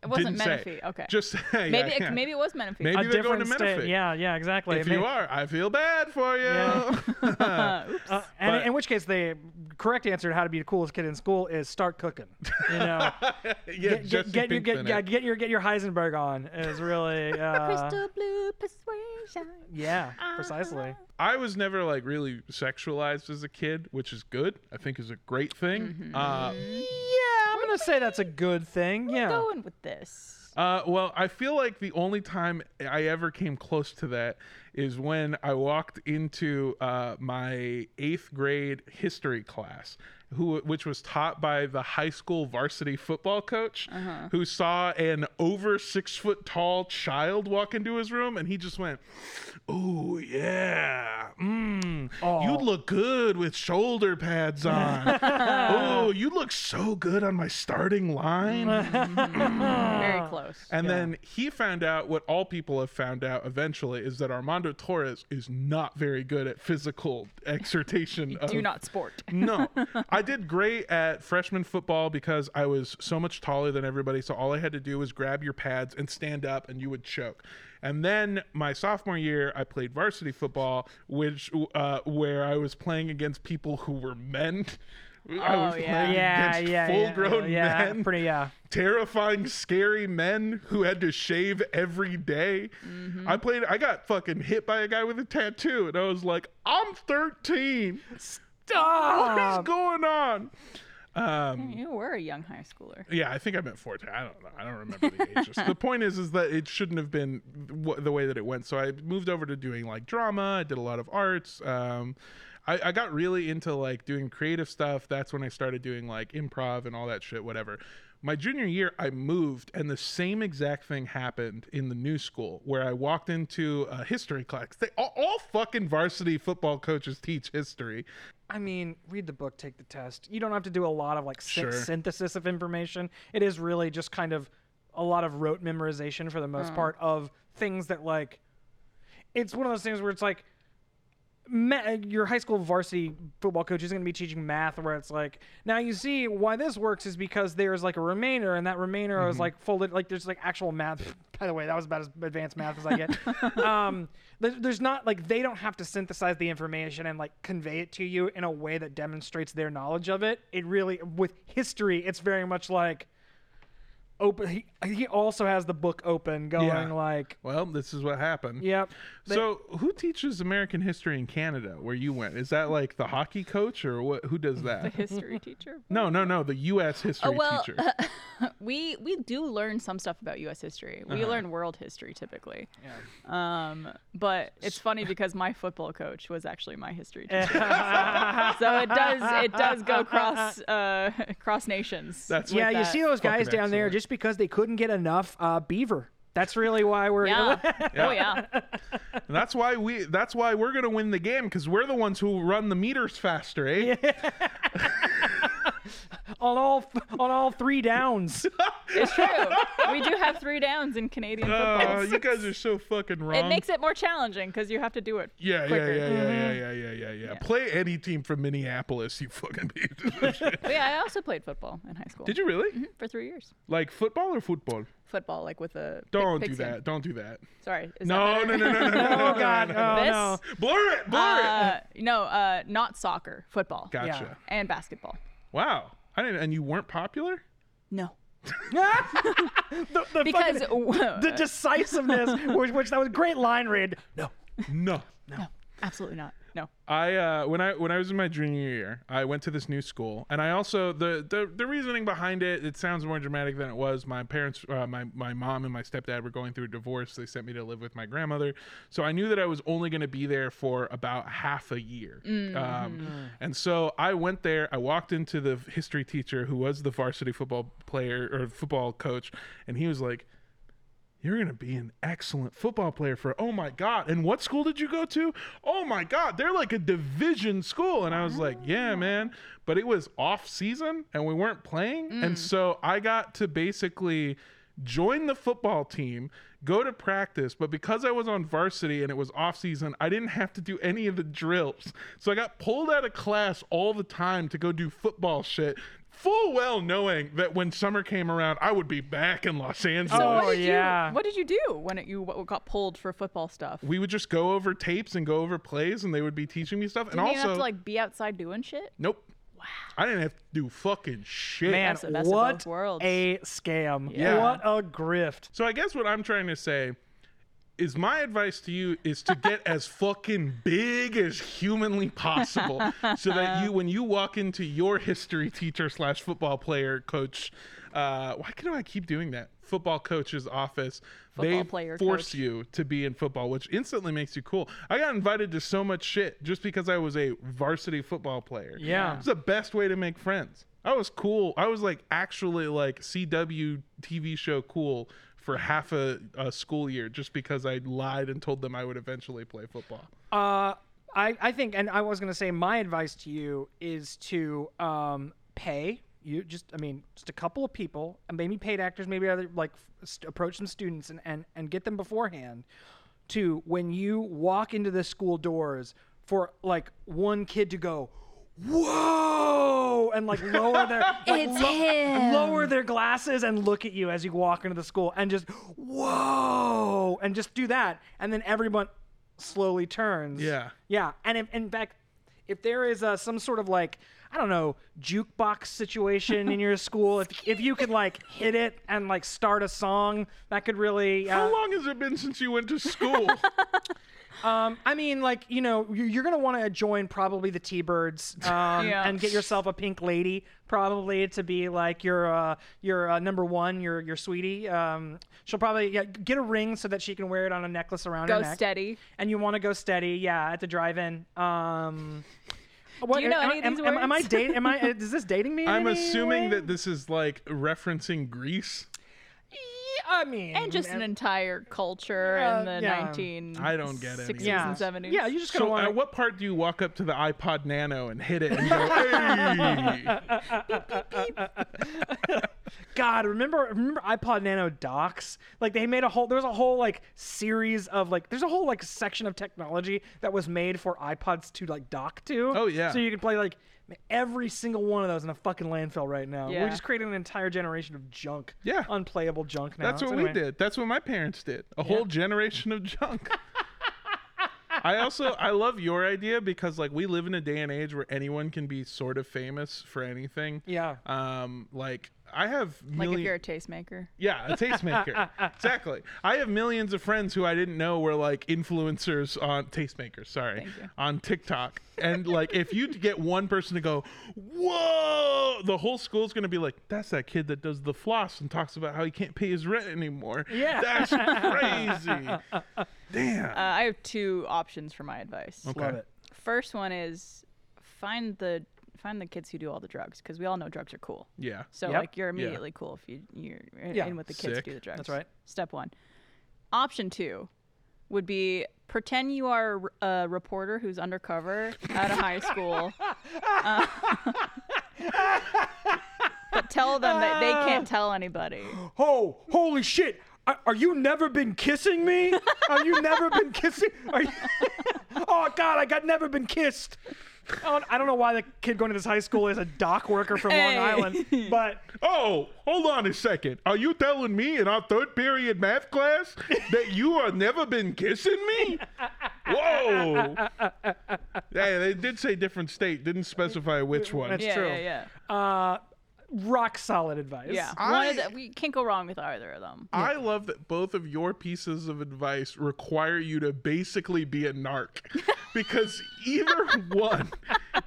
Speaker 4: It wasn't
Speaker 2: Didn't say.
Speaker 4: Menifee. Okay.
Speaker 2: Just say,
Speaker 4: maybe
Speaker 2: yeah, yeah.
Speaker 4: it, maybe it was Menifee.
Speaker 2: Maybe-
Speaker 3: A
Speaker 2: they're going to
Speaker 3: different state.
Speaker 2: Menifee.
Speaker 3: Yeah, yeah, exactly.
Speaker 2: If
Speaker 3: May-
Speaker 2: you are, I feel bad for you.
Speaker 3: Yeah. uh, and
Speaker 2: But-
Speaker 3: in which case, the correct answer to how to be the coolest kid in school is start cooking. You know,
Speaker 2: Yeah,
Speaker 3: get,
Speaker 2: Jesse
Speaker 3: get, get, your,
Speaker 2: Pinkman
Speaker 3: get, yeah,
Speaker 2: it.
Speaker 3: get your get your Heisenberg on is really uh,
Speaker 6: Crystal blue persuasion.
Speaker 3: yeah, precisely.
Speaker 2: I was never like really sexualized as a kid, which is good. I think is a great thing.
Speaker 4: Mm-hmm.
Speaker 2: Uh,
Speaker 3: Yeah, I'm gonna say that's a good thing. Yeah.
Speaker 4: going with this.
Speaker 2: Uh, well, I feel like the only time I ever came close to that is when I walked into uh, my eighth grade history class, who which was taught by the high school varsity football coach, who saw an over six foot tall child walk into his room, and he just went, "Oh yeah, mm, you look good with shoulder pads on. oh, you look so good on my starting line."
Speaker 4: Very close.
Speaker 2: And then he found out what all people have found out eventually is that Armando Torres is not very good at physical exhortation. of,
Speaker 4: Do not sport.
Speaker 2: no, I did great at freshman football because I was so much taller than everybody. So all I had to do was grab your pads and stand up, and you would choke. And then my sophomore year, I played varsity football, which uh, where I was playing against people who were men. I was
Speaker 4: yeah.
Speaker 2: playing
Speaker 3: Oh, yeah,
Speaker 2: against
Speaker 3: yeah, yeah,
Speaker 2: full-grown
Speaker 3: yeah,
Speaker 2: men
Speaker 3: Pretty yeah.
Speaker 2: terrifying, scary men who had to shave every day. I played. I got fucking hit by a guy with a tattoo, and I was like, "I'm 13. What is
Speaker 3: Stop.
Speaker 2: going on?" Mm.
Speaker 4: You were a young high schooler.
Speaker 2: Yeah, I think I meant 14. I don't know. I don't remember the ages. the point is, is that it shouldn't have been w- the way that it went. So I moved over to doing like drama. I did a lot of arts. Um, I, I got really into like doing creative stuff. That's when I started doing like improv and all that shit, whatever. My junior year, I moved, and the same exact thing happened in the new school where I walked into a history class. They all, all fucking varsity football coaches teach history.
Speaker 3: I mean, read the book, take the test. You don't have to do a lot of like syn-
Speaker 2: Sure.
Speaker 3: synthesis of information. It is really just kind of a lot of rote memorization for the most part of things that like it's one of those things where it's like ma- your high school varsity football coach isn't going to be teaching math where it's like now you see why this works is because there's like a remainder and that remainder is like folded like there's like actual math by the way that was about as advanced math as i get um there- there's not like they don't have to synthesize the information and like convey it to you in a way that demonstrates their knowledge of it it really with history it's very much like open. He, he also has the book open, going
Speaker 2: Yeah.
Speaker 3: like,
Speaker 2: Well, this is what happened.
Speaker 3: "Yep."
Speaker 2: So, who teaches American history in Canada where you went? Is that like the hockey coach or what? Who does that?
Speaker 4: History teacher.
Speaker 2: No, no, no. The U.S. history
Speaker 4: Oh well,
Speaker 2: teacher.
Speaker 4: we we do learn some stuff about U.S. history. We
Speaker 2: Uh-huh.
Speaker 4: learn world history typically. Um, but it's funny because my football coach was actually my history teacher, so, so it does it does go cross uh, cross nations.
Speaker 2: That's
Speaker 3: yeah,
Speaker 2: what
Speaker 3: you see those
Speaker 2: Fucking
Speaker 3: guys down there
Speaker 2: excellent.
Speaker 3: just because they couldn't get enough uh, beaver. That's really why we're.
Speaker 4: yeah. Oh yeah.
Speaker 2: And that's why we. That's why we're gonna win the game because we're the ones who run the meters faster, eh?
Speaker 3: on all on all three downs.
Speaker 4: It's true. We do have three downs in Canadian
Speaker 2: Uh,
Speaker 4: football.
Speaker 2: you guys are so fucking wrong.
Speaker 4: it makes it more challenging because you have to do it.
Speaker 2: yeah, yeah,
Speaker 4: quicker. Mm-hmm.
Speaker 2: yeah, yeah, yeah, yeah, yeah, yeah, yeah. Play any team from Minneapolis, you fucking beat.
Speaker 4: But yeah, I also played football in high school
Speaker 2: Did you really?
Speaker 4: for three years.
Speaker 2: Like football or football?
Speaker 4: Football, like with a pick-
Speaker 2: Don't do
Speaker 4: pigskin.
Speaker 2: that. Don't do that.
Speaker 4: Sorry. Is
Speaker 2: No,
Speaker 4: that
Speaker 2: no,
Speaker 4: better?
Speaker 2: no, no, no, no.
Speaker 3: oh God! Oh
Speaker 4: This?
Speaker 3: no!
Speaker 2: Blur it, blur it.
Speaker 4: Uh, no, uh, not soccer, football,
Speaker 2: Gotcha.
Speaker 3: yeah.
Speaker 4: and basketball.
Speaker 2: Wow. I didn't. And you weren't popular.
Speaker 4: No,
Speaker 3: The, the
Speaker 4: because
Speaker 3: fucking- the decisiveness, which, which that was a great line read. No,
Speaker 2: No.
Speaker 4: no, absolutely not. No.
Speaker 2: I uh, when I when I was in my junior year, I went to this new school, and I also the the, the reasoning behind it. It sounds more dramatic than it was. My parents, uh, my my mom and my stepdad were going through a divorce. They sent me to live with my grandmother, so I knew that I was only going to be there for about half a year. Um, and so I went there. I walked into the history teacher, who was the varsity football player or football coach, and he was like you're going to be an excellent football player for oh my god and what school did you go to oh my god they're like a division school and i was like
Speaker 4: Ah.
Speaker 2: yeah man but it was off season and we weren't playing
Speaker 4: Mm.
Speaker 2: and so i got to basically join the football team go to practice but because i was on varsity and it was off season i didn't have to do any of the drills so i got pulled out of class all the time to go do football shit full well knowing that when summer came around i would be back in los angeles
Speaker 3: Oh,
Speaker 4: what did
Speaker 3: yeah.
Speaker 4: You, what did you do when it, you w- got pulled for football stuff?
Speaker 2: we would just go over tapes and go over plays and they would be teaching me stuff
Speaker 4: Didn't
Speaker 2: and
Speaker 4: you have
Speaker 2: also
Speaker 4: to like be outside doing shit?
Speaker 2: nope i didn't have to do fucking shit
Speaker 3: man,
Speaker 4: the best of
Speaker 3: what
Speaker 4: both worlds.
Speaker 3: a scam!
Speaker 2: Yeah.
Speaker 3: What a grift!
Speaker 2: so i guess what i'm trying to say is my advice to you is to get as fucking big as humanly possible so that you when you walk into your history teacher slash football player coach uh, why can i keep doing that football coach's office
Speaker 4: Football
Speaker 2: they
Speaker 4: player
Speaker 2: force
Speaker 4: coach.
Speaker 2: you to be in football which instantly makes you cool i got invited to so much shit just because i was a varsity football player
Speaker 3: Yeah.
Speaker 2: it's the best way to make friends i was cool i was like actually like cw tv show cool for half a, a school year just because i lied and told them i would eventually play football
Speaker 3: Uh, I, I think, and I was gonna say, my advice to you is to um, pay you just, I mean, just a couple of people, and maybe paid actors, maybe other like f- st- approach some students and, and and get them beforehand. To when you walk into the school doors, for like one kid to go, whoa, and like lower their like,
Speaker 6: It's him.
Speaker 3: lower
Speaker 2: Um,
Speaker 3: their glasses and look at you as you walk into the school and just whoa and just do that and then everyone slowly turns
Speaker 2: Yeah.
Speaker 3: yeah and if, in fact if there is uh, some sort of like i don't know jukebox situation in your school if, if you could like hit it and like start a song that could really uh,
Speaker 2: how long has it been since you went to school
Speaker 3: um, i mean like you know you- you're gonna want to join probably the t-birds um,
Speaker 4: Yeah.
Speaker 3: and get yourself a pink lady probably to be like your uh, your uh, number one your your sweetie um, she'll probably yeah, get a ring so that she can wear it on a necklace around
Speaker 4: Go
Speaker 3: her neck
Speaker 4: steady.
Speaker 3: and you want to go steady, yeah, at the drive-in. Um, what-
Speaker 4: you know
Speaker 3: am,
Speaker 4: any of
Speaker 3: am-
Speaker 4: these
Speaker 3: am- am I
Speaker 4: words?
Speaker 3: dating? Am I? uh, Is this dating me? in
Speaker 2: i'm
Speaker 3: any
Speaker 2: assuming
Speaker 3: way?
Speaker 2: that this is like referencing greece
Speaker 3: Yeah, I mean,
Speaker 4: And just an entire culture
Speaker 3: Yeah,
Speaker 4: in the
Speaker 3: yeah.
Speaker 4: 19
Speaker 2: I don't get any of
Speaker 4: 60s
Speaker 3: yeah,
Speaker 4: and 70s.
Speaker 3: yeah, you just gotta
Speaker 2: so uh,
Speaker 3: want.
Speaker 2: at what part do you walk up to the ipod nano and hit it and go hey
Speaker 3: God, remember remember iPod Nano docs? Like they made a whole there was a whole like series of like there's a whole like section of technology that was made for iPods to like dock to.
Speaker 2: Oh, yeah.
Speaker 3: So you could play like every single one of those in a fucking landfill right now.
Speaker 4: Yeah.
Speaker 3: We just created an entire generation of junk.
Speaker 2: Yeah.
Speaker 3: Unplayable junk now.
Speaker 2: That's
Speaker 3: So
Speaker 2: what
Speaker 3: anyway.
Speaker 2: we did. That's what my parents did. A whole generation of junk. I also I love your idea because like we live in a day and age where anyone can be sort of famous for anything.
Speaker 3: Yeah.
Speaker 2: Um like I have
Speaker 4: Like
Speaker 2: millions.
Speaker 4: if you're a tastemaker.
Speaker 2: yeah, a tastemaker. exactly. I have millions of friends who I didn't know were like influencers on tastemakers. Sorry, on TikTok, and like if you get one person to go, "Whoa," the whole school's gonna be like, "That's that kid that does the floss and talks about how he can't pay his rent anymore."
Speaker 3: Yeah.
Speaker 2: that's crazy. Damn.
Speaker 4: Uh, I have two options for my advice.
Speaker 3: Love it.
Speaker 4: First one is find the find the kids who do all the drugs because we all know drugs are cool.
Speaker 2: Yeah.
Speaker 4: So
Speaker 3: Yep.
Speaker 4: like you're immediately cool if you you're in-
Speaker 3: Yeah.
Speaker 4: in with the kids who
Speaker 2: Sick.
Speaker 4: do the drugs.
Speaker 3: That's right.
Speaker 4: Step one. Option two would be pretend you are a reporter who's undercover at a high school. Uh, but tell them that they can't tell anybody.
Speaker 3: Oh, holy shit! Are, are you never been kissing me? Are you never been kissing? Are you... oh God, I got never been kissed. I don't, I don't know why the kid going to this high school is a dock worker from
Speaker 4: Hey.
Speaker 3: Long Island, but
Speaker 2: Oh, hold on a second. Are you telling me in our third period math class that you have never been kissing me? Whoa. Yeah, they did say different state, didn't specify which one.
Speaker 3: That's
Speaker 4: yeah,
Speaker 3: true.
Speaker 4: yeah, yeah.
Speaker 3: uh, rock solid advice.
Speaker 4: Yeah.
Speaker 2: I-
Speaker 4: One of the, we can't go wrong with either of them.
Speaker 2: I love that both of your pieces of advice require you to basically be a narc because either one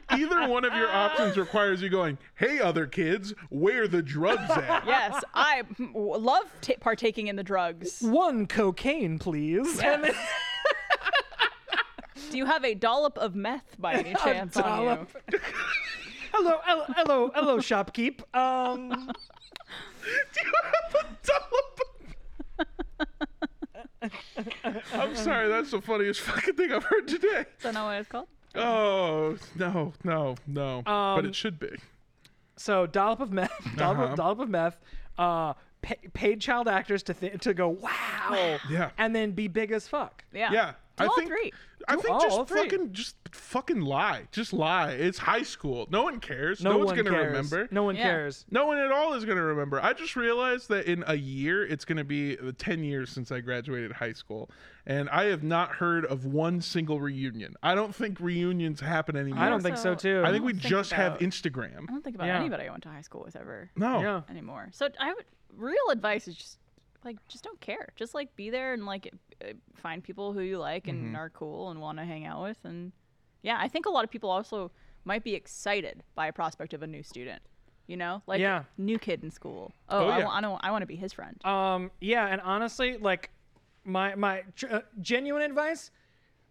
Speaker 2: either one of your options requires you going, "Hey other kids, where the drugs at?"
Speaker 4: yes, I w- love t- partaking in the drugs.
Speaker 3: One cocaine, please. And then-
Speaker 4: Do you have a dollop of meth by any chance on you?
Speaker 3: dollop. hello, hello, hello, hello, shopkeep. Um,
Speaker 2: I'm sorry, that's the funniest fucking thing I've heard today.
Speaker 4: Is that not what it's called?
Speaker 2: Oh no, no, no! but
Speaker 3: Um,
Speaker 2: it should be.
Speaker 3: so dollop of meth, dollop, of, dollop of meth. Uh, pa paid child actors to th- to go wow,
Speaker 2: Yeah.
Speaker 3: and then be big as fuck.
Speaker 4: Yeah.
Speaker 2: Yeah,
Speaker 4: Do
Speaker 2: I
Speaker 4: all
Speaker 2: think
Speaker 4: three.
Speaker 2: I think
Speaker 3: all-
Speaker 2: just
Speaker 3: all three.
Speaker 2: fucking just fucking lie, just lie. It's high school. No one cares. No,
Speaker 3: No,
Speaker 2: one's
Speaker 3: one
Speaker 2: gonna
Speaker 3: cares.
Speaker 2: remember.
Speaker 3: No one
Speaker 4: Yeah.
Speaker 3: cares.
Speaker 2: No one at all is going to remember. I just realized that in a year, it's going to be the 10 years since I graduated high school. And I have not heard of one single reunion. I don't think reunions happen anymore.
Speaker 3: I don't think so
Speaker 4: Also,
Speaker 3: too.
Speaker 2: I think we
Speaker 4: think
Speaker 2: just
Speaker 4: about-
Speaker 2: have Instagram.
Speaker 4: I don't think about
Speaker 3: Yeah.
Speaker 4: anybody I went to high school with ever
Speaker 2: No.
Speaker 3: yeah.
Speaker 4: anymore. So I would real advice is just like just don't care. Just like be there and like uh, find people who you like and
Speaker 2: Mm-hmm.
Speaker 4: are cool and want to hang out with and yeah, I think a lot of people also might be excited by a prospect of a new student. You know, like
Speaker 3: Yeah.
Speaker 4: new kid in school. Oh,
Speaker 2: Oh,
Speaker 4: I
Speaker 2: yeah. Oh.
Speaker 4: wa- I, don't- I want to be his friend.
Speaker 3: Um, yeah, and honestly, like my my tr- uh, genuine advice: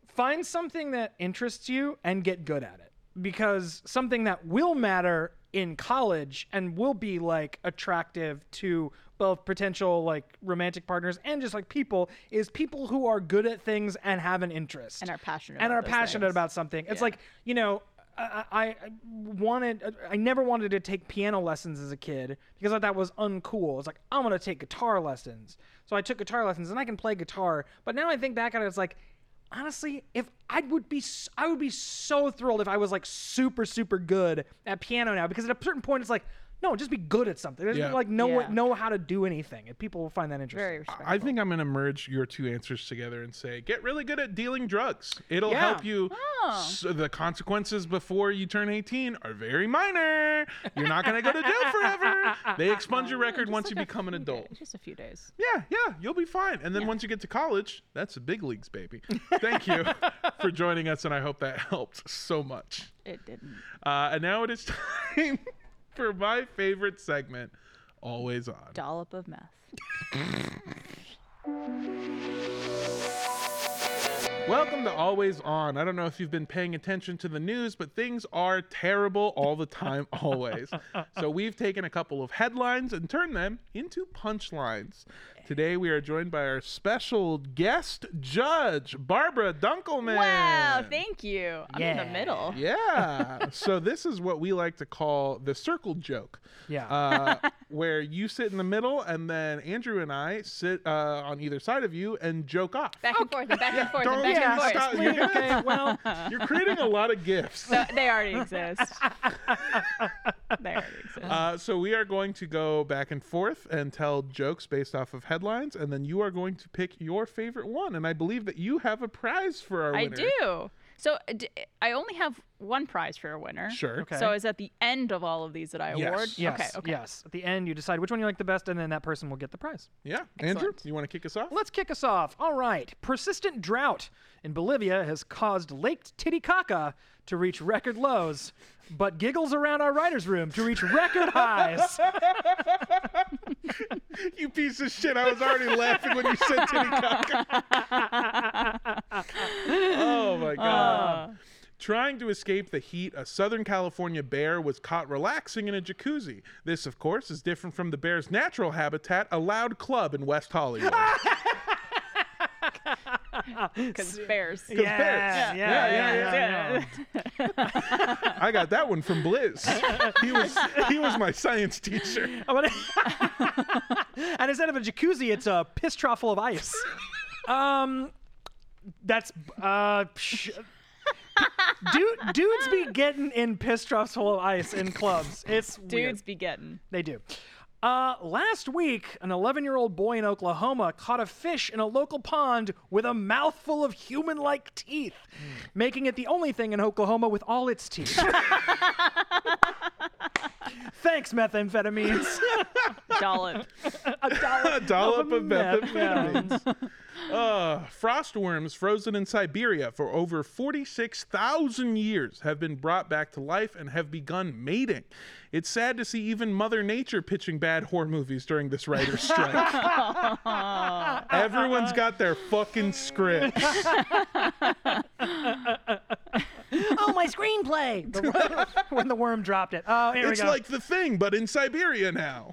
Speaker 3: find something that interests you and get good at it, because something that will matter in college and will be like attractive to both potential like romantic partners and just like people is people who are good at things and have an interest
Speaker 4: And are passionate
Speaker 3: and
Speaker 4: about
Speaker 3: are
Speaker 4: those
Speaker 3: passionate
Speaker 4: things.
Speaker 3: about something. It's like you know. I, I I wanted. I never wanted to take piano lessons as a kid because I thought that was uncool. It's like I'm gonna take guitar lessons. So I took guitar lessons, and I can play guitar. But now I think back at it, it's like, honestly, if I would be, s- I would be so thrilled if I was like super, super good at piano now. Because at a certain point, it's like, no, just be good at something. Just
Speaker 2: Yeah.
Speaker 3: like know what,
Speaker 4: Yeah.
Speaker 3: know how to do anything, and people will find that interesting.
Speaker 4: Very respectful.
Speaker 2: I think I'm going to merge your two answers together and say get really good at dealing drugs. It'll
Speaker 3: Yeah.
Speaker 2: help you. s- the consequences before you turn 18 are very minor. You're not going to go to jail forever. They expunge your record once you become an adult.
Speaker 4: Just a few days.
Speaker 2: Yeah, yeah, you'll be fine. And then once you get to college, that's the big leagues, baby. Thank you for joining us, and I hope that helped so much.
Speaker 4: It didn't.
Speaker 2: Uh, and now it is time for my favorite segment, Always On.
Speaker 4: Dollop of meth.
Speaker 2: Welcome to Always On. I don't know if you've been paying attention to the news, but things are terrible all the time, always. So we've taken a couple of headlines and turned them into punchlines. Today we are joined by our special guest judge, Barbara Dunkelman.
Speaker 4: Wow, thank you. I'm in
Speaker 3: Yeah.
Speaker 4: the middle.
Speaker 2: Yeah. so this is what we like to call the circle joke.
Speaker 3: Yeah.
Speaker 2: Uh, where you sit in the middle, and then Andrew and I sit uh, on either side of you and joke off.
Speaker 4: Back and forth and back and forth and
Speaker 2: Don't
Speaker 4: back
Speaker 2: yeah,
Speaker 4: and forth.
Speaker 2: stop. You're, gonna- you're creating a lot of gifts.
Speaker 4: So they already exist. they already exist.
Speaker 2: Uh, so we are going to go back and forth and tell jokes based off of headlines, and then you are going to pick your favorite one. And I believe that you have a prize for our
Speaker 4: I
Speaker 2: winner.
Speaker 4: do. So uh, d- I only have one prize for a winner.
Speaker 2: Sure.
Speaker 3: Okay.
Speaker 4: So is at the end of all of these that I
Speaker 2: Yes.
Speaker 4: award?
Speaker 3: Yes.
Speaker 4: Okay. Okay.
Speaker 3: Yes. At the end, you decide which one you like the best, and then that person will get the prize.
Speaker 2: Yeah. Andrew,
Speaker 4: Excellent.
Speaker 2: you want to kick us off?
Speaker 3: Let's kick us off. All right. Persistent drought in Bolivia has caused Lake Titicaca to reach record lows, but giggles around our writer's room to reach record highs.
Speaker 2: You piece of shit. I was already laughing when you said Titty Cocker. oh
Speaker 4: Ah.
Speaker 2: my God. Trying to escape the heat, a Southern California bear was caught relaxing in a jacuzzi. This, of course, is different from the bear's natural habitat, a loud club in West Hollywood.
Speaker 4: Because bears.
Speaker 3: yeah,
Speaker 2: bears.
Speaker 3: yeah,
Speaker 2: Yeah, yeah,
Speaker 3: yeah, yeah, yeah.
Speaker 2: I got that one from Blizz. He was he was my science teacher.
Speaker 3: I'm gonna- and instead of a jacuzzi, it's a piss trough full of ice. Um, that's uh, psh, dude, dudes be getting in piss troughs full of ice in clubs. It's weird.
Speaker 4: Dudes be getting.
Speaker 3: They do. Uh, last week, an 11 year old boy in Oklahoma caught a fish in a local pond with a mouthful of human like teeth, making it the only thing in Oklahoma with all its teeth. Thanks, methamphetamines.
Speaker 4: Dollop.
Speaker 2: A dollop of
Speaker 3: meth,
Speaker 2: methamphetamines. Uh, frostworms frozen in Siberia for over 46,000 years have been brought back to life and have begun mating. It's sad to see even Mother Nature pitching bad horror movies during this writer's strike. Everyone's got their fucking scripts.
Speaker 3: oh, my screenplay! The wor- when the worm dropped it. Oh, here
Speaker 2: It's
Speaker 3: we go.
Speaker 2: like the thing, but in Siberia now.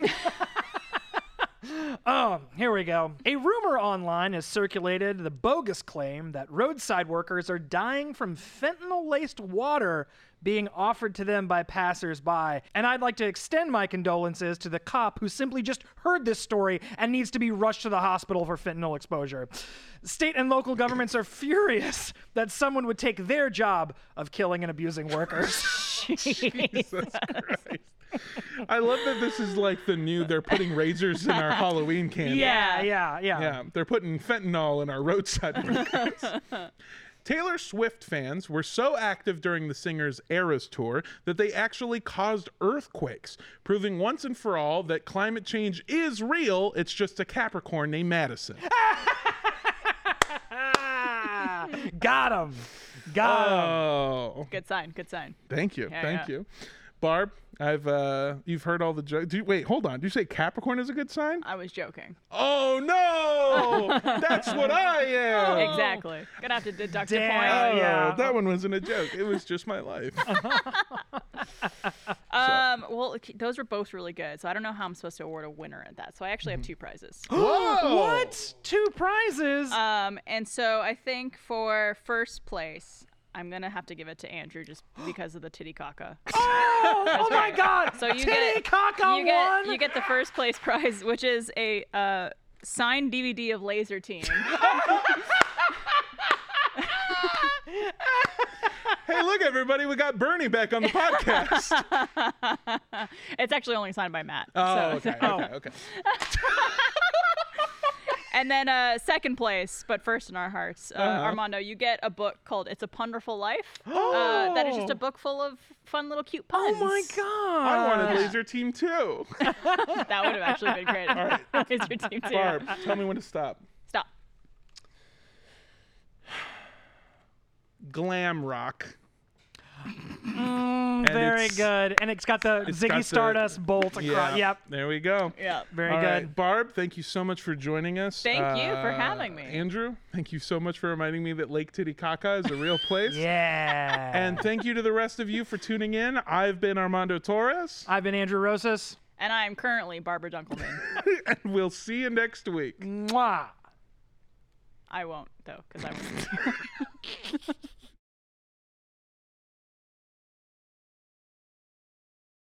Speaker 3: Oh, here we go. A rumor online has circulated the bogus claim that roadside workers are dying from fentanyl laced water being offered to them by passersby. And I'd like to extend my condolences to the cop who simply just heard this story and needs to be rushed to the hospital for fentanyl exposure. State and local governments are furious that someone would take their job of killing and abusing workers.
Speaker 2: Jesus Christ. I love that this is like the new, they're putting razors in our Halloween candy.
Speaker 3: yeah, yeah, yeah.
Speaker 2: Yeah, they're putting fentanyl in our roadside workers. Taylor Swift fans were so active during the singer's Eras tour that they actually caused earthquakes, proving once and for all that climate change is real. It's just a Capricorn named Madison.
Speaker 3: Ah, got him. Got him.
Speaker 2: Oh,
Speaker 4: Good sign. Good sign.
Speaker 2: thank you, thank
Speaker 4: yeah.
Speaker 2: you, Barb. I've uh, you've heard all the jokes. Do you, wait, hold on. Do you say Capricorn is a good sign?
Speaker 4: I was joking.
Speaker 2: Oh no, that's what I am.
Speaker 4: Exactly. Gonna have to deduct a
Speaker 3: Damn.
Speaker 4: point.
Speaker 2: Oh,
Speaker 3: Yeah.
Speaker 2: that one wasn't a joke. It was just my life.
Speaker 4: Um, well, ok- those were both really good, so I don't know how I'm supposed to award a winner at that. So I actually have
Speaker 2: Mm-hmm.
Speaker 4: two prizes.
Speaker 2: Whoa!
Speaker 3: What? Two prizes?
Speaker 4: um, and so I think for first place, I'm gonna have to give it to Andrew just because of the titty caca.
Speaker 3: oh my god!
Speaker 4: So you
Speaker 3: Titty
Speaker 4: get
Speaker 3: caca
Speaker 4: you get
Speaker 3: one.
Speaker 4: you get the first place prize, which is a uh, signed DVD of Laser Team.
Speaker 2: Hey, look, everybody, we got Bernie back on the podcast.
Speaker 4: it's actually only signed by Matt.
Speaker 2: Oh,
Speaker 4: so-
Speaker 2: okay, okay, okay.
Speaker 4: And then uh, second place, but first in our hearts, uh, Armando, you get a book called "It's a Punderful Life." Uh, that is just a book full of fun little cute puns.
Speaker 3: oh my god!
Speaker 2: I wanted Laser Team too.
Speaker 4: That would have actually been great. It's your team too.
Speaker 2: Barb, tell me when to stop.
Speaker 4: Stop.
Speaker 2: Glam rock.
Speaker 3: Mm, very
Speaker 2: it's-
Speaker 3: good, and it's got the
Speaker 2: it's
Speaker 3: Ziggy
Speaker 2: got the-
Speaker 3: Stardust bolt across. Yep,
Speaker 2: There we go.
Speaker 4: Yeah.
Speaker 3: very
Speaker 2: All right,
Speaker 3: good.
Speaker 2: Barb, thank you so much for joining us. Uh,
Speaker 4: Thank you for having me.
Speaker 2: Andrew, thank you so much for reminding me that Lake Titicaca is a real place.
Speaker 3: Yeah.
Speaker 2: And thank you to the rest of you for tuning in. I've been Armando Torres,
Speaker 3: I've been Andrew Rosas.
Speaker 4: And I am currently Barbara Dunkelman.
Speaker 2: and we'll see you next week.
Speaker 3: Mwah.
Speaker 4: I won't though, because I won't.